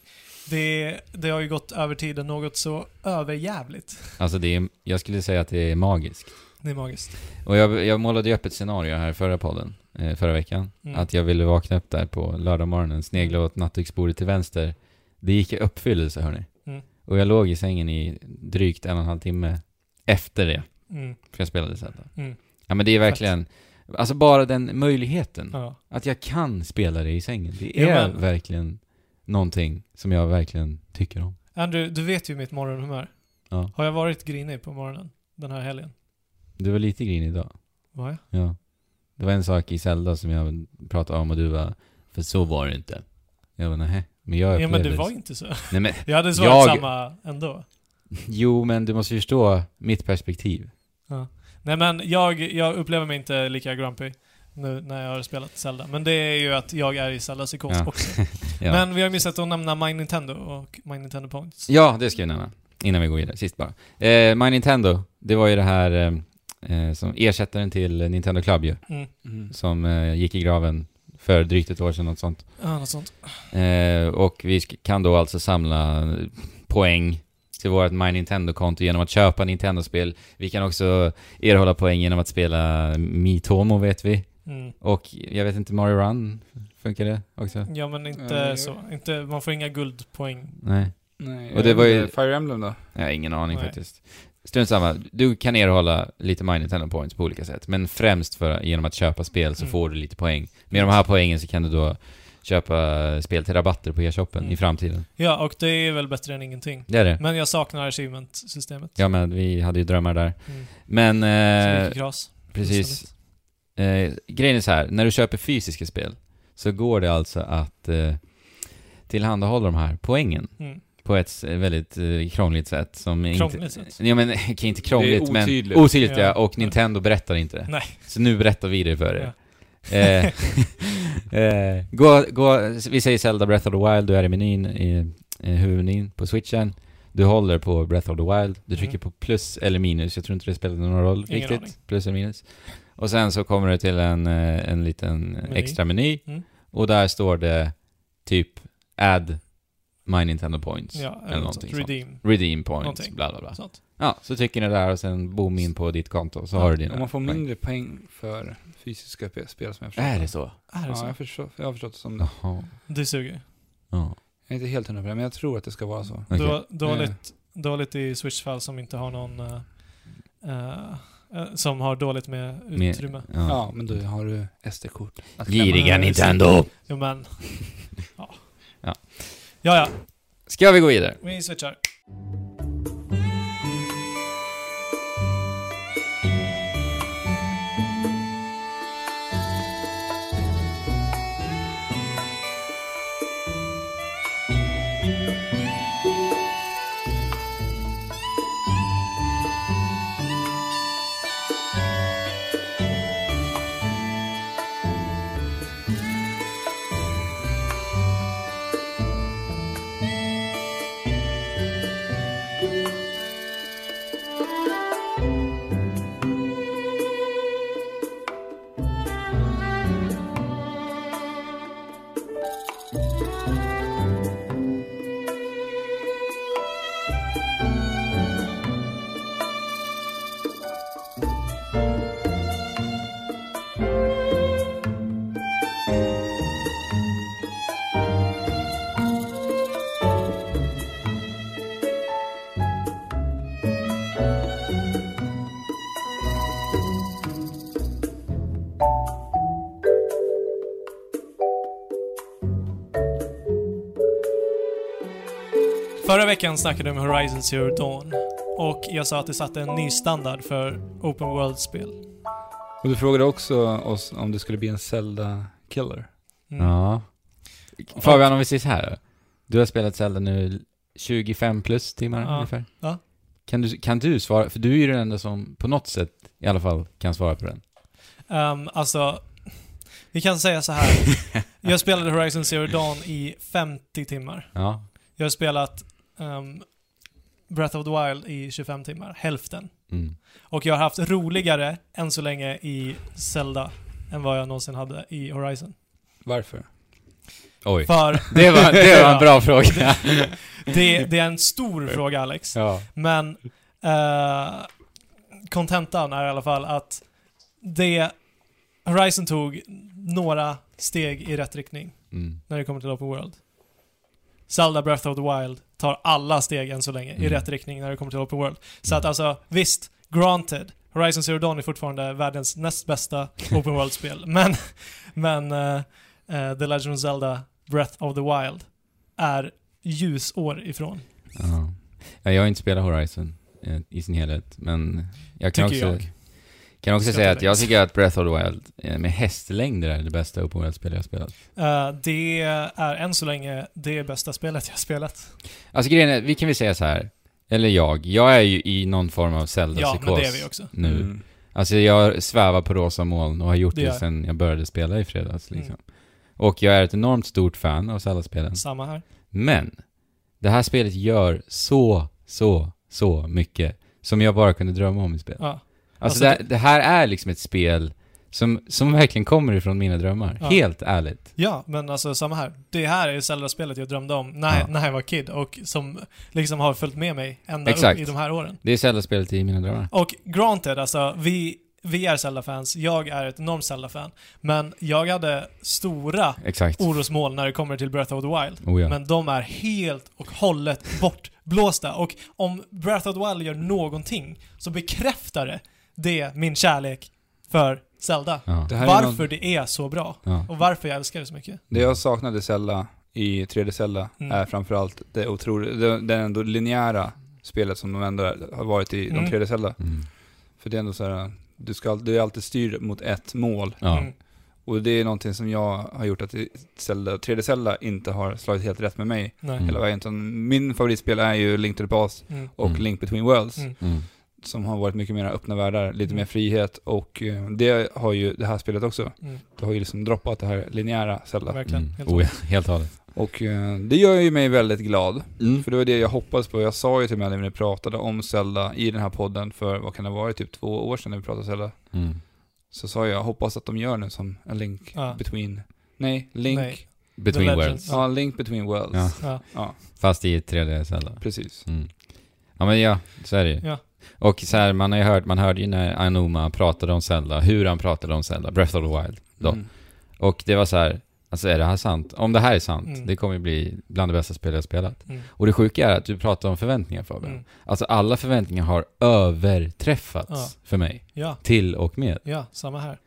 A: det, det har ju gått över tiden något så överjävligt.
C: Alltså det är, jag skulle säga att det är magiskt.
A: Det är magiskt.
C: Och jag, jag målade ju upp ett scenario här i förra podden, eh, förra veckan.
A: Mm.
C: Att jag ville vakna upp där på lördagmorgonen, snegla åt nattduksbordet till vänster. Det gick i uppfyllelse hörni.
A: Mm.
C: Och jag låg i sängen i drygt en och en halv timme efter det.
A: Mm,
C: För jag spelade Zelda.
A: mm,
C: Ja men det är verkligen, alltså bara den möjligheten.
A: ja.
C: Att jag kan spela det i sängen. Det
A: Ja,
C: är
A: men-
C: verkligen någonting som jag verkligen tycker om.
A: Andrew, du vet ju mitt morgonhumör.
C: Ja.
A: Har jag varit grinig på morgonen den här helgen?
C: Du var lite grinig idag.
A: Var jag?
C: Ja. Det var en sak i Zelda som jag pratade om och du var för så var det inte. Jag var nej, men jag upplevde
A: Ja, men det var
C: inte...
A: inte så.
C: Nej, men,
A: Jag hade svarat
C: Jag-
A: samma ändå.
C: jo, men du måste förstå mitt perspektiv.
A: Nej men jag, jag upplever mig inte lika grumpy nu när jag har spelat Zelda. Men det är ju att jag är i Zelda-psykos
C: Ja.
A: också.
C: Ja.
A: Men vi har missat att nämna My Nintendo och My Nintendo Points.
C: Ja, det ska vi nämna. Innan vi går vidare, sist bara. Eh, My Nintendo, det var ju det här eh, eh, som ersättaren till Nintendo Club ju,
A: Mm.
C: som eh, gick i graven för drygt ett år sedan, något sånt.
A: Ja, något sånt.
C: Eh, och vi sk- kan då alltså samla poäng till vårt My Nintendo-konto genom att köpa Nintendo-spel. Vi kan också erhålla poäng genom att spela Mitomo vet vi.
A: Mm.
C: Och jag vet inte, Mario Run, funkar det också?
A: Ja men inte
B: Ja, det-
A: så. Inte, man får inga guldpoäng.
C: Nej,
B: Nej, eh,
C: Och det var ju-
B: Fire Emblem då?
C: jag har ingen aning
A: Nej.
C: faktiskt. Strunt samma, du kan erhålla lite My Nintendo points på olika sätt, men främst för, genom att köpa spel så
A: Mm.
C: får du lite poäng. Med de här poängen så kan du då köpa spel till rabatter på e-shoppen
A: Mm.
C: i framtiden.
A: Ja, och det är väl bättre än ingenting.
C: Det är det.
A: Men jag saknar achievement-systemet.
C: Ja men vi hade ju drömmar där.
A: Mm.
C: Men...
A: Så
C: Eh,
A: mycket kras.
C: Precis. Eh, grejen är så här, när du köper fysiska spel så går det alltså att eh, tillhandahålla de här poängen
A: Mm.
C: på ett s- väldigt eh, krångligt sätt som är
A: Krångligt
C: inte...
A: sätt.
C: Ja men, okej, inte krångligt
B: Det är otydligt.
C: men... Otydligt. ja.
A: Ja.
C: Och Nintendo berättar inte det.
A: Nej.
C: Så nu berättar vi det för er. Eh, eh, gå, gå, vi säger Zelda Breath of the Wild, du är i menyn, i eh, huvudmenyn på switchen. Du håller på Breath of the Wild, du trycker
A: Mm.
C: på plus eller minus, jag tror inte det spelar någon roll
A: Ingen
C: riktigt.
A: aning.
C: Plus eller minus. Och sen så kommer du till en, eh, en liten
A: Meny.
C: extra meny
A: Mm.
C: och där står det typ add my Nintendo points.
A: Ja,
C: eller
A: eller något
C: någonting
A: sånt.
C: sånt.
A: Redeem.
C: Redeem points,
A: Någonting.
C: bla bla bla.
A: Sånt.
C: Ja, så trycker ni där och sen boom in på ditt konto så har du dina
B: Om man får
C: poäng.
B: mindre poäng för fysiska p- spel som jag förstår.
C: Är det så?
A: Äh, Är det
B: Ja,
A: så?
B: jag, förstår, jag har förstått det som det.
C: Jaha.
A: Det suger.
C: Ja.
B: Jag är inte helt hundra på det, men jag tror att det ska vara så.
C: Okej. Mm.
A: Då, dåligt, dåligt i Switch-fall som inte har någon... eh, eh, eh, som har dåligt med
C: Med-
A: utrymme.
C: Ja.
B: Ja, men då har du SD-kort. att klämma.
C: Giriga
A: Nej,
C: Nintendo!
A: Jo men... Ja.
C: Ja.
A: ja, ja.
C: Ska vi gå vidare?
A: Vi switchar. Förra veckan snackade jag om Horizon Zero Dawn och jag sa att det satte en ny standard för open world-spel.
B: Och du frågade också oss om det skulle bli en Zelda-killer.
A: Mm.
C: Ja. Fabian, om vi ses här. Du har spelat Zelda nu 25 plus timmar
A: Ja.
C: ungefär.
A: Ja.
C: Kan du, kan du svara? För du är ju den enda som på något sätt i alla fall kan svara på den.
A: Ehm, alltså, vi kan säga så här. Jag spelade Horizon Zero Dawn i 50 timmar.
C: Ja.
A: Jag har spelat ehm, Breath of the Wild i 25 timmar, hälften.
C: Mm.
A: Och jag har haft roligare än så länge i Zelda än vad jag någonsin hade i Horizon.
B: Varför?
C: Oj.
A: För
C: Det var, det var en bra fråga.
A: det, det är en stor fråga Alex.
C: ja.
A: Men eh, kontentan är i alla fall att det Horizon tog några steg i rätt riktning
C: Mm.
A: när det kommer till Open World. Zelda Breath of the Wild tar alla steg än så länge i
C: Mm.
A: rätt riktning när det kommer till Open World. Så att
C: Mm.
A: alltså, visst, granted, Horizon Zero Dawn är fortfarande världens näst bästa Open World-spel, men, men eh, eh, The Legend of Zelda Breath of the Wild är ljusår ifrån,
C: Ja. Ja, jag har inte spelat Horizon eh, i sin helhet, men jag kan
A: tycker
C: också,
A: jag.
C: Kan också
A: Ska
C: säga
A: inte
C: att jag
A: läggas.
C: tycker att Breath of the Wild eh, med hästlängder är det bästa open world-spel jag har spelat.
A: Eh, det är än så länge det bästa spelet jag har spelat.
C: Alltså grejen är, vi kan väl säga så här. Eller jag. Jag är ju i någon form av
A: ja, men
C: Zelda-psykos
A: det är vi också.
C: nu.
B: Mm.
C: Alltså jag svävar på rosa moln och har gjort
A: Det
C: det,
A: gör jag.
C: sedan jag började spela i fredags liksom.
A: Mm.
C: Och jag är ett enormt stort fan av Zelda-spelen.
A: Samma här.
C: Men, det här spelet gör så, så, så mycket som jag bara kunde drömma om i spel.
A: Ja.
C: Alltså,
A: Alltså,
C: det, det här är liksom ett spel som, som verkligen kommer ifrån mina drömmar.
A: Ja.
C: Helt ärligt.
A: Ja, men alltså samma här. Det här är ju Zelda-spelet jag drömde om när,
C: Ja.
A: när jag var kid och som liksom har följt med mig ända
C: Exakt.
A: upp i de här åren.
C: Det är Zelda-spelet i mina drömmar.
A: Och granted, alltså vi, vi är Zelda-fans, jag är ett enormt Zelda-fan, men jag hade stora
C: Exakt.
A: orosmoln när det kommer till Breath of the Wild.
C: Oh, ja.
A: Oh, Men de är helt och hållet bortblåsta och om Breath of the Wild gör någonting så bekräftar det, det min kärlek för Zelda.
C: ja.
B: Det här är
A: Varför
B: någon,
A: det är så bra
C: Ja.
A: och varför jag älskar det så mycket.
B: det jag saknade Zelda i 3D Zelda
A: Mm.
B: är framförallt det otroligt, det, det ändå linjära spelet som de ändå har varit i
A: Mm.
B: de 3D Zelda.
C: Mm.
B: För det är ändå så här, du, ska, all- du är alltid styrd mot ett mål.
C: Ja.
A: Mm.
B: Och det är någonting som jag har gjort att Zelda, 3D Zelda inte har slagit helt rätt med mig
A: Nej.
C: Mm.
B: hela vägen. Utan Min favoritspel är ju Link to the Past
A: Mm.
B: och
C: Mm.
B: Link Between Worlds.
A: Mm.
C: Mm.
B: Som har varit mycket mer öppna världar, lite
A: Mm.
B: mer frihet och eh, det har ju det här spelet också.
A: Mm.
B: Det har ju liksom droppat det här linjära Zelda.
A: Verkligen.
C: Mm.
A: Helt
C: Oh, ja. Helt och hållet.
B: Och eh, det gör ju mig väldigt glad.
C: Mm.
B: För det var det jag hoppades på. Jag sa ju till mig när vi pratade om Zelda i den här podden för, vad kan det vara, typ två år sedan när vi pratade Zelda.
C: Mm.
B: Så sa jag, jag hoppas att de gör nu som en link
A: Ja.
B: between... Nej, link...
A: Nej.
C: Between
A: The
C: Worlds.
A: Legends.
B: Ja, link between worlds.
C: Ja.
B: Ja,
A: Ja.
C: Fast i 3D Zelda.
B: precis.
C: Mm. Ja men ja, så är det ju.
A: Ja.
C: Och så här, man har ju hört, man hörde ju när Anuma pratade om Zelda, hur han pratade om Zelda, Breath of the Wild då.
B: Mm.
C: Och det var så här, alltså är det här sant? Om det här är sant,
A: Mm.
C: det kommer ju bli bland det bästa spel jag spelat.
A: Mm.
C: Och det sjuka är att du pratar om förväntningar Fabian.
A: Mm.
C: Alltså alla förväntningar har överträffats
A: Ja.
C: för mig,
A: ja,
C: till och med.
A: ja, samma här.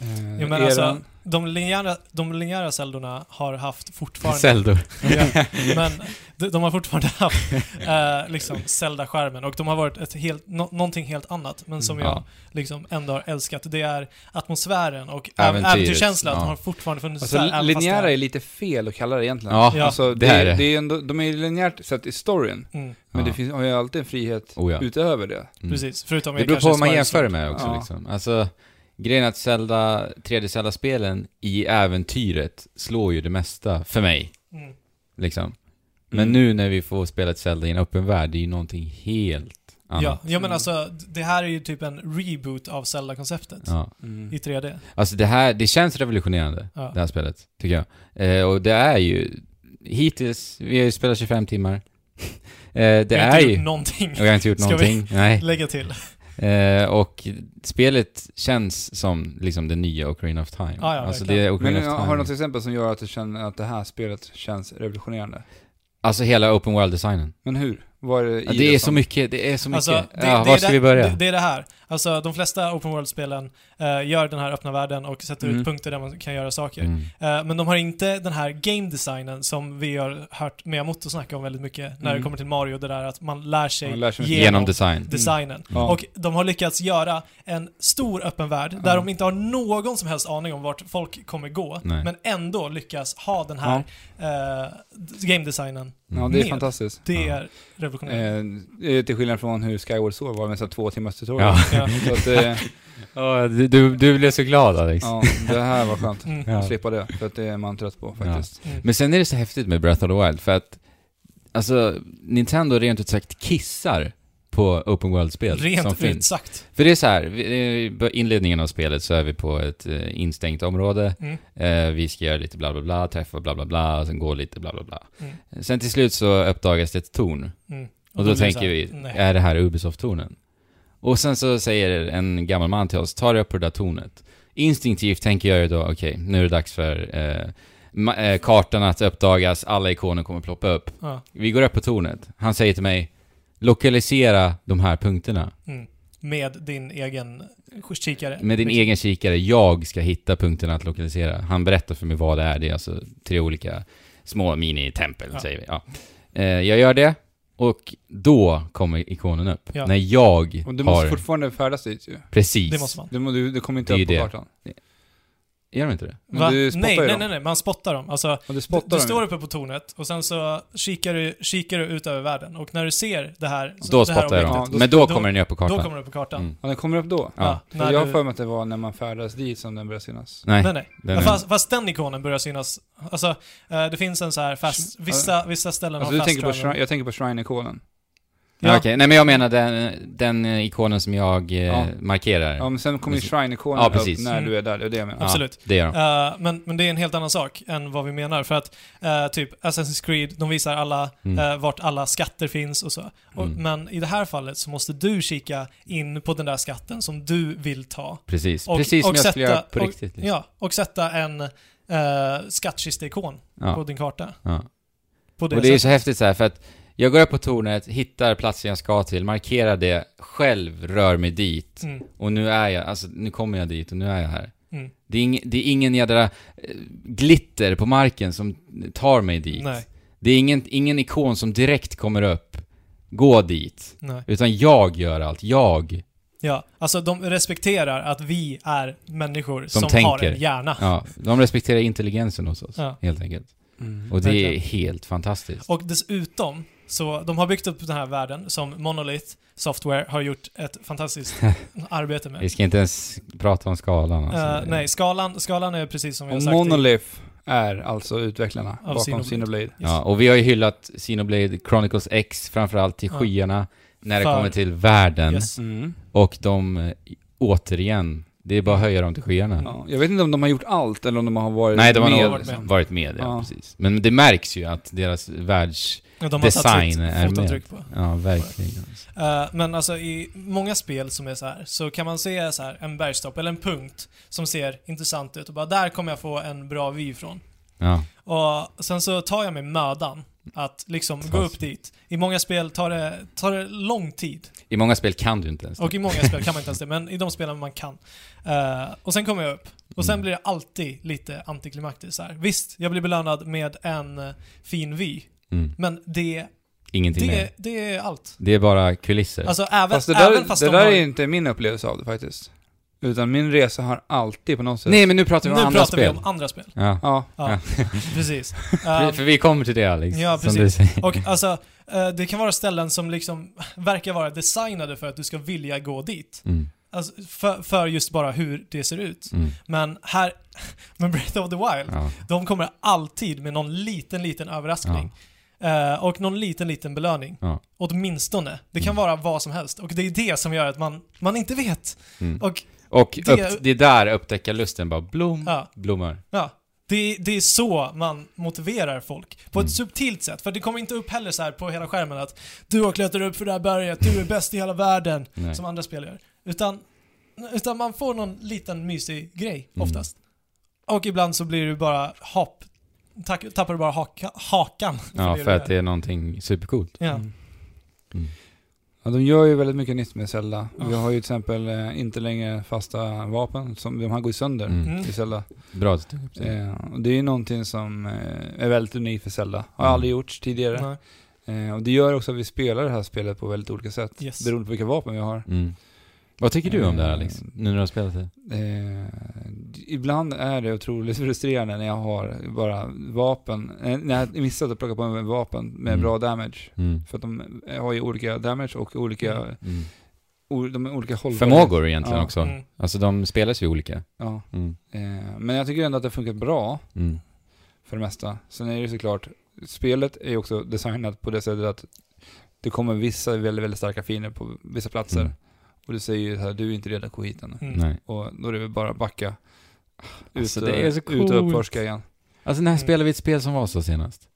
B: Eh,
A: Ja, men
B: eran-
A: alltså, de linjära, de linjära Zeldorna har haft fortfarande...
C: Zelda.
A: ja, men de, de har fortfarande haft eh, liksom Zelda-skärmen och de har varit ett helt, nå- någonting helt annat, men som
C: Mm.
A: jag
C: Ja.
A: liksom ändå har älskat. Det är atmosfären och
C: Äventyret,
A: äventyrskänslan
C: ja.
A: har fortfarande funnits
B: Alltså,
A: där. även fast
B: linjära
A: det
B: är lite fel att kalla det egentligen.
C: Ja,
A: Ja.
B: alltså,
C: det är det.
B: är ändå, de är ju linjärt sett i storyn,
A: är- Mm,
B: men
C: Ja.
B: det finns, har ju alltid en frihet
C: Oh, ja.
B: utöver det.
C: Mm.
A: Precis, förutom
C: Det beror på
A: kanske
C: vad man
A: Skyward
C: jämför det
A: Sword.
C: med också
B: Ja.
C: liksom. Alltså, grejen är att Zelda, 3D Zelda-spelen i äventyret slår ju det mesta, för mig,
A: Mm.
C: liksom. Men nu när vi får spela ett Zelda i en öppen värld, det är ju någonting helt annat.
A: Ja, ja, men
B: Mm.
A: alltså det här är ju typ en reboot av Zelda-konceptet
C: Ja.
A: i 3D.
C: Alltså det här, det känns revolutionerande,
A: Ja.
C: det här spelet, tycker jag. Eh, och det är ju, hittills, vi har ju spelat 25 timmar. eh, det
A: Jag har
C: är
A: inte
C: ju...
A: gjort någonting.
C: Och jag har inte gjort
A: Ska vi-
C: någonting, nej.
A: Lägga till.
C: Eh, och spelet känns som liksom det nya Ocarina of Time.
A: Ja, ja,
C: alltså det
A: verkligen.
C: är Ocarina
B: Men
C: of Time.
B: har du något exempel som gör att du känner att det här spelet känns revolutionerande?
C: Alltså hela open world-designen.
B: Men hur? Vad är det i
C: Ja, det är
B: som-
C: så mycket, det är så mycket.
A: Alltså, det,
C: ja,
A: det
C: var
A: är
C: ska
A: det,
C: vi börja?
A: Det, det är det här. Alltså de flesta open world-spelen eh, gör den här öppna världen och sätter
B: Mm.
A: ut punkter där man kan göra saker.
C: Mm.
A: Eh, men de har inte den här game designen som vi har hört Miyamoto snacka om väldigt mycket när det
B: Mm.
A: kommer till Mario, det där att man lär sig,
B: Man lär sig
A: genom,
C: Genom design. Mm.
A: designen.
B: Ja.
A: Och de har lyckats göra en stor öppen värld där
B: Ja.
A: de inte har någon som helst aning om vart folk kommer gå,
C: Nej.
A: men ändå lyckas ha den här eh, d- game designen.
C: Mm.
B: Ja, det är
A: Med. Mm.
B: fantastiskt.
A: Det
C: Ja.
A: är revolutionerande.
B: Eh, eh, till skillnad från hur Skyward Sword var med så här två timmars tutorial.
C: Ja.
A: Ja.
B: Så att, eh,
C: Ja, du, du, du blev så glad Alex.
B: ja, det här var skönt.
A: Mm.
C: Ja.
B: Att slippa det, för att det är man trött på faktiskt.
A: Mm.
C: Men sen är det så häftigt med Breath of the Wild för att Alltså, Nintendo rent ut sagt kissar på Open World-spel som
A: Rent
C: finns.
A: ut sagt.
C: För det är så här, vi- eh, i inledningen av spelet så är vi på ett eh, instängt område.
A: Mm.
C: Eh, Vi ska göra lite bla bla bla, träffa bla bla bla, och sen gå lite bla bla bla.
A: Mm.
C: Sen till slut så uppdagas det ett torn.
A: Mm.
C: Och då,
A: blir det
C: tänker
A: så här,
C: vi, eh,
A: nej.
C: är det här Ubisoft-tornen? Och sen så säger en gammal man till oss, ta dig upp på det där tornet. Instinktivt tänker jag ju då, okej, nu är det dags för eh, ma- eh, kartan att uppdagas, alla ikoner kommer ploppa upp.
A: Ja.
C: Vi går upp på tornet. Han säger till mig, lokalisera de här punkterna.
A: Mm. Med din egen kikare.
C: Med din egen kikare, jag ska hitta punkterna att lokalisera. Han berättar för mig vad det är, det är alltså tre olika små minitempel,
A: Ja.
C: säger vi. Ja. Eh, jag gör det, och då kommer ikonen upp.
A: Ja.
C: När jag
B: Och du
C: har...
B: måste fortfarande färdas dit ju.
C: Precis.
A: Det måste man.
B: Du, må- du, du kommer inte
C: Det är
B: upp på
C: det.
B: kartan.
C: Gör de inte det?
B: Men
A: Va?
B: du spottar
A: nej,
B: ju
A: nej,
B: dem.
A: nej, nej, man spottar dem. Alltså,
B: Och du
A: du,
B: spottar
A: du
B: dem
A: står
B: ju.
A: uppe på tornet och sen så kikar du, kikar du ut över världen. Och när du ser det här, så
C: Då
A: det här
C: spottar jag
B: objektet.
C: dem.
B: Ja, då-
C: Men då
A: då-
C: kommer den upp på
A: då
C: kartan.
A: kommer du på kartan.
C: Mm.
B: Ja, den kommer upp då.
C: Ja.
A: Ja,
B: För
A: när
B: jag har
A: du-
B: för mig att det var när man färdas dit som den började synas.
C: Nej.
A: Nej, nej.
C: den
A: Ja,
C: är-
A: fast, fast den ikonen börjar synas. Alltså, eh, det finns en så här fast... Vissa, vissa ställen
B: Alltså,
A: har
B: du
A: fast
B: tänker på
A: travel.
B: shrine, jag tänker på shrine-ikonen.
C: Ja.
A: Ja.
C: okej. Nej, men jag menar den, den eh, ikonen som jag eh,
B: Ja.
C: markerar.
B: Ja, men sen kommer ju
C: Precis.
B: shrine-ikonen
C: Ja,
B: upp
C: precis.
B: när
A: Mm.
B: du är där, det är det jag menar.
C: Ja,
A: absolut.
C: det gör de.
A: Eh, men, men det är en helt annan sak än vad vi menar. För att eh, typ Assassin's Creed, de visar alla,
C: Mm.
A: eh, vart alla skatter finns och så. Och,
C: Mm.
A: Men i det här fallet så måste du kika in på den där skatten som du vill ta.
C: Precis.
A: och-
C: Precis som
A: och
C: jag skulle
A: sätta-
C: göra på
A: och-
C: riktigt. Liksom.
A: Ja, och sätta en uh, skattkisteikon
C: Ja.
A: på din karta.
C: Ja.
A: På det
C: Och det är ju
A: sättet.
C: så häftigt så här för att jag går upp på tornet, hittar platsen jag ska till, markerar det, själv rör mig dit
A: Mm,
C: och nu är jag, alltså nu kommer jag dit och nu är jag här.
A: mm.
C: Det är, ing, det är ingen jädra eh, glitter på marken som tar mig dit.
A: Nej,
C: Det är ingen, ingen ikon som direkt kommer upp, gå dit.
A: nej.
C: Utan jag gör allt, jag.
A: Ja, alltså de respekterar att vi är människor som har
C: tänker.
A: en hjärna.
C: Ja, de respekterar intelligensen hos oss,
A: Ja.
C: helt enkelt.
B: Mm.
C: Och det är
A: Verkligen.
C: helt fantastiskt.
A: Och dessutom, så de har byggt upp den här världen som Monolith Software har gjort ett fantastiskt arbete med.
C: Vi ska inte ens prata om skalan. Alltså.
A: Eh, nej, skalan, skalan är precis som vi har
B: Och
A: sagt. i-
B: Monolith är alltså utvecklarna bakom
A: Xenoblade.
B: Xenoblade.
A: Yes.
C: Ja, och vi har ju hyllat Xenoblade Chronicles X framförallt till
A: Ja.
C: skyarna när det
A: För-
C: kommer till världen.
A: Yes.
B: Mm.
C: Och de, eh, återigen, det är bara att höja dem till skyarna.
B: Ja, jag vet inte om de har gjort allt eller om de har varit
C: Nej, de har
B: med.
C: nog
A: varit
C: varit
A: med.
C: med. ja,
B: Ja.
C: precis. Men det märks ju att deras världs...
A: Och De har
C: Design
A: satt
C: är
A: sitt fotavtryck på.
C: Ja, verkligen.
A: Eh, men alltså i många spel som är så här så kan man se så här en bergstopp eller en punkt som ser intressant ut och bara där kommer jag få en bra vy ifrån.
C: Ja,
A: Och sen så tar jag mig mödan att liksom gå upp dit. I många spel tar det, tar det lång tid.
C: i många spel kan du inte ens det.
A: Och i många spel kan man inte ens det, men i de spelen man kan. Eh, och sen kommer jag upp. Och sen
C: Mm.
A: blir det alltid lite antiklimaktiskt så här. Visst, jag blir belönad med en eh, fin vy,
C: Mm.
A: men det,
C: Ingenting mer.
A: det, det är allt.
C: Det är bara kulisser.
A: Alltså även
B: Fast det
A: även
B: där,
A: fast
B: det
A: de
B: där
A: har...
B: är inte min upplevelse av det faktiskt. Utan min resa har alltid på något sätt...
C: Nej, men nu pratar vi om
A: Nu
C: andra
A: pratar vi
C: spel.
A: om andra spel.
C: Ja.
B: Ja.
A: Ja, precis.
C: För-
A: Ehm,
C: För vi kommer till det Alex,
A: Ja,
C: som
A: precis.
C: du säger.
A: och alltså, eh, det kan vara ställen som liksom verkar vara designade för att du ska vilja gå dit.
C: Mm,
A: Alltså, för, för just bara hur det ser ut.
C: mm,
A: Men här, men Breath of the Wild,
C: ja.
A: de kommer alltid med någon liten, liten överraskning. Eh, och någon liten, liten belöning.
C: Ja.
A: Åtminstone. Det kan
C: Mm.
A: vara vad som helst. Och det är det som gör att man, man inte vet.
C: Mm.
A: Och
C: Och
A: Det-
C: det, upp, det är där upptäckarlusten bara blom,
A: ja,
C: blommar.
A: ja. Det, det är så man motiverar folk. På ett
C: Mm.
A: subtilt sätt. För det kommer inte upp heller så här på hela skärmen att du har klättrat upp för det här berget, du är bäst i hela världen.
C: Nej.
A: Som andra spel gör. Utan, utan man får någon liten mysig grej
C: Mm.
A: oftast. Och ibland så blir du bara hopp. Tack, tappar du bara haka, hakan.
C: Ja,
A: det
C: för
A: du Mm.
C: att det är någonting supercoolt.
A: är. Ja.
B: Mm.
C: Mm.
B: Ja, de gör ju väldigt mycket nytt med Zelda.
A: Ja.
B: Vi har ju till exempel eh, inte längre fasta vapen, som de här går ju sönder
C: Mm.
B: i Zelda.
C: Bra att du tog upp
A: Mm.
C: det.
B: Eh, och det är ju någonting som eh, är väldigt unikt för Zelda. Har
C: Mm.
B: aldrig gjorts tidigare.
A: Nej.
B: Eh, och det gör också att vi spelar det här spelet på väldigt olika sätt.
A: Yes.
B: Beroende på vilka vapen vi har.
C: Mm. Vad tycker du om det här
B: Eh,
C: Alex? Nu när du har spelat det?
B: Eh, ibland är det otroligt frustrerande när jag har bara vapen, eh, när jag missat att plocka på mig vapen med
C: Mm.
B: bra damage.
C: Mm.
B: För att de har ju olika damage och olika,
C: Mm.
B: o, de är olika hållbarhet.
C: Förmågor egentligen
B: Ja.
C: också.
A: Mm.
C: Alltså de spelas ju olika.
B: Ja.
C: Mm.
B: Eh, men jag tycker ändå att det har funkat bra
C: Mm.
B: för det mesta. Sen är det ju såklart, spelet är ju också designat på det sättet att det kommer vissa väldigt, väldigt starka fiender på vissa platser.
C: Mm.
B: Och du säger ju så här, du är inte redo att gå hit ännu.
A: Mm.
C: Nej.
B: Och då är det väl bara att backa. Ut,
C: Alltså,
B: och-
C: det är så
B: ut
C: coolt.
B: och uppforska igen.
C: Alltså när
A: Mm.
C: spelade vi ett spel som var så senast?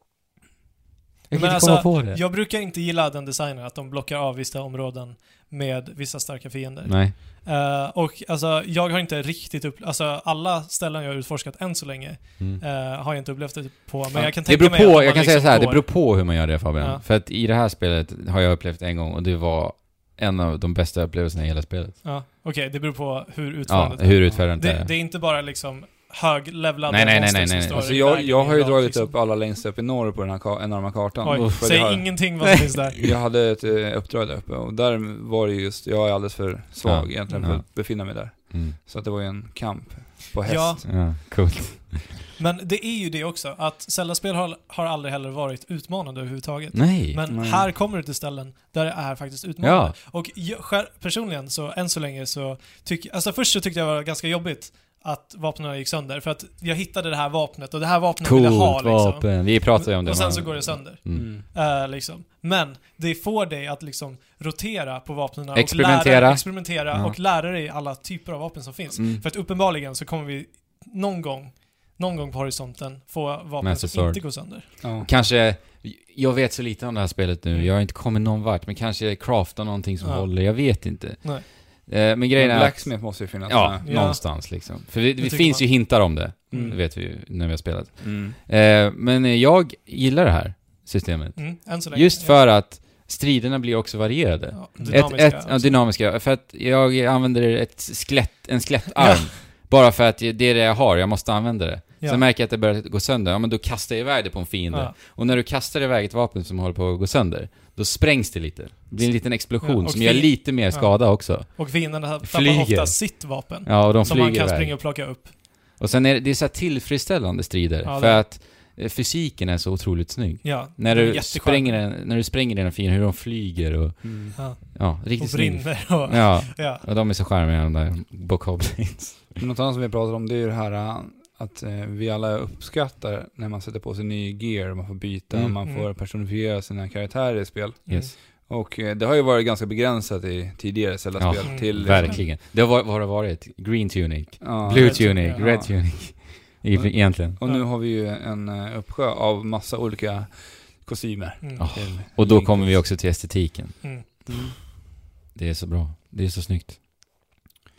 C: Jag kan
A: Men
C: inte
A: alltså,
C: komma på det.
A: Jag brukar inte gilla den designen, att de blockar av vissa områden med vissa starka fiender.
C: Nej.
A: Eh, och alltså, jag har inte riktigt upplevt, alltså alla ställen jag har utforskat än så länge
C: Mm.
A: eh, har jag inte upplevt det på, men jag kan
C: Det
A: tänka
C: beror
A: mig att
C: på,
A: man
C: jag kan säga
A: liksom
C: så här, det
A: går-
C: beror på hur man gör det Fabian.
A: Ja.
C: För att i det här spelet har jag upplevt en gång och det var en av de bästa upplevelserna i hela spelet.
A: Ja, Okej, det beror på hur
C: Ja,
A: utförandet
C: hur utförandet
A: det,
C: är.
A: det är inte bara liksom höglevlade
C: Nej, nej, nej,
A: monster
C: nej,
A: som
C: nej.
A: står
B: Alltså
A: i
B: jag,
A: vägen
B: jag har ju
A: ibland,
B: dragit
A: liksom.
B: upp alla längst upp i norr på den här ka- enorma kartan.
A: Oj,
B: För
A: säg
B: det har-
A: ingenting vad som finns där.
B: Jag hade ett eh, uppdrag där uppe och där var det just, jag är alldeles för svag
C: Ja.
B: egentligen för
C: Ja.
B: att befinna mig där.
C: Mm.
B: Så att det var ju en kamp på häst.
A: Ja.
C: Ja, coolt.
A: Men det är ju det också, att Zelda-spel har, har aldrig heller varit utmanande överhuvudtaget.
C: Nej.
A: Men
B: Nej.
A: här kommer du till ställen där det är faktiskt utmanande.
C: ja.
A: Och jag, själv- personligen så, än så länge så, tyck, alltså först så tyckte jag det var ganska jobbigt att vapnen gick sönder, för att jag hittade det här vapnet och det här vapnet ville
C: Coolt
A: jag ha liksom.
C: vapen. Vi pratar ju om det.
A: och sen
C: man-
A: så går det sönder.
C: Mm.
B: Mm.
A: eh, liksom. Men det får dig att liksom rotera på vapnen och
C: Experimentera.
A: lära, experimentera
C: Ja.
A: och lära dig alla typer av vapen som finns.
C: Mm.
A: För att uppenbarligen så kommer vi någon gång, någon gång på horisonten få vapen
C: Master
A: som inte
C: Sword.
A: går sönder.
B: Ja.
C: Mm. Kanske, jag vet så lite om det här spelet nu, jag har inte kommit någon vart, men kanske crafta någonting som
A: Mm. Ja.
C: håller, jag vet inte.
A: Nej.
C: Eh, Men grejen
B: Men
C: är att,
B: Blacksmith alltså. måste ju finnas
C: ja,
B: med.
A: Ja.
C: någonstans liksom. För det, det
A: tycker
C: finns
A: man.
C: ju hintar om det,
B: Mm.
C: det vet vi ju när vi har spelat.
B: Mm.
C: Eh, Men eh, jag gillar det här systemet.
A: Mm, än så länge.
C: Just för att striderna blir också varierade.
A: Ja,
C: Ett,
A: dynamiska.
C: ett, ja, dynamiska. För att jag använder ett skelett, en skelettarm. Bara för att det är det jag har, jag måste använda det.
A: Ja.
C: Sen märker jag att det börjar gå sönder, ja men då kastar jag iväg det på en fiende.
A: Ja.
C: Och när du kastar iväg ett vapen som håller på att gå sönder, då sprängs det lite. Det blir en liten explosion
A: Ja, och
C: som gör
A: fly-
C: lite mer skada också.
A: Och fienderna tappar
C: Flyger.
A: ofta sitt vapen.
C: Ja, och de
A: som man
C: flyger
A: kan
C: iväg.
A: springa och plocka upp.
C: Och sen är det, det är så här tillfredsställande strider,
A: Ja,
C: för
A: det-
C: att eh, fysiken är så otroligt snygg.
A: Ja,
C: När
A: det är
C: du,
A: jätteskönt.
C: spränger en, när du spränger en fin, hur de flyger och...
B: Mm.
A: Ja,
C: Ja,
A: och
C: riktigt snyggt.
A: brinner och... Ja.
C: Ja, och de är så charmiga de där bokoblins.
B: Men Något annat som vi pratar om det är ju det här äh, att eh, vi alla uppskattar när man sätter på sig ny gear, man får byta,
C: Mm.
B: man får
A: Mm.
B: personifiera sina karaktärer i spel.
C: Yes.
B: Och eh, det har ju varit ganska begränsat i tidigare Zelda-spel.
A: Ja,
B: till, liksom
C: Verkligen. Det har, varit- vad har det varit? Green Tunic,
B: Ja.
C: Blue
A: Red
C: Tunic,
A: Tunic,
C: Red
B: ja.
C: Tunic. E-
B: Mm.
C: Egentligen.
B: Och nu har vi ju en eh, uppsjö av massa olika kostymer.
A: Mm.
C: Ja.
B: till-
C: Och då kommer vi också till estetiken.
A: Mm.
B: Mm.
C: Det är så bra. Det är så snyggt.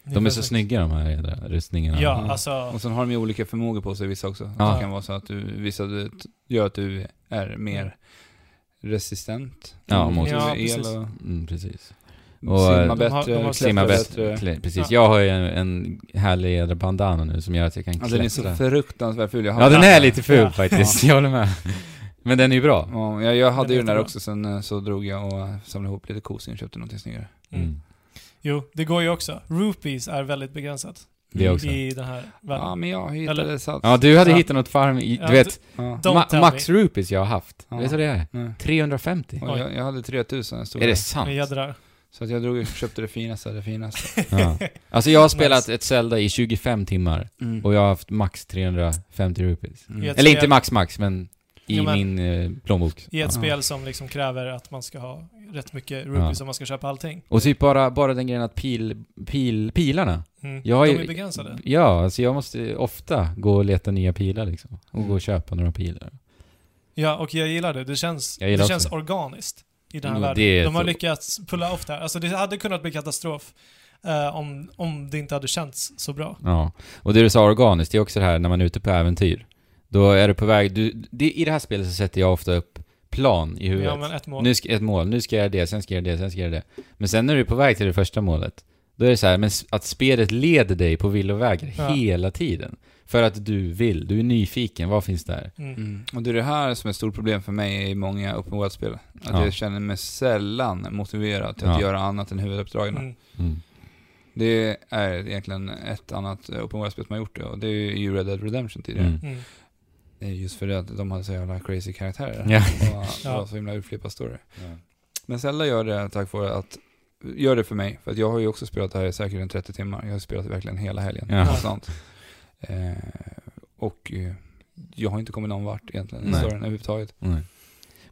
A: Det
C: De är så
A: perfekt.
C: snygga de här jädra rustningarna. Mm.
A: Ja, alltså...
B: Och sen har de ju olika förmågor på sig vissa också.
C: Ja.
B: Det kan vara så att du, vissa du, gör att du är mer resistent.
C: Ja, mot-
A: Ja,
B: el
A: precis.
B: och
C: Mm, precis. Och,
B: simma
C: eh,
A: de har-
B: bättre,
A: de har
C: Simma
B: klättra
C: bättre.
B: bättre.
C: Klä- Precis.
A: Ja.
C: Jag har ju en, en härlig jädra bandana nu som gör att jag kan
B: Alltså den är så
C: klättra.
B: fruktansvärt ful. Jag
C: Ja,
B: hade-
C: den är lite ful
A: Ja.
C: faktiskt. Jag håller med. Men den är ju bra.
B: Ja, jag, jag hade
A: Den är
B: ju den där
A: jättebra.
B: också, sen eh, så drog jag och eh, samlade ihop lite kosing och köpte någonting snyggare.
A: Mm.
C: Mm.
A: Jo, det går ju också. Rupees är väldigt begränsat
C: Det också.
A: i den här världen.
B: Ja, men jag hittade
A: Eller-
B: sats.
C: Ja, du hade
A: Ja.
C: hittat något farm i,
A: Ja,
C: du vet,
B: Ja.
A: Don't
C: ma-
A: tell
C: max rupees jag har haft.
B: Ja.
C: Vet du vad det är?
B: Nej.
C: 350.
B: Och jag, jag hade 3000 stod
C: Är
B: där.
C: det
A: Men
C: sant?
A: Jädrar.
B: Så att jag drog och köpte det finaste, det finaste.
C: Ja. Alltså jag har spelat
A: Nice.
C: ett Zelda i 25 timmar
B: Mm.
C: och jag har haft max 350 rupees.
B: Mm.
A: Jag
C: Eller
A: tror
C: inte
A: jag-
C: max max, men i
A: Jo, men-
C: min eh, plånbok.
A: I ett
C: Ja.
A: spel som liksom kräver att man ska ha rätt mycket rupees
C: Ja.
A: om man ska köpa allting.
C: Och typ bara, bara den grejen att pil, pil, pilarna.
A: Mm.
C: Jag
A: De
C: är-
A: är begränsade.
C: Ja, alltså jag måste ofta gå och leta nya pilar liksom. Och
A: Mm.
C: gå och köpa några pilar.
A: Ja, och jag gillar det. Det känns,
C: Jag gillar
A: det
C: också
A: känns
C: det.
A: organiskt i den här
C: Jo, det är
A: världen. De har
C: så.
A: lyckats pulla off det här. Alltså det hade kunnat bli katastrof eh, om, om det inte hade känts så bra.
C: Ja. Och det du sa organiskt, det är också det här när man är ute på äventyr. Då är du på väg, du, det, i det här spelet så sätter jag ofta upp plan i huvudet.
A: Ja, men ett mål.
C: Nu ska, ett mål, nu ska jag göra det, sen ska jag göra det, sen ska jag göra det. Men sen när du är på väg till det första målet, då är det så här, men s- att spelet leder dig på villovägar
A: Ja.
C: hela tiden. För att du vill, du är nyfiken, vad finns där?
A: Mm.
B: Mm. Och det är det här som är ett stort problem för mig i många open world-spel. Att
C: Ja.
B: jag känner mig sällan motiverad till att
C: Ja.
B: göra annat än huvuduppdragen.
A: Mm.
B: Det är egentligen ett annat eh, open world-spel som har gjort det och det är ju Red Dead Redemption tidigare.
C: Mm.
A: Mm.
B: Det är just för det att de hade så jävla crazy karaktärer.
C: Ja.
B: Och det var
A: Ja.
B: så himla utflippad story.
C: Mm.
B: Men Zelda gör det tack vare att, gör det för mig, för att jag har ju också spelat det här i säkert en 30 timmar. Jag har spelat det verkligen hela helgen.
C: Ja.
B: Och, sånt. Eh, och eh, jag har inte kommit någon vart egentligen i
C: Nej.
B: storyn överhuvudtaget.
C: Nej.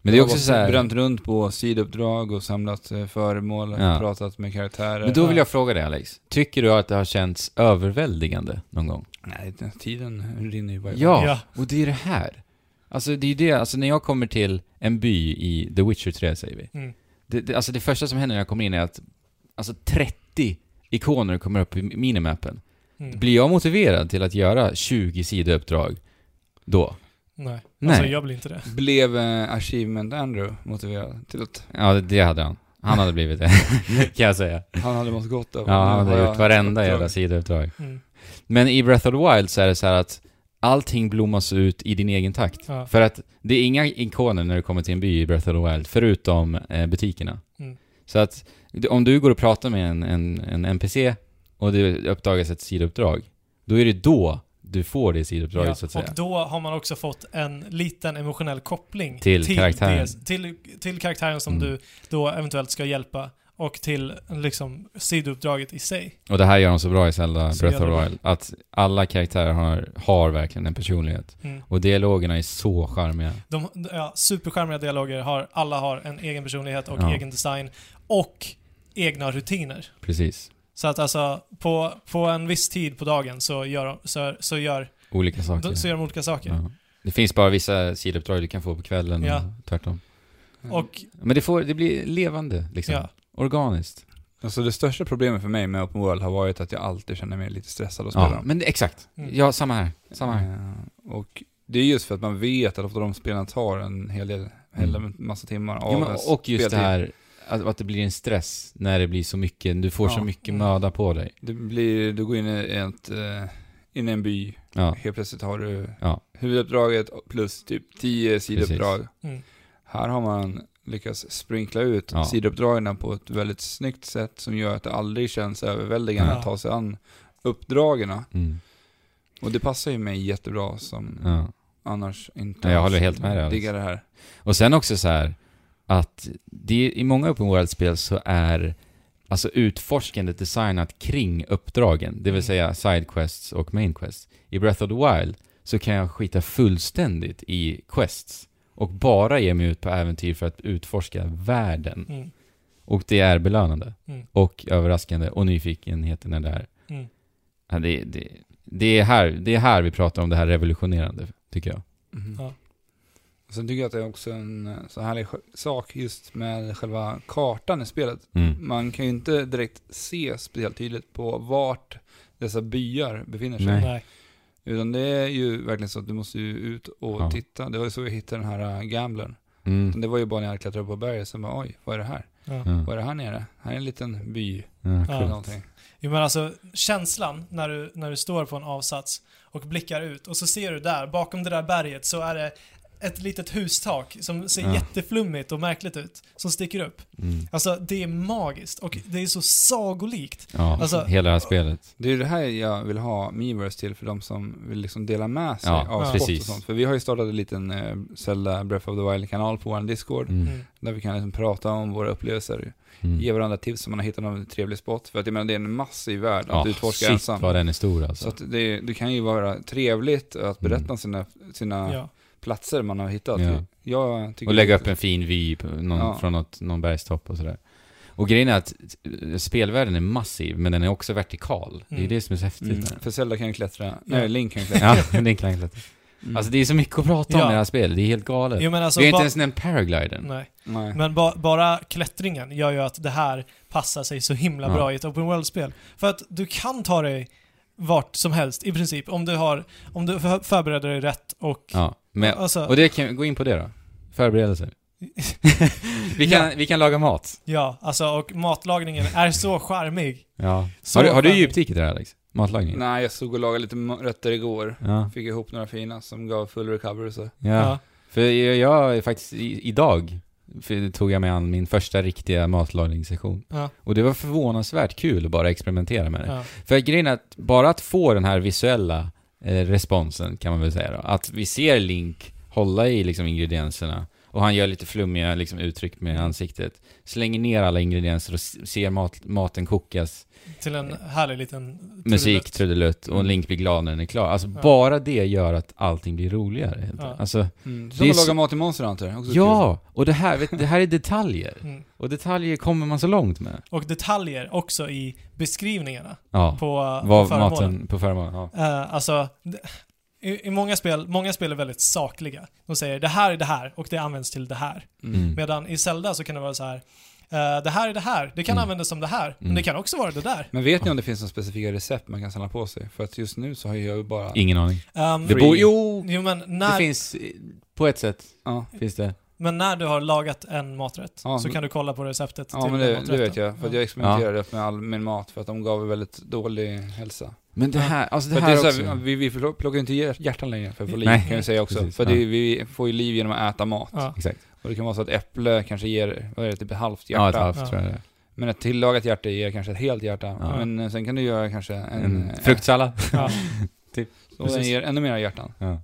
C: Men det är också så
B: Jag har
C: här,
B: bränt runt på sidouppdrag och samlat eh, föremål, och
C: Ja.
B: pratat med karaktärer.
C: men då vill jag fråga dig Alex, tycker du att det har känts överväldigande någon gång?
B: Nej, den- tiden rinner ju bara iväg.
C: Ja,
A: Ja.
C: och det är det här. Alltså det är ju det, alltså när jag kommer till en by i The Witcher 3 säger vi.
A: Mm.
C: Det, det, alltså det första som händer när jag kommer in är att alltså 30 ikoner kommer upp i minimappen.
A: Mm.
C: Blir jag motiverad till att göra 20 sidouppdrag då?
A: Nej.
C: Nej.
A: Alltså jag blir inte det.
B: Blev eh, Achievement Andrew motiverad till att
C: Ja, det, det hade han. Han hade blivit det, kan jag säga.
B: han hade mått gott av
C: Ja, han hade
B: Bara-
C: gjort varenda jävla
B: uppdrag.
C: sidouppdrag.
A: Mm.
C: Men i Breath of the Wild så är det så här att allting blommas ut i din egen takt.
A: Ja.
C: För att det är inga ikoner när du kommer till en by i Breath of the Wild, förutom eh, butikerna.
A: Mm.
C: Så att d- om du går och pratar med en, en, en NPC och det uppdagas ett sidouppdrag, då är det då du får det sidouppdraget så att säga.
A: Och då har man också fått en liten emotionell koppling
C: Till karaktären.
A: det- till, till karaktären som
C: Mm.
A: du då eventuellt ska hjälpa och till liksom sidouppdraget i sig.
C: Och det här gör de så bra i Zelda
A: Så
C: Breath of the
A: jävla
C: Wild, att alla karaktärer har, har verkligen en personlighet.
A: Mm.
C: Och dialogerna är så charmiga.
A: De, ja, superskärmiga dialoger har, alla har en egen personlighet och
C: Ja.
A: egen design och egna rutiner.
C: Precis.
A: Så att alltså på, på en viss tid på dagen så gör, de- så, så gör,
C: Olika saker.
A: så gör de olika saker.
C: ja. Det finns bara vissa sidouppdrag du kan få på kvällen
A: Ja.
C: och tvärtom.
A: Och
C: Men det, får, det blir levande liksom.
A: Ja.
C: Organiskt.
B: Alltså det största problemet för mig med Open World har varit att jag alltid känner mig lite stressad att spela
C: Ja,
B: dem.
C: men det, exakt.
A: Mm.
C: Ja, samma här. Samma här.
B: Eh, Och det är just för att man vet att ofta de spelarna tar en hel del, hel massa timmar av
C: Mm. Jo, men,
B: ens
C: och just det
B: speltid.
C: här att, att det blir en stress när det blir så mycket, du får så
B: Ja.
C: mycket möda på dig.
B: Det blir, du går in i ett, eh, in i en by,
C: Ja,
B: helt plötsligt har du
C: Ja.
B: huvuduppdraget plus typ 10 sidouppdrag.
A: Mm.
B: Här har man lyckats sprinkla ut
C: Ja.
B: sidouppdragen på ett väldigt snyggt sätt som gör att det aldrig känns överväldigande
A: Ja.
B: att ta sig an uppdragen.
C: mm.
B: Och det passar ju mig jättebra som
C: ja.
B: annars inte
C: Ja, jag
B: alls
C: håller helt med dig, Alex.
B: diggar det här.
C: Och sen också så här att det, i många open world-spel så är alltså utforskandet designat kring uppdragen, det
A: Mm.
C: vill säga sidequests och main quests. I Breath of the Wild så kan jag skita fullständigt i quests och bara ge mig ut på äventyr för att utforska världen.
A: Mm.
C: Och det är belönande.
A: Mm.
C: Och överraskande. Och nyfikenheten är där.
A: Mm.
C: Ja, det, det, det, är här, det är här vi pratar om det här revolutionerande, tycker jag.
B: Mhm.
A: Ja.
B: Och Sen tycker jag att det är också en eh, så härlig sj- sak just med själva kartan i spelet.
C: Mm.
B: Man kan ju inte direkt se speciellt tydligt på vart dessa byar befinner sig.
C: Nej.
A: Nej.
B: Utan det är ju verkligen så att du måste ju ut och
C: Ja.
B: titta. Det var ju så jag hittade den här äh, gamblern.
C: Mm.
B: Det var ju bara när jag klättrade upp på berget som bara oj, vad är det här?
A: Ja.
C: Ja.
B: Vad är det här nere? Här är en liten by.
C: Ja.
A: Ja.
B: eller någonting.
A: Jo men alltså känslan när du, när du står på en avsats och blickar ut och så ser du där, bakom det där berget så är det ett litet hustak som ser
C: Ja.
A: jätteflummigt och märkligt ut, som sticker upp.
C: Mm.
A: Alltså det är magiskt och det är så sagolikt.
C: ja.
A: Alltså-
C: hela det här spelet.
B: Det är ju det här jag vill ha Miiverse till för de som vill liksom dela med sig
C: Ja,
B: av
A: ja.
B: spott och
C: precis.
B: sånt. För vi har ju startat en liten eh, Zelda Breath of the Wild-kanal på vår Discord.
C: Mm.
A: Mm.
B: Där vi kan liksom prata om våra upplevelser,
C: Mm.
B: ge varandra tips om man har hittat någon trevlig spot. För att jag menar, det är en massiv värld
C: Ja,
B: att utforska
C: shit
B: ensam.
C: vad den är stor alltså.
B: Så att det, det kan ju vara trevligt att
C: Mm.
B: berätta om sina, sina
A: Ja.
B: platser man har hittat.
C: Ja.
B: Jag tycker
C: och lägga
B: det-
C: upp en fin vy på någon,
B: Ja.
C: från något, någon bergstopp och sådär. Och grejen är att eh, spelvärlden är massiv, men den är också vertikal. Det är
A: Mm.
C: det som är så häftigt.
B: Mm. För Zelda kan ju klättra, nej Link kan ju klättra.
C: Ja, det är en klangklatt.
B: Mm.
C: Alltså det är så mycket att prata om
A: Ja.
C: i det här spelet, det är helt galet.
A: Jo men alltså,
C: vi har inte
A: ba-
C: ens nämnt paragliden.
A: nej.
B: nej.
A: Men ba- bara klättringen gör ju att det här passar sig så himla
C: Ja.
A: bra i ett open world-spel. För att du kan ta dig vart som helst i princip, om du, har, om du för- förbereder dig rätt och...
C: Ja, men,
A: Alltså,
C: och det kan, gå in på det då. Förberedelser. Vi kan, vi kan laga mat.
A: Ja, alltså och matlagningen är så charmig.
C: Ja.
A: Så
C: Har du, har du
A: charmig.
C: djupdyket där Alex? Matlagning?
B: Nej, jag stod och lagade lite ma- rötter igår.
C: Ja.
B: Fick ihop några fina som gav full recovery så.
C: Ja.
A: Ja.
C: För jag, jag är faktiskt, i, idag för- tog jag mig an min första riktiga matlagningssession.
A: Ja.
C: Och det var förvånansvärt kul att bara experimentera med det.
A: Ja.
C: För grejen är att bara att få den här visuella eh, responsen kan man väl säga då. Att vi ser Link hålla i liksom ingredienserna och han gör lite flummiga liksom, uttryck med ansiktet. Slänger ner alla ingredienser och s- ser mat, maten kokas.
A: Till en härlig liten... trudelutt. Mm.
C: Musik, trudelutt och Link blir glad när den är klar. Alltså
A: Ja.
C: bara det gör att allting blir roligare. Helt
A: Ja.
C: Alltså,
B: Mm.
C: Det
B: Som
C: är
B: att
C: så-
B: laga mat i Monster Hunter. Också kul.
C: ja! Och det här, vet, det här är detaljer.
A: Mm.
C: Och detaljer kommer man så långt med.
A: Och detaljer också i beskrivningarna
C: Ja,
A: på eh,
C: vad
A: föremålen.
C: maten på föremålen. Ja.
A: Eh, alltså, d- i, i många spel, många spel är väldigt sakliga. De säger det här är det här och det används till det här.
C: Mm.
A: Medan i Zelda så kan det vara så här. eh, det här är det här, det kan
C: Mm.
A: användas som det här, men
C: Mm.
A: det kan också vara det där.
B: Men vet ni om det finns några specifika recept man kan samla på sig? För att just nu så har jag ju bara...
C: Ingen aning.
A: Ehm,
C: Det
B: Free.
C: bor, jo,
A: jo, men
C: Det
A: när,
C: finns, eh, på ett sätt,
B: Ja,
C: finns det.
A: men när du har lagat en maträtt
B: Ja,
A: så
B: men-
A: kan du kolla på receptet
B: ja
A: till
B: men
A: den
B: det, det
A: maträtten.
B: vet jag. För att jag experimenterade med all min mat för att de gav väldigt dålig hälsa.
C: Men det här, alltså
B: För
C: det
B: att det
C: här
B: är så här,
C: också.
B: vi, vi förlo- plockar inte hjär- hjärtan längre för att få liv,
C: Nej.
B: kan jag säga också.
C: Precis,
B: för att
C: ja.
B: det, vi får ju liv genom att äta mat.
A: Ja.
C: Exakt.
B: Och det kan vara så att äpple kanske ger, vad är det, typ ett halvt
C: Ja, ett
B: hjärta.
C: halvt
A: Ja.
C: tror jag det är.
B: Men ett tillagat hjärta ger kanske ett helt hjärta.
C: Ja.
B: Men eh, sen kan du göra kanske en...
C: En
B: eh,
C: fruktsallad.
A: Ja,
B: Och den
A: precis.
B: ger ännu mer hjärtan.
C: Ja.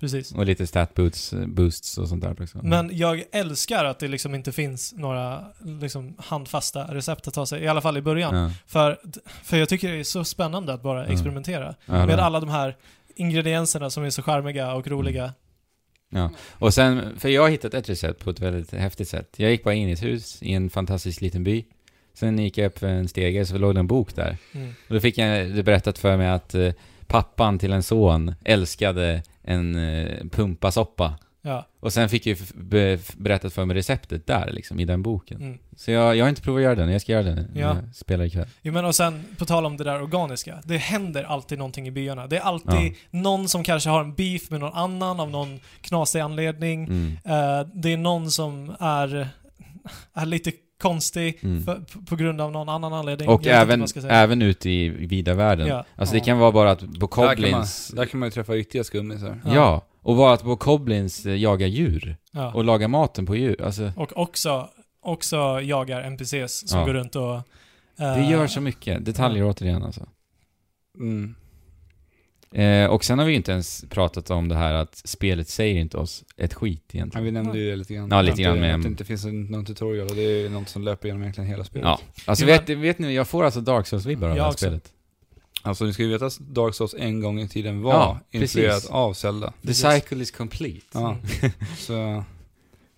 A: precis.
C: Och lite stat boots, eh, boosts och sånt där också.
B: Mm.
A: Men jag älskar att det liksom inte finns några liksom, handfasta recept att ta sig, i alla fall i början.
C: Ja.
A: För, för jag tycker det är så spännande att bara
C: Ja.
A: experimentera
C: Ja,
A: med
C: det-
A: alla de här ingredienserna som är så charmiga och roliga.
C: Och sen, för jag har hittat ett recept på ett väldigt häftigt sätt. Jag gick bara in i ett hus i en fantastisk liten by. Sen gick jag upp för en stege så låg det en bok där.
A: Mm.
C: Och då fick jag det berättat för mig att eh, pappan till en son älskade en eh, pumpasoppa.
A: Ja.
C: Och sen fick jag ju f- be- f- berättat för mig receptet där liksom, i den boken.
A: Mm.
C: Så jag, jag har inte provat att göra den, jag ska göra den när
A: Ja.
C: jag spelar ikväll.
A: Jo, men och sen, på tal om det där organiska, det händer alltid någonting i byarna. Det är alltid
C: Ja.
A: någon som kanske har en beef med någon annan av någon knasig anledning.
C: Mm.
A: Eh, det är någon som är, är lite konstig
C: Mm.
A: för, p- på grund av någon annan anledning. Jag
C: Och
A: vet inte vad
C: även,
A: jag ska säga.
C: även ute i vida världen.
A: Ja.
C: Alltså
B: Ja.
C: det kan vara bara att
B: Där kan, man,
C: bokoblins...
B: där kan man ju träffa ytterligare skummisar.
A: Ja.
C: Ja. och bara att bokoblins eh, jagar djur.
A: Ja.
C: Och lagar maten på djur. Alltså,
A: Och också, också jagar NPCs som
C: Ja.
A: går runt och... eh,
C: det gör så mycket. Detaljer återigen alltså.
B: Mm.
C: Eh, och sen har vi ju inte ens pratat om det här att spelet säger inte oss ett skit
B: Ja,
C: egentligen.
B: vi nämnde ju det lite grann.
C: Ja, lite
B: Att,
C: grann
B: eh,
C: med-
B: Att det inte finns en, någon tutorial och det är ju något som löper genom egentligen hela spelet.
C: Ja. Alltså
A: Jo,
C: vet, vet ni, jag får alltså Dark Souls-vibbar av
A: Jag
C: det här
A: också.
C: spelet.
B: Alltså ni ska ju veta att Dark Souls en gång i tiden var
C: Ja,
B: influerat
C: precis.
B: av Zelda.
C: The cycle is complete. Ja,
B: Ja, så...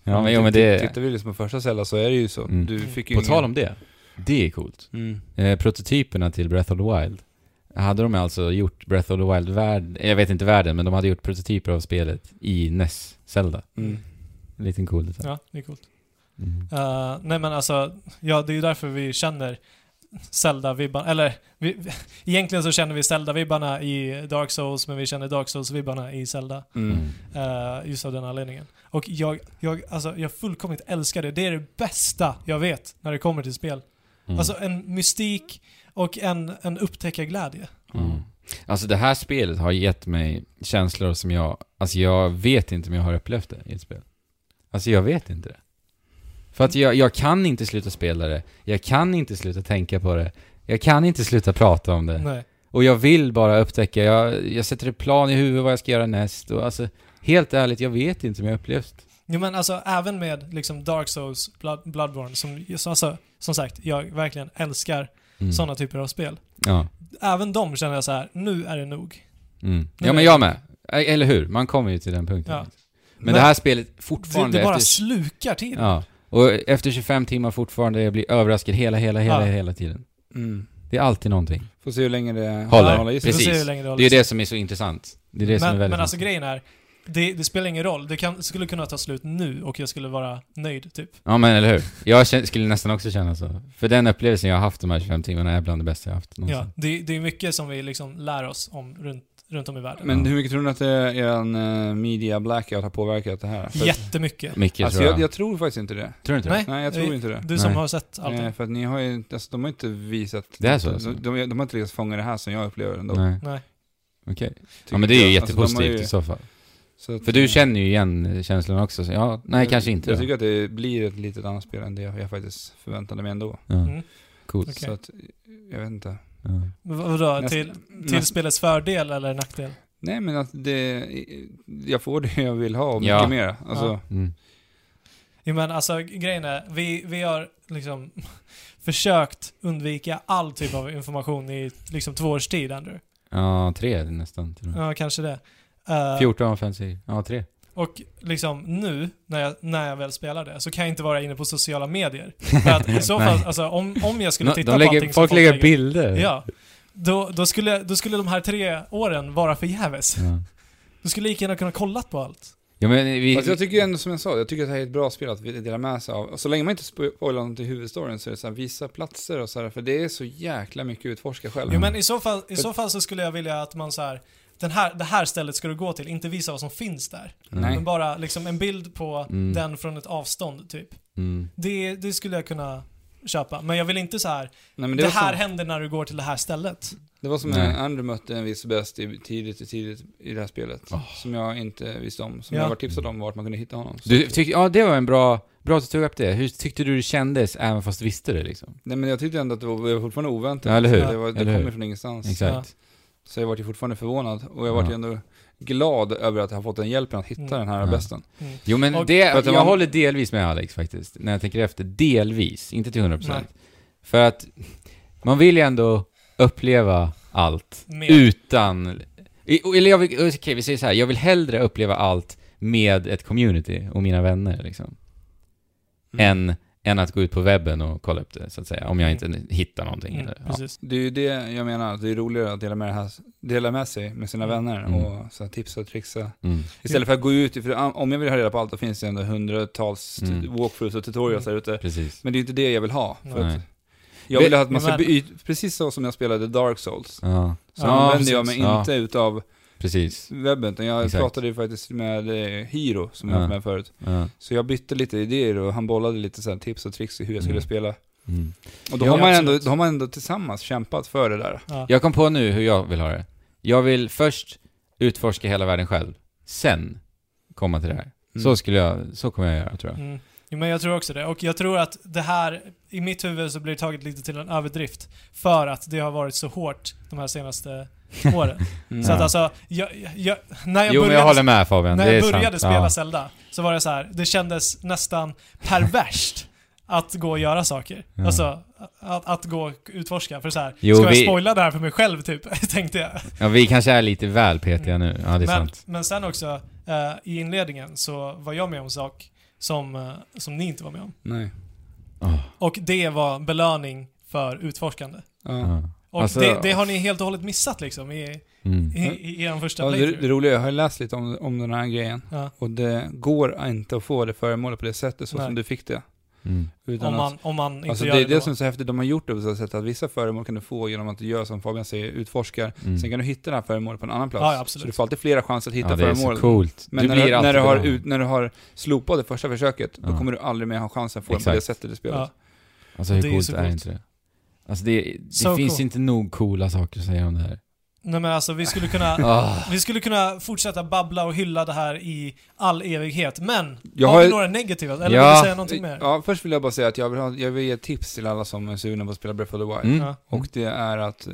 B: Ja,
C: men, jo, men det...
B: Tittar vi liksom på första Zelda så är det ju så.
C: Mm.
B: Du fick ju
C: På
B: ingen-
C: tal om det. Det är coolt.
B: Mm.
C: Eh, prototyperna till Breath of the Wild hade de alltså gjort Breath of the Wild värld, jag vet inte världen, men de hade gjort prototyper av spelet i NES Zelda.
B: Mm.
C: En liten cool detalj.
A: Ja, det är coolt.
C: Mm.
A: Eh, nej men alltså, ja det är ju därför vi känner Zelda-vibbarna, eller vi, egentligen så känner vi Zelda-vibbarna i Dark Souls, men vi känner Dark Souls-vibbarna i Zelda.
B: Mm.
A: eh, just av den anledningen. Och jag, jag, alltså, jag fullkomligt älskar det. Det är det bästa jag vet när det kommer till spel.
C: Mm.
A: Alltså en mystik och en, en upptäckarglädje.
C: Mm. Alltså det här spelet har gett mig känslor som jag, alltså jag vet inte om jag har upplevt det i ett spel. Alltså jag vet inte det. För att jag, jag kan inte sluta spela det, jag kan inte sluta tänka på det, jag kan inte sluta prata om det.
A: Nej.
C: Och jag vill bara upptäcka, jag, jag sätter en plan i huvudet vad jag ska göra näst och alltså, helt ärligt, jag vet inte om jag upplevt.
A: Jo men alltså även med liksom Dark Souls, Blood, Bloodborne, som, som- alltså, som sagt, jag verkligen älskar
C: Mm.
A: sådana typer av spel.
C: Ja.
A: Även de känner jag så här, nu är det nog.
C: Mm. ja, men jag med. Eh, Eller hur? Man kommer ju till den punkten.
A: Ja.
C: Men, det här spelet Mm. fortfarande...
A: det, det bara
C: efter,
A: slukar tid.
C: ja. Och efter 25 timmar fortfarande, jag blir överraskad hela, hela, hela,
A: Ja.
C: hela tiden.
B: Mm.
C: Det är alltid någonting.
B: Får se hur länge det
C: Håller.
B: i sig.
A: Vi får se
C: precis.
A: hur länge det
C: Det är
A: håller
C: ju
A: sig.
C: det som är så intressant. Det är det som är
A: liksom. men,
C: väldigt
A: men alltså
C: intressant.
A: grejen är, det, det spelar ingen roll. Det kan, skulle kunna ta slut nu och jag skulle vara nöjd typ.
C: Ja men eller hur? Jag kän- skulle nästan också känna så. För den Mm. upplevelsen jag har haft de här 25 timmarna är bland det bästa jag har haft någonsin.
A: Ja, det, det är mycket som vi liksom lär oss om runt, runt om i
C: Mm.
A: världen.
B: Men hur mycket tror ni att eh, er eh, media blackout har påverkat det här? För,
A: Jättemycket.
C: Mycket
B: alltså,
C: tror jag.
B: jag, jag tror faktiskt inte det.
C: Tror du inte det?
A: Nej,
B: Nej, jag tror inte det.
A: du som
C: Nej.
A: har sett allting.
B: Eh, för att ni har ju, alltså, de har inte visat...
C: Det är så, alltså?
B: de, de, de har inte lyckats fånga det här som jag upplever ändå.
C: Nej.
A: Nej.
C: Okej.
B: tycker
C: Ja men det är ju
B: jag. Alltså, de har
C: jättepositivt
B: ju-
C: i så fall.
B: så att,
C: För
B: eh,
C: du känner ju igen känslan också. Så ja, nej
B: jag-
C: kanske inte.
B: Jag
C: då.
B: tycker att det blir ett litet annat spel än det jag faktiskt förväntade mig ändå.
C: Ja,
A: Mm.
C: coolt.
A: Okej.
B: Så att, jag vet inte.
C: Ja.
A: Men vad- Vadå,
B: Nästa-
A: till, till
B: nästa-
A: spelets fördel eller nackdel?
B: Nej men att det, jag får det jag vill ha och mycket
C: Ja.
B: mer. Alltså,
A: Ja.
C: Mm.
A: Jo men alltså grejen är, vi, vi har liksom försökt undvika all typ av information i liksom två års tid, Andrew.
C: ja, tre nästan. Till och med.
A: Ja, kanske det. Eh,
C: 14 offensiv. Ja, tre.
A: och liksom nu, när jag, när jag väl spelar det, så kan jag inte vara inne på sociala medier. För att i så fall,
C: Nej.
A: alltså om, om jag skulle
C: Nå-
A: titta
C: de
A: på
C: lägger,
A: allting
C: folk, lägger
A: upp.
C: bilder.
A: Ja. Då, då, skulle, då skulle de här tre åren vara förgäves.
C: Ja.
A: Du skulle lika gärna kunna kollat på allt.
C: Ja, men vi...
B: Fast jag tycker ändå som jag sa, jag tycker att det här är ett bra spel att vi delar med sig av. Och så länge man inte spoilar något i huvudstoryn så är det så här, vissa platser och så här, för det är så jäkla mycket att utforska själv.
A: Jo men i så fall, i så, fall så skulle jag vilja att man så här, den här, det här stället ska du gå till, inte visa vad som finns där.
B: Nej.
A: Men bara liksom en bild på
C: Mm.
A: den från ett avstånd typ.
C: Mm.
A: Det, det skulle jag kunna köpa. Men jag vill inte så här.
B: Nej,
A: det,
B: men det, var
A: här
B: som,
A: händer när du går till det här stället.
B: det var som
C: Nej.
B: när Andrew mötte en viss bäst i, tidigt, i tidigt i det här spelet. Som jag inte visste om, som
A: Ja.
B: jag var tipsad om vart man kunde hitta honom. Så-
C: Du, tyck, ja, det var en bra... Bra att du tog upp det. Hur tyckte du det kändes även fast du visste det liksom?
B: Nej men jag tyckte ändå att det var, det var fortfarande oväntat.
C: Ja, eller hur?
B: Det, var, det
C: Eller
B: kom
C: hur?
B: ju från ingenstans.
C: Exakt.
B: Så jag vart ju fortfarande förvånad. Och jag vart
C: Ja.
B: ju ändå glad över att jag har fått den hjälpen att hitta
A: Mm.
B: den här
C: Ja.
B: besten.
A: Mm.
C: Jo men
A: Och-
C: det,
B: För att
C: jag
B: det var-
C: håller delvis med Alex faktiskt, när jag tänker efter. Delvis, inte till 100%.
A: Nej.
C: För att man vill ju ändå uppleva allt
A: Mer.
C: utan... i- Eller jag vill, okej vi säger så här, jag vill hellre uppleva allt med ett community och mina vänner liksom. Än, än att gå ut på webben och kolla upp det så att säga, om jag inte hittar någonting.
A: Mm. Mm,
C: eller, ja.
A: precis.
B: Det är ju det jag menar, att det är roligare att dela med, det här, dela med sig med sina
A: Mm.
B: vänner
C: Mm.
B: och så här, tipsa och trixa.
C: Mm.
B: Istället för att gå ut, för om jag vill ha reda på allt, då finns det ändå hundratals
C: Mm.
B: t- walkthroughs och tutorials där ute.
C: Precis.
B: Men det är ju inte det jag vill ha. För
C: Nej.
B: att jag vill ha att man
A: Men-
B: ska by- precis så som jag spelade Dark Souls.
C: Ja,
B: Så
A: Ja,
B: använder jag mig
A: precis.
C: Ja.
B: inte utav
C: precis.
B: webben, utan jag
C: Exakt.
B: pratade ju faktiskt med eh, Hiro, som jag
C: Ja.
B: var med förut.
C: Ja.
B: Så jag bytte lite idéer och han bollade lite så här tips och tricks i hur jag skulle
A: Mm.
B: spela.
C: Mm.
B: Och då,
A: Ja,
B: har man
A: absolut.
B: ändå, då har man ändå tillsammans kämpat för det där.
A: Ja.
C: Jag kom på nu hur jag vill ha det. Jag vill först utforska hela världen själv, sen komma till det här.
B: Mm.
C: Så skulle jag, så kommer jag göra tror jag.
A: Mm. Jo, men jag tror också det. Och jag tror att det här, i mitt huvud så blir det taget lite till en överdrift. För att det har varit så hårt de här senaste åren.
B: Mm.
A: Så att
C: Ja.
A: alltså, jag, jag, när jag
C: jo men jag
A: började
C: håller med Fabian,
A: När
C: det är
A: jag började
C: sant.
A: spela
C: ja.
A: Zelda så var det så här, det kändes nästan perverst att gå och göra saker.
C: Ja.
A: Alltså, att, att gå och utforska. För så här,
C: Jo,
A: ska jag
C: vi-
A: spoila det här för mig själv typ? Tänkte jag.
C: ja, vi kanske är lite väl petiga nu. Ja, det är
A: Men,
C: sant.
A: men sen också, eh, i inledningen så var jag med om en sak som, eh, som ni inte var med om.
B: Nej.
C: Åh,
A: Och det var belöning för utforskande.
B: Ja.
C: ja.
A: Och
C: Alltså-
A: det, det har ni helt och hållet missat liksom i,
C: Mm.
A: i, i er första
B: Ja, det, det
A: playthrough.
B: roliga, är, jag har ju läst lite om, om den här grejen.
A: Ja.
B: Och det går inte att få det föremålet på det sättet så
A: Nej.
B: som du fick det.
C: Mm.
B: Utan
A: Om
B: att,
A: man, om man inte
B: alltså
A: gör
B: det är det
A: då.
B: som är så häftigt, de har gjort det på så sätt att vissa föremål kan du få genom att du gör som Fabian säger, utforskar.
C: Mm.
B: Sen kan du hitta det här föremålet på en annan plats.
A: Ja, ja, absolut.
B: Så du får alltid flera chanser att hitta
C: ja, det är så
B: föremål.
C: coolt.
B: Men
C: du
B: när,
C: blir
B: du, när, du
C: alltid
B: har
C: bra.
B: ut, när du har slopat det första försöket,
C: Ja.
B: då kommer du aldrig mer ha chansen att få den på
C: Exakt.
B: det sättet i spelet.
A: Ja.
C: Alltså hur
A: Det är
C: coolt
A: så
C: är,
A: coolt.
C: inte det? Alltså det, det
A: Så
C: finns
A: coolt.
C: inte nog coola saker att säga om det här.
A: Nej men alltså vi skulle kunna,
C: Ah.
A: Vi skulle kunna fortsätta babbla och hylla det här i all evighet, men
B: Jag
A: har
B: har
A: vi
B: ju-
A: några negativa? Eller
C: Ja.
A: vill du säga någonting mer?
B: Ja, först vill jag bara säga att jag vill, ha, jag vill ge tips till alla som är sugna på att spela Breath of the Wild.
C: Mm.
A: Ja.
B: Och det är att eh,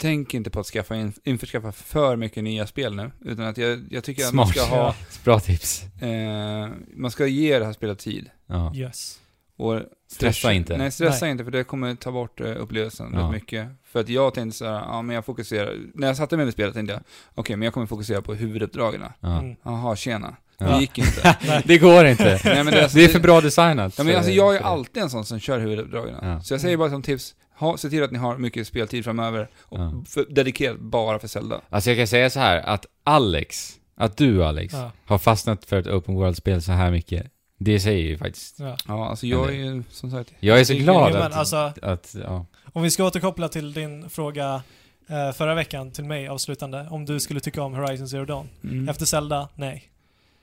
B: tänk inte på att skaffa in, införskaffa för mycket nya spel nu. Utan att jag, jag tycker att man
C: Smart.
B: ska, ha,
C: Bra tips.
B: eh, man ska ge det här spelet tid.
C: Ja.
A: Yes.
B: Och
C: Stressa inte.
B: Nej, stressa inte för det kommer ta bort eh, upplevelsen
C: Ja.
B: rätt mycket. För att jag tänkte så här, ja men jag fokuserar, när jag satte mig vid spelet tänkte jag, okej men jag kommer fokusera på huvuduppdragen.
C: Ja.
A: Mm.
B: Jaha, tjena.
C: Ja.
B: Det gick inte.
C: Det går inte.
B: Nej, men det,
C: Det är för bra designat.
B: Ja, men
C: för-
B: alltså jag är
C: för-
B: alltid en sån som kör huvuduppdragen.
C: Ja.
B: Så jag säger bara som tips, ha, se till att ni har mycket speltid framöver och
C: Ja.
B: för, dedikerat bara för Zelda.
C: Alltså jag kan säga så här att Alex, att du Alex,
A: Ja.
C: har fastnat för ett open world-spel så här mycket. Det säger ju faktiskt.
A: Ja.
B: Ja, alltså jag är ju som sagt...
C: Jag är så
B: Det-
C: glad
A: Jo, men
C: att,
A: alltså,
C: att ja.
A: om vi ska återkoppla till din fråga eh, förra veckan till mig avslutande om du skulle tycka om Horizon Zero Dawn.
B: Mm.
A: Efter Zelda, nej.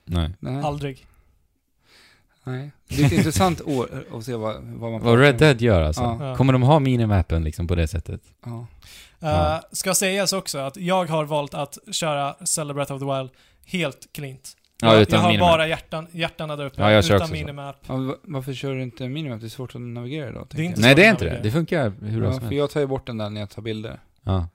C: Nej.
B: Nej.
A: Aldrig.
B: Nej. Det är ett intressant år att se vad, vad man
C: Vad Red Dead gör alltså.
B: Ja.
A: Ja.
C: Kommer de ha minimappen liksom på det sättet?
B: Ja.
A: Eh,
C: Ja.
A: Ska sägas också att jag har valt att köra Zelda Breath of the Wild helt klint.
C: Ja,
A: jag,
C: utan
A: jag har
C: minimap.
A: bara hjärtan, hjärtarna där uppe,
C: Ja, jag kör också
A: utan
C: så.
A: minimap.
B: Ja, va- varför kör du inte minimap? Det är svårt att navigera idag.
A: Det är inte
C: Nej, det är inte
A: Navigera.
C: det. Det funkar hur
B: hur
C: bra
B: ja,
C: som
B: för
C: helst.
B: jag tar ju bort den där när jag tar bilder.
C: Ja.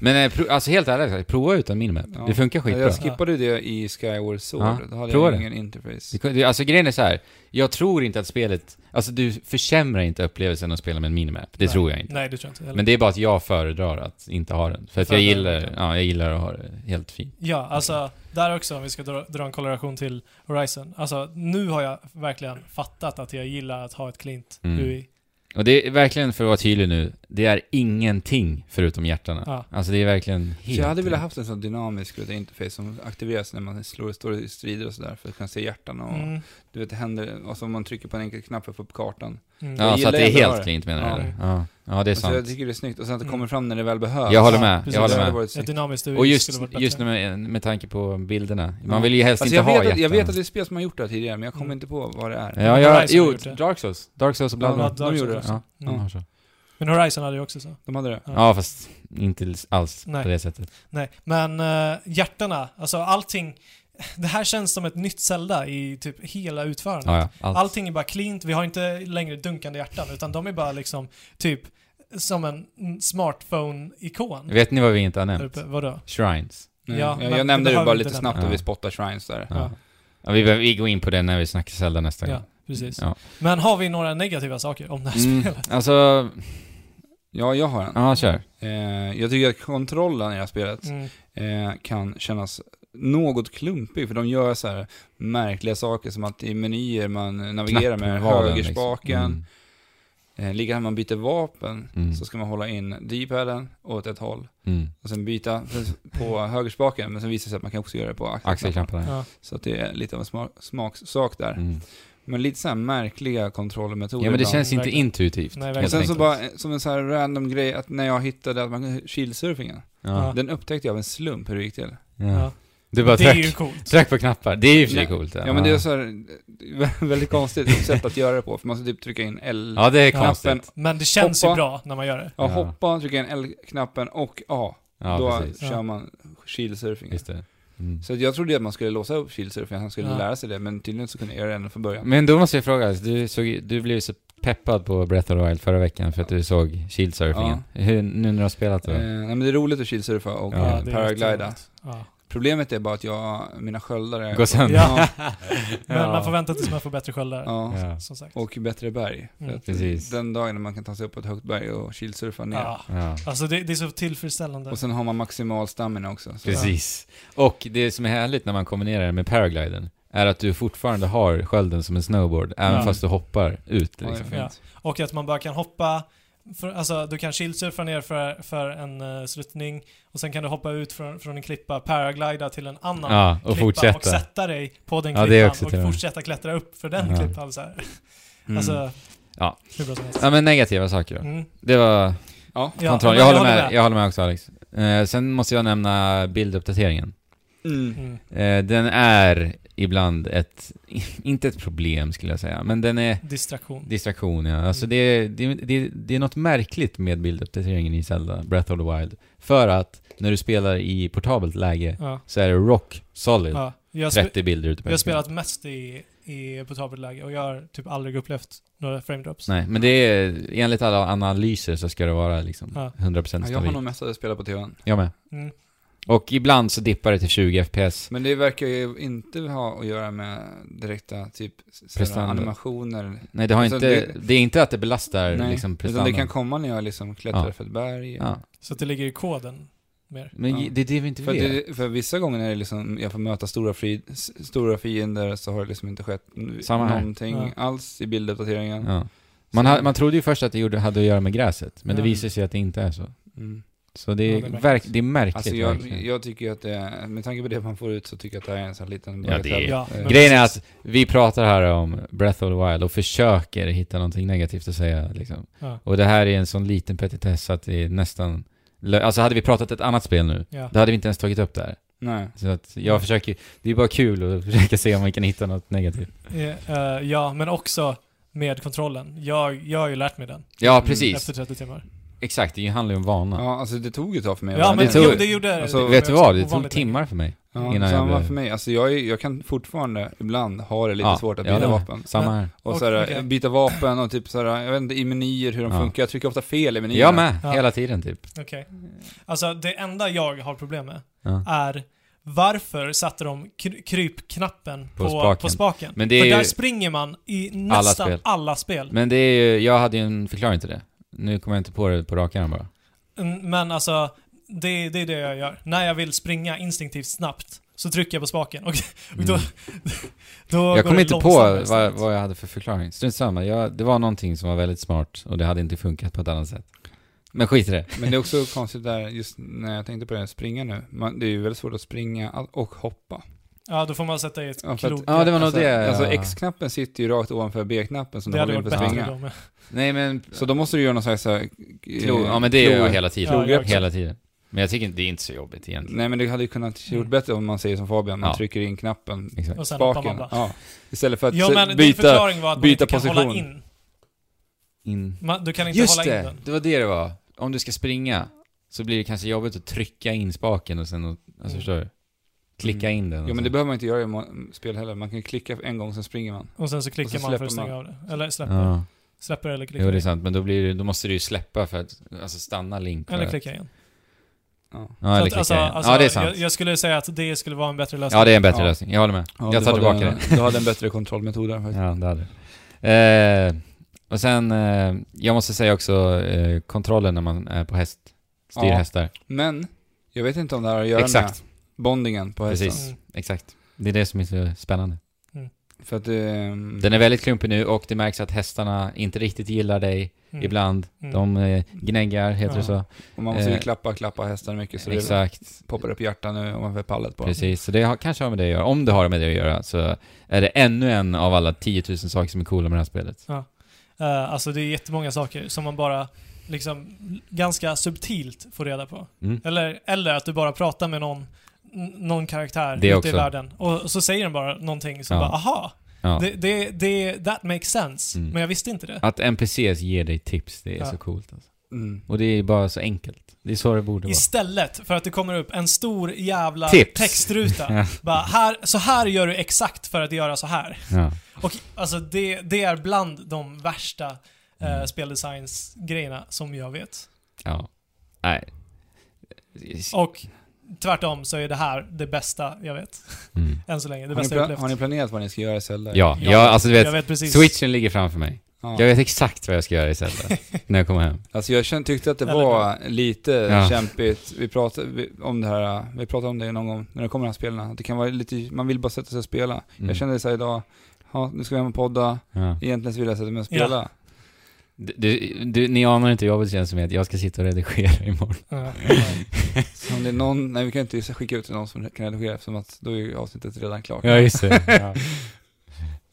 C: Men eh, pro- alltså helt ärligt, prova utan minimap.
B: Ja.
C: Det funkar skitbra.
B: Jag skippade ju det i Skyward Sword.
C: Ja,
B: Då hade
C: prova
B: jag
C: det.
B: ingen interface.
C: Det kan- det- Alltså grejen är så här. jag tror inte att spelet, alltså du försämrar inte upplevelsen att spela med en minimap. Det
A: Nej.
C: tror jag inte.
A: Nej, det tror jag inte heller.
C: Men det är bara att jag föredrar att inte ha den. För att jag
A: Föredrar
C: gillar,
A: inte.
C: ja, jag gillar att ha det helt fint.
A: Ja, alltså där också om vi ska dra, dra en korrelation till Horizon. Alltså nu har jag verkligen fattat att jag gillar att ha ett klint
C: Mm.
A: UI.
C: Och det är verkligen, för att vara tydlig nu, det är ingenting förutom hjärtarna.
A: Ja.
C: Alltså det är verkligen
B: Så
C: helt...
B: jag hade velat haft en sån dynamisk vet, interface som aktiveras när man slår, står i strider och sådär för att kunna se hjärtan och
A: Mm.
B: du vet, det händer, och så om man trycker på en enkel knapp för att få upp kartan.
A: Mm.
C: Ja,
B: Jag
C: så att det är
B: gillar ändå
C: helt
B: det.
C: klint menar
B: Ja.
C: du? eller? Ja. ja, det är
B: Och så jag
C: sant.
B: tycker det är snyggt och sen att det
A: Mm.
B: kommer fram när det väl behövs.
C: Jag håller
A: Ja,
C: med,
A: precis.
C: jag håller
B: Det
C: med.
B: hade varit
A: Ett
B: snyggt.
A: dynamiskt UI
C: Och
A: skulle
C: just,
A: varit bättre.
C: just med, med tanke på bilderna. Man
B: Ja.
C: vill ju helst
B: Alltså
C: inte
B: jag,
C: ha
B: vet att, jag
C: hjärtan.
B: vet att det är spel som har gjort det här tidigare, men jag kommer
A: Mm.
B: inte på vad det är.
C: Ja,
A: Horizon
C: jag,
A: har
C: jo,
A: gjort det.
C: Dark Souls. Dark Souls och
B: Ja,
C: Bloodborne.
B: de gjorde det.
C: Ja, de
A: Mm.
C: har så.
A: Men Horizon hade ju också så.
B: De hade det?
A: Ja.
C: Ja, fast inte alls
A: Nej.
C: på det sättet.
A: Nej, men uh, hjärtarna, alltså allting. Det här känns som ett nytt Zelda i typ hela utförandet.
C: Ja, ja, allt.
A: Allting är bara klint, vi har inte längre dunkande hjärtan utan de är bara liksom typ som en mm, smartphone-ikon.
C: Vet ni vad vi inte har
A: Där
C: nämnt?
A: uppe. Vadå?
C: Shrines.
B: Nej.
A: Ja,
B: jag,
A: men det
B: jag nämnde det
A: behöver
B: bara
A: vi
B: lite
A: inte
B: snabbt
C: nämna.
B: och vi spottar shrines där.
C: Ja.
A: Ja.
C: Ja, vi, behöver- vi går in på det när vi snackar Zelda nästa gång.
A: Ja, precis.
C: Ja.
A: Men har vi några negativa saker om det här
C: Mm,
A: spelet?
C: alltså,
B: Ja, jag har en.
C: ja kör.
B: Eh, jag tycker att kontrollen i det här spelet
A: Mm.
B: eh, kan kännas något klumpig, för de gör så här märkliga saker som att i menyer man navigerar med
C: Knappvalen,
B: högerspaken,
C: liksom. Mm.
B: eh, likadant man byter vapen,
C: Mm.
B: så ska man hålla in D-paden åt ett håll,
C: Mm.
B: och sen byta på högerspaken, men sen visar det sig att man kan också göra det på axelknappen.
C: Axelknapparna.
A: Ja.
B: Så att det är lite av en smak, smaksak där.
C: Mm.
B: Men lite så här märkliga kontrollmetoder
C: Ja men det
B: ibland.
C: känns inte
A: verkligen.
C: intuitivt.
A: Nej,
C: helt
A: verkligen.
B: Och sen så
C: enkelt.
B: bara, eh, som en så här random grej, att när jag hittade att man kunde shieldsurfingen,
C: Ja.
B: den upptäckte jag av en slump hur det gick till.
C: Ja.
A: Ja.
C: Du bara
A: Det är ju
C: tryck,
A: coolt.
C: tryck på knappar. Det är ju för sig
B: Ja.
C: coolt.
B: Ja men det är så här, eh, väldigt konstigt sätt att göra det på, för man ska typ trycka in L...
C: Ja det är
A: Ja.
C: konstigt.
A: Men det känns ju
B: Hoppa.
A: bra när man gör det.
B: Ja,
C: Ja.
B: hoppa, trycka in L-knappen och A.
C: Ja,
B: Då
C: precis.
B: kör
A: Ja.
B: man shieldsurfingen.
C: Just det. Mm.
B: Så att jag trodde att man skulle låsa upp shieldsurfingen, han skulle
A: Ja.
B: lära sig det, men tydligen så kunde jag göra det ända från början.
C: Men då måste jag fråga, alltså, du, såg, du blev så peppad på Breath of the Wild förra veckan för att du såg shieldsurfingen. Hur, nu när du har spelat det
B: Eh,
C: då?
B: nej, men det är roligt att shieldsurfa och
C: Ja,
B: eh,
A: det är
B: paraglida.
A: jätteroligt. Ja.
B: Problemet är bara att jag, mina sköldar är...
C: Gå sönder.
B: Ja,
A: Men
C: Ja.
A: man får vänta tills man får bättre sköldar.
B: ja,
C: Ja.
A: Som sagt.
B: och bättre berg. För
A: Mm.
B: att
C: Precis.
B: Den dagen när man kan ta sig upp på ett högt berg och shieldsurfa ner.
A: Ja.
C: Ja.
A: Alltså det, det är så tillfredsställande.
B: Och sen har man maximal stamina också. Så.
C: Precis. Och det som är härligt när man kombinerar det med paragliden är att du fortfarande har skölden som en snowboard, även
A: Ja.
C: fast du hoppar ut
B: Ja, det är
C: liksom.
B: fint.
A: Ja. Och att man bara kan hoppa, för, alltså du kan shieldsurfa ner för, för en uh, sluttning och sen kan du hoppa ut från, från en klippa, paraglida till en annan
C: Ja, och
A: klippa
C: fortsätta.
A: och sätta dig på den
C: Ja, det är
A: klippan
C: också till och
A: och
C: med.
A: fortsätta klättra upp för den
C: Ja.
A: klippan så här.
B: Mm.
A: Alltså,
C: Ja.
A: hur bra som helst.
C: Ja men negativa saker då.
A: Mm.
C: Det var
B: ja.
A: Ja,
C: kontroll.
A: men
C: Jag, håller med. Jag håller med också Alex. Eh, sen måste jag nämna bilduppdateringen.
B: Mm.
A: Mm.
C: Eh, den är ibland ett, inte ett problem skulle jag säga, men den är
A: Distraktion.
C: distraktion ja. Alltså
A: Mm.
C: det, det, det, det är något märkligt med bilduppdateringen i Zelda, Breath of the Wild. För att när du spelar i portabelt läge
A: Ja.
C: så är det rock solid.
A: Ja. Jag, spe-
C: 30 bilder ute på
A: jag har
C: en skärm.
A: spelat mest i, i portabelt läge och jag har typ aldrig upplevt några frame drops.
C: Nej, men det är enligt alla analyser så ska det vara liksom
A: Ja.
C: 100%
B: Ja, jag har
C: stabilt.
B: nog mest att spela på tvn.
C: Jag med.
A: Mm.
C: Och ibland så dippar det till 20 FPS.
B: Men det verkar ju inte ha att göra med direkta typ sådana
C: Prestanda.
B: animationer.
C: Nej, det har
B: Alltså,
C: inte... Det,
B: det-
C: är inte att det belastar
B: Nej,
C: liksom
B: utan
C: prestandan.
B: det kan komma när jag liksom klättrar
C: Ja.
B: för ett berg.
C: Ja.
A: Så att det ligger i koden mer.
C: Men
B: Ja.
C: ge- det är det vi inte
B: För, att
C: vet.
B: det, för vissa gånger när det liksom, jag får möta stora, fri, s- stora fiender så har det liksom inte skett n-
C: Samma här.
B: någonting
A: Ja.
B: alls i bilduppdateringen.
C: Ja. Man,
B: Så-
C: ha, man trodde ju först att det gjorde, hade att göra med gräset, men det
A: Mm.
C: visar sig att det inte är så.
B: Mm.
C: Så det är,
A: Ja, det är
C: verk-
A: märkligt.
C: det är märkligt
B: Alltså jag,
C: verkligen.
B: jag tycker ju att det, med tanke på det man får ut så tycker jag att det här är en sån liten
C: Ja, det är-
A: Ja,
B: Eh,
A: men-
C: Grejen är att vi pratar här om Breath of the Wild och försöker hitta någonting negativt att säga liksom.
A: Ja.
C: Och det här är en sån liten petitess att det är nästan lö- Alltså hade vi pratat ett annat spel nu,
A: Ja.
C: då hade vi inte ens tagit upp det här.
B: Nej.
C: Så att jag försöker, det är bara kul att försöka se om man kan hitta något negativt.
A: Eh, eh, ja, men också med kontrollen. Jag, jag har ju lärt mig den
C: Ja,
B: Mm.
C: precis.
A: efter 30 timmar.
C: Exakt, det handlar ju om vana.
B: Ja, alltså det tog ett tag för mig.
A: Ja,
B: att-
A: men
C: det tog-
A: jo, det gjorde det.
B: alltså,
A: det.
C: Vet du vad? Det tog
A: Ovanligt
C: timmar för mig.
B: Ja,
C: innan jag
B: samma
C: blev-
B: för mig. Alltså jag, är, jag kan fortfarande ibland ha det lite
C: Ja,
B: svårt att
C: ja,
B: byta
C: det-
B: vapen.
C: Samma här.
B: Och
A: Och
B: så här,
A: vilka-
B: byta vapen och typ så här, jag vet inte, i menyer hur de
C: Ja.
B: funkar. Jag trycker ofta fel i menyer.
C: Jag med,
A: Ja.
C: hela tiden typ.
A: länge. Okej. Alltså, det enda jag har problem med
C: Ja.
A: är varför satte de kry- krypknappen
C: På
A: på,
C: spaken.
A: spaken? På spaken?
C: Men det är
A: För
C: ju-
A: där springer man i nästan
C: spel.
A: alla spel. Alla spel.
C: Men det är ju, jag hade ju en förklaring till det. Nu kommer jag inte på det på rak arm bara.
A: Mm, Men alltså, det, det är det jag gör. När jag vill springa instinktivt snabbt så trycker jag på spaken och, och då,
C: Mm.
A: då går
C: Jag kom
A: det
C: inte på
A: långsammare
C: vad,
A: istället.
C: vad jag hade för förklaring. Strunt samma, jag, det var någonting som var väldigt smart och det hade inte funkat på ett annat sätt. Men skit i det.
B: Men det är också konstigt där, just när jag tänkte på det här, springa nu. Man, det är ju väldigt svårt att springa all- och hoppa.
A: Ja, då får man sätta i ett
B: Ja, för att-
A: krok.
C: Ja, det var nog
B: alltså,
C: det.
B: Alltså
C: ja.
B: X-knappen sitter ju rakt ovanför B-knappen som
A: det
B: du
A: hade
B: håller
A: varit
B: in för
A: bättre
B: springa.
A: då med.
C: Nej men...
B: Så då måste du göra någon slags så här, eh,
C: Klo, ja men det gör jag
B: klo-
C: hela tiden.
A: klogrepp.
C: hela tiden. Men jag tycker inte- det är inte så jobbigt egentligen.
B: Nej men det hade ju kunnat gjort
A: Mm.
B: bättre om man säger som Fabian, man
C: Ja.
B: trycker in knappen,
C: Exakt.
A: Och sen hoppar man
B: spaken.
A: bara.
B: Ja. Istället för att
A: Jo,
B: se-
A: men din
B: byta.
A: förklaring var att man
B: byta
A: inte kan hålla
B: position.
A: in. Man, du kan inte
C: Just
A: hålla in
C: det!
A: den.
C: Det var det det var. Om du ska springa så blir det kanske jobbigt att trycka in spaken och sen, och, alltså
A: Mm.
C: förstår du? Klicka in den. och
B: Jo men det
C: sen-
B: behöver man inte göra i mo- spel heller, man kan klicka en gång sen springer man.
A: Och sen så
B: Och
A: klickar
B: så
A: man för
B: släpper
A: att stänga
B: man.
A: av det. Liksom. Eller släpper.
C: Ja,
A: Släpper eller
C: jo
A: klickar.
C: det är sant. Men då, blir det, då måste du ju släppa för att, alltså stanna link. för
A: eller
C: att-
A: klicka igen.
B: Ja.
C: Ja,
A: Så
C: eller
A: att,
C: klicka
A: alltså,
C: in.
A: alltså,
C: ja, det är sant.
A: Jag, jag skulle säga att det skulle vara en bättre lösning.
C: ja, det är en bättre
B: Ja.
C: lösning. Jag håller med. jag tar
B: du
C: tillbaka
B: hade,
C: det.
B: Du hade en bättre kontrollmetod där faktiskt.
C: Ja, det hade det. eh, Och sen, eh, jag måste säga också eh, kontrollen när man är på häst. Styr
B: Ja.
C: hästar.
B: Men, jag vet inte om det här har att göra
C: Exakt.
B: med bondingen på hästen.
A: Mm.
C: Precis. Exakt. Det är det som är så spännande.
B: För att ehm,
C: Den är väldigt klumpig nu och det märks att hästarna inte riktigt gillar dig
A: Mm.
C: ibland.
A: Mm.
C: De eh, gnäggar, heter det så?
B: och man måste ju
C: eh,
B: klappa, klappa hästen mycket så det
C: Exakt,
B: poppar upp hjärtan nu ovanför pallet på dem.
C: precis. Så det har, kanske har med det att göra. Om det har med det att göra så är det ännu en av alla 10 000 saker som är coola med det här spelet.
A: Eh, alltså det är jättemånga saker som man bara liksom ganska subtilt får reda på.
C: Mm.
A: Eller, eller att du bara pratar med någon, n- någon karaktär
C: Det
A: ute i
C: också.
A: världen och så säger den bara någonting som
C: Ja.
A: bara aha,
C: Ja.
A: det, det, det, that makes sense.
C: Mm.
A: Men jag visste inte det.
C: Att NPCs ger dig tips, det är
A: Ja.
C: så coolt. Alltså.
B: Mm.
C: Och det är bara så enkelt. Det är så det borde vara.
A: Istället för att det kommer upp en stor jävla
C: Tips.
A: textruta.
C: Ja.
A: bara, här, så här gör du exakt för att göra så här.
C: Ja.
A: Och alltså det, det är bland de värsta eh,
C: Mm.
A: speldesigns-grejerna som jag vet.
C: ja. Nej.
A: Och tvärtom så är det här det bästa jag vet.
C: Mm.
A: Än så länge. Det
B: Har, ni
A: bästa jag
B: pla-
A: upplevt.
B: har ni planerat vad ni ska göra i Zelda?
C: Ja, jag, alltså du
A: jag
C: vet,
A: vet precis.
C: switchen ligger framför mig.
B: Ja.
C: Jag vet exakt vad jag ska göra i Zelda när jag kommer hem.
B: Alltså jag kände, tyckte att det
A: Eller
B: var lite
C: Ja.
B: kämpigt. Vi pratade vi- om det här, vi pratade om det någon gång när det kommer de här spelen. Att Det kan vara lite, man vill bara sätta sig och spela.
C: Mm.
B: Jag kände det så här idag, ja, nu ska vi hem och podda.
C: Ja.
B: Egentligen så vill jag sätta mig och spela.
C: Du- Du, du, ni anar inte hur jobbigt det känns som att jag ska sitta och redigera imorgon.
A: Ja.
B: Så om det är någon, nej vi kan inte skicka ut till någon som kan redigera eftersom att då är ju avsnittet redan klart.
C: Ja, just det.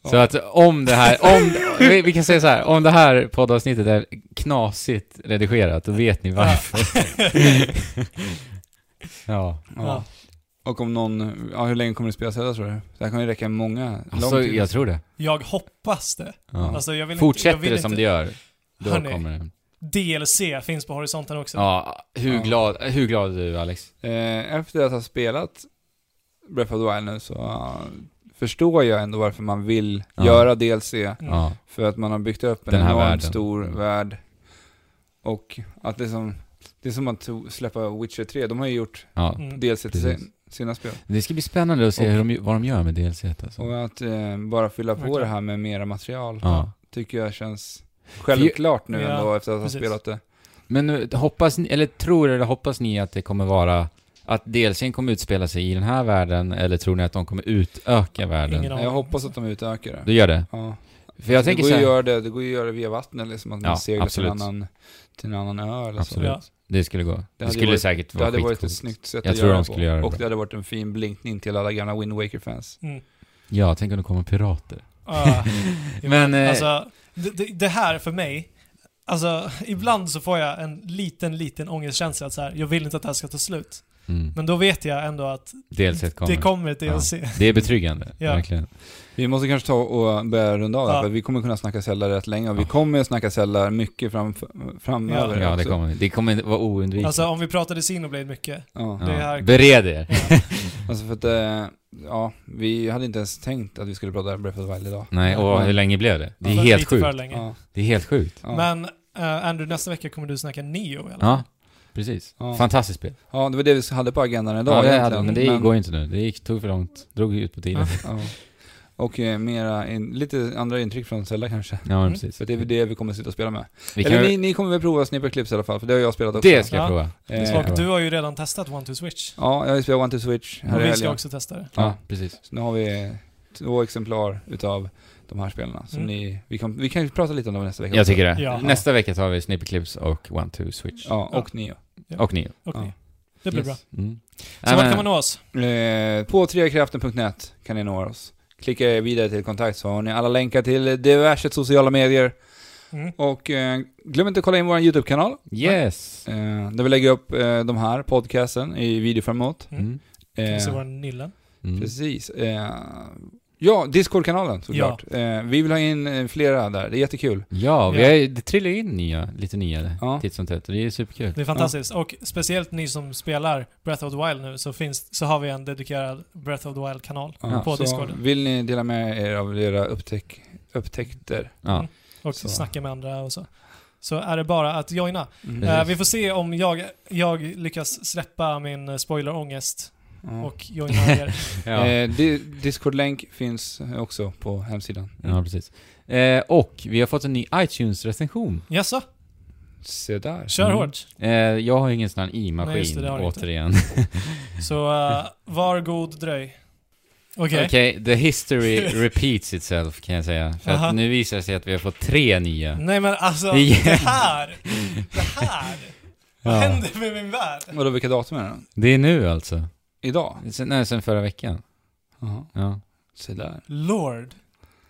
C: Så att om det här, om, vi, vi kan säga så här, om det här poddavsnittet är knasigt redigerat, då vet ni varför. ja.
A: Ja.
B: Och om någon, ja hur länge kommer du spela Zelda tror du? Det här kan ju räcka många,
C: Alltså,
B: lång tid.
C: jag tror det.
A: Jag hoppas det.
C: Ja.
A: Alltså, jag vill
C: Fortsätter
A: inte, jag vill
C: det som
A: inte.
C: det gör, då
A: Hörni.
C: kommer det.
A: DLC finns på horisonten också.
C: Ja, hur
B: Ja.
C: glad, hur glad är du Alex?
B: Eh, efter att ha spelat Breath of the Wild nu så eh, förstår jag ändå varför man vill
C: Ja.
B: göra DLC.
A: Mm.
C: Ja.
B: För att man har byggt upp en
C: Den här
B: enormt
C: världen.
B: stor
C: Mm.
B: värld. Och att det är som, det är som att to- släppa Witcher 3, de har ju gjort
C: ja.
A: Mm.
B: DLC till
C: Precis.
B: sin, sina spel.
C: Det ska bli spännande att se
B: Och-
C: hur de, vad de gör med DLC. Alltså.
B: Och att eh, bara fylla på
A: Verkligen.
B: det här med mera material
C: Ja.
B: tycker jag känns självklart nu
A: Ja,
B: ändå efter att ha
A: precis.
B: spelat det.
C: Men nu, hoppas ni, eller tror eller hoppas ni att det kommer vara att DLCn kommer utspela sig i den här världen eller tror ni att de kommer utöka världen?
A: Ingen aning.
B: Jag hoppas att de utökar det.
C: Du gör det?
B: Ja.
C: För jag
B: Alltså, det,
C: tänker
B: går
C: så
B: ju att
C: här,
B: göra det, det går ju att göra det via vattnet, liksom att man
C: Ja,
B: seglar till en,
C: absolut.
B: annan, till en annan ö eller så.
C: Absolut.
A: Ja.
C: det skulle gå. Det,
B: hade
C: skulle
B: varit-
C: säkert
B: Det
C: vara
B: hade varit ett
C: skitcoolt.
B: snyggt sätt
C: Jag
B: att
C: tror
B: göra
C: de
B: det
C: skulle göra det
B: på. Och
C: bra.
B: det hade varit en fin blinkning till alla gamla Wind Waker-fans.
A: Mm.
C: Ja, tänk om det kommer pirater.
A: Ah.
C: Men, eh,
A: alltså, det, det- det här för mig Alltså, ibland så får jag en liten, liten ångestkänsla att så här, jag vill inte att det här ska ta slut.
C: Mm.
A: Men då vet jag ändå att
C: DLC kommer.
A: det kommer ett DLC.
C: Det är betryggande,
A: Ja.
C: verkligen.
B: Vi måste kanske ta och eh, börja runda av
A: Ja.
B: här, för vi kommer kunna snacka sällar rätt länge och vi
C: Ja.
B: kommer att snacka sällar mycket fram, framöver
C: Ja, det
B: också.
C: kommer, det kommer vara oundvikligt.
A: Alltså om vi pratade Xenoblade mycket.
B: Ja.
A: det här-
C: Bered er!
B: Alltså för att, eh, ja, vi hade inte ens tänkt att vi skulle prata Breath of the Wild idag.
C: Nej, och hur länge blev det? Det är
A: för
C: helt
A: lite
C: sjukt.
A: För länge.
B: Ja,
C: Det är helt sjukt.
B: ja.
A: Men eh, Andrew, nästa vecka kommer du snacka Neo eller?
C: Ja, precis.
B: Ja.
C: Fantastiskt spel.
B: ja, det var det vi hade på agendan idag
C: ja, det
B: egentligen.
C: hade, men det går ju inte nu. Det gick, tog för långt. Drog ut på tiden.
B: ja. Och eh, mera, in, lite andra intryck från Zelda kanske.
C: Ja, men
A: Mm.
C: precis.
B: För det är väl det vi kommer sitta och spela med.
C: Vi
B: Eller
C: kan,
B: ni, ni kommer väl prova Snipper Clips i alla fall, för det har jag spelat också.
C: det ska jag
A: Ja.
C: prova.
B: Eh,
C: ska jag
A: Och du har ju redan testat One to Switch.
B: Ja, jag har ju spelat One to Switch här
A: Och
B: i
A: vi ska
B: helgen.
A: också testa det.
C: Ja, precis.
B: Så nu har vi två exemplar utav de här spelarna. Som
A: Mm.
B: ni, vi, kan, vi kan prata lite om dem nästa vecka.
C: Jag
B: också.
C: tycker det.
A: Ja.
C: Nästa vecka tar vi Snipperclips och One Two Switch.
B: Ja, och
A: Ja.
B: Neo.
C: Och Neo.
A: Och
B: Ja.
A: Neo. Det blir bra.
B: Yes.
C: Mm.
A: Så
C: Nej,
A: vart
C: men-
A: kan man nå oss?
B: Eh, på trekraften.net kan ni nå oss. Klicka er vidare till kontakt så har ni alla länkar till diverse sociala medier.
A: Mm.
B: Och eh, glöm inte att kolla in vår YouTube-kanal.
C: Yes!
B: Eh, där vi lägger upp eh, de här podcasten i videoformat.
A: Mm.
C: Mm.
A: Kan vi se
B: Eh,
A: våra nyllen?
C: Mm.
B: Precis. Eh, ja, Discord-kanalen såklart. Eh, vi vill ha in eh, flera där, det är jättekul.
C: Ja, vi
A: Ja.
C: har, ju- det trillar ju in nya, lite nya
B: Ja.
C: titt som tätt och det är superkul.
A: Det är fantastiskt. Och speciellt ni som spelar Breath of the Wild nu så, finns, så har vi en dedikerad Breath of the Wild-kanal
B: Ja,
A: på
B: så
A: Discord.
B: Vill ni dela med er av era upptäck upptäckter?
C: Ja.
A: Mm. Och
B: så.
A: snacka med andra och så. Så är det bara att joina.
B: Mm.
C: Precis.
A: Eh, vi får se om jag, jag lyckas släppa min eh, spoilerångest
B: Ja.
A: och joina er.
C: Ja.
B: Eh, di Discord-länk finns också på hemsidan.
C: ja, precis. Eh, och vi har fått en ny iTunes-recension.
A: Jaså?
B: Se där.
A: Kör
C: Mm.
A: hårt.
C: Eh, jag har ju ingen sån här
A: Nej, just det,
C: i-maskin,
A: det har du inte.
C: återigen.
A: Så eh, var god dröj. Okej.
C: Okej, the history repeats itself kan jag säga. För
A: Aha.
C: att nu visar det sig att vi har fått tre nya.
A: Nej men alltså, det
C: Igen.
A: här! Det här! Vad händer med min värld?
B: Vadå, vilka datum är det? då?
C: Det är nu alltså.
B: Idag?
C: Sen, nej, sen förra veckan.
B: Jaha.
C: Ja.
B: Se där.
A: Lord.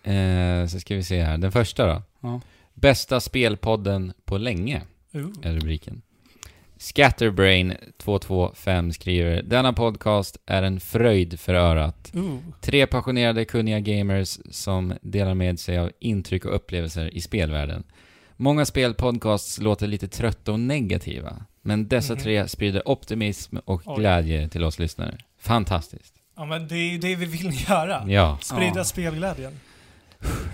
C: Eh, så ska vi se här. Den första då.
B: Ja.
C: Bästa spelpodden på länge,
A: Ooh.
C: är rubriken. Scatterbrain225 skriver Denna podcast är en fröjd för örat.
A: Ooh.
C: Tre passionerade kunniga gamers som delar med sig av intryck och upplevelser i spelvärlden. Många spelpodcasts låter lite trötta och negativa, men dessa
A: Mhm.
C: tre sprider optimism och
A: Oj.
C: glädje till oss lyssnare. Fantastiskt.
A: Ja men det är ju det vi vill göra.
C: Ja.
A: Sprida
B: Ja.
A: spelglädjen.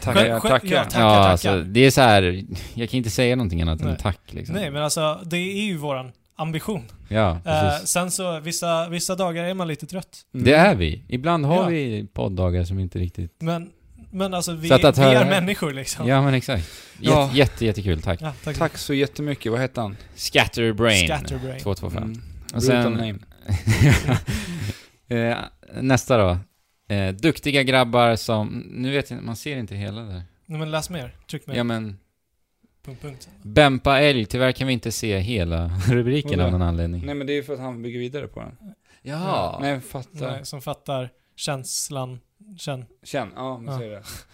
B: Tackar,
A: Själv- själv-
B: tackar.
A: ja, tack.
C: ja,
A: tackar.
C: alltså, det är så här, jag kan inte säga någonting annat än
A: Nej.
C: tack liksom.
A: Nej men alltså, det är ju våran ambition.
C: Ja,
A: Eh,
C: precis.
A: sen så, vissa, vissa dagar är man lite trött.
B: Mm.
C: Det är vi. Ibland har
A: Ja.
C: vi poddagar som inte riktigt...
A: Men, men alltså vi,
C: Så att- att
A: vi
C: höra-
A: är människor liksom.
C: Ja, men exakt. Jätte,
B: Ja.
C: jätte, jättekul, tack.
A: Ja, tack.
B: Tack så jättemycket, vad hette han?
C: Scatterbrain.
A: Scatterbrain.
C: 225.
B: Mm.
C: Och
B: Brutal
C: sen- Mm.
B: name.
C: Eh, Nästa då. Eh, duktiga grabbar som... Nu vet jag inte, man ser inte hela där.
A: Nej men läs mer. Tryck mer.
C: Ja men...
A: Punkt, punkt.
C: Bempa älg, tyvärr kan vi inte se hela rubriken
B: Vadå?
C: av någon anledning.
B: Nej men det är för att han bygger vidare på den.
C: Ja.
B: Nej, jag fattar.
A: Nej, som fattar känslan. Känn.
B: Känn, ja men
A: Ja.
B: säg det.
A: Punkt,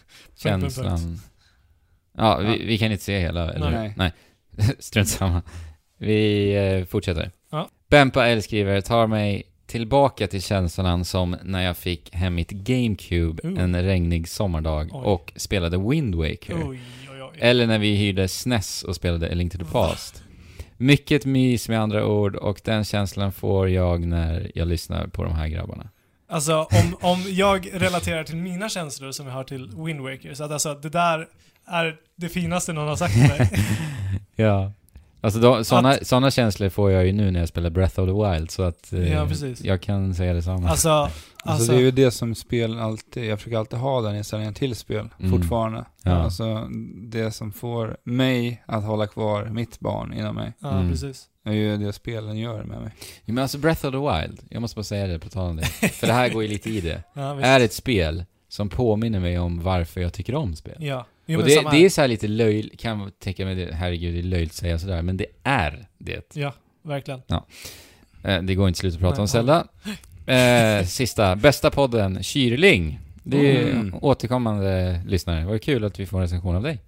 C: Känslan. Ja, vi, vi kan inte se hela, eller
B: Nej.
C: Nej. Strunt samma. Vi eh, fortsätter.
A: Ja.
C: Bempa L skriver, tar mig tillbaka till känslan som när jag fick hem mitt GameCube
A: Ooh.
C: en regnig sommardag
A: Oj.
C: och spelade Wind Waker.
A: Oj, oj, oj.
C: Eller när vi hyrde SNES och spelade A Link to the Past. Mycket mys med andra ord och den känslan får jag när jag lyssnar på de här grabbarna.
A: Alltså om, om jag relaterar till mina känslor som jag har till Wind Waker, så att alltså det där är det finaste någon har sagt till mig.
C: Ja. Alltså då, såna, såna känslor får jag ju nu när jag spelar Breath of the Wild så att eh,
A: Ja, precis.
C: jag kan säga detsamma.
A: Alltså, alltså,
B: Alltså, det är ju det som spel alltid, jag försöker alltid ha den inställningen till spel,
C: Mm.
B: fortfarande.
C: Ja.
B: Alltså det som får mig att hålla kvar mitt barn inom mig,
A: ja
C: Mm.
A: precis.
B: är ju det spelen gör med mig.
C: Ja, men alltså Breath of the Wild, jag måste bara säga det på tal om det. För det här går ju lite i det.
A: Ja, visst.
C: Är ett spel som påminner mig om varför jag tycker om spel.
A: Ja. Jo,
C: och
A: men
C: det,
A: samma
C: det är
A: här.
C: så här lite löjligt, kan jag tänka mig, det, herregud det är löjligt att säga sådär, men det är det.
A: Ja, verkligen.
C: Eh, det går inte slut att prata
A: Nej,
C: om Zelda. Eh, sista, bästa podden, Kyrling. Det är ju
B: Mm.
C: återkommande lyssnare. Vad kul att vi får en recension av dig.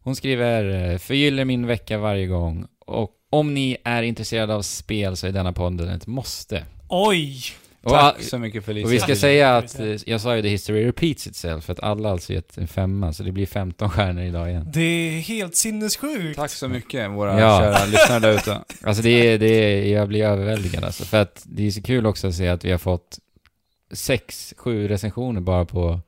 C: Hon skriver eh, “Förgyller min vecka varje gång och om ni är intresserade av spel så är denna podden ett måste”.
A: Oj!
C: Och,
B: Tack så mycket Felicia.
C: och vi ska
A: Precis.
C: säga att, eh,
A: Precis.
C: jag sa ju det, history repeats itself, för att alla har alltså gett en femma, så det blir 15 stjärnor idag igen.
A: Det är helt sinnessjukt.
B: Tack så mycket våra
C: Ja.
B: kära lyssnare där ute.
C: Alltså det är, det är, jag blir överväldigad alltså. För att det är så kul också att se att vi har fått sex, sju recensioner bara på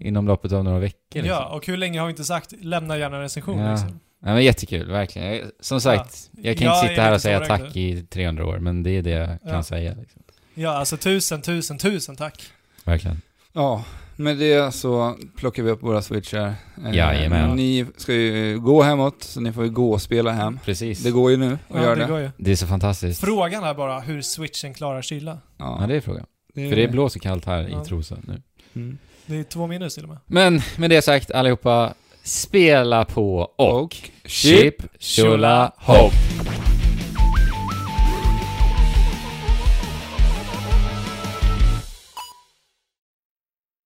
C: inom loppet av några veckor.
A: Ja,
C: Liksom.
A: och hur länge har vi inte sagt lämna gärna en recension
C: Ja.
A: liksom.
C: Ja, men jättekul, verkligen. Jag- Som sagt, jag kan
A: Ja,
C: inte
A: jag
C: sitta
A: vet
C: här och
A: inte
C: säga
A: vad
C: tack
A: det
C: i 300 år, men det är det jag kan
A: Ja.
C: säga. Liksom.
A: Ja, alltså tusen, tusen, tusen tack.
C: Verkligen.
B: Ja, med det så plockar vi upp våra switchar. Eh,
C: Jajamän.
B: Ni ska ju gå hemåt, så ni får ju gå och spela hem.
C: Precis.
B: Det går ju nu att göra det.
A: går ju.
C: Det är så fantastiskt.
A: Frågan är bara hur switchen klarar kyla.
C: Ja, det är frågan.
B: det
C: För det blåser kallt här
A: Ja.
C: i Trosa nu.
B: Mm.
A: Det är två minus till och med.
C: Men med det sagt, allihopa, spela på och
B: Och
C: chip, chula, hopp!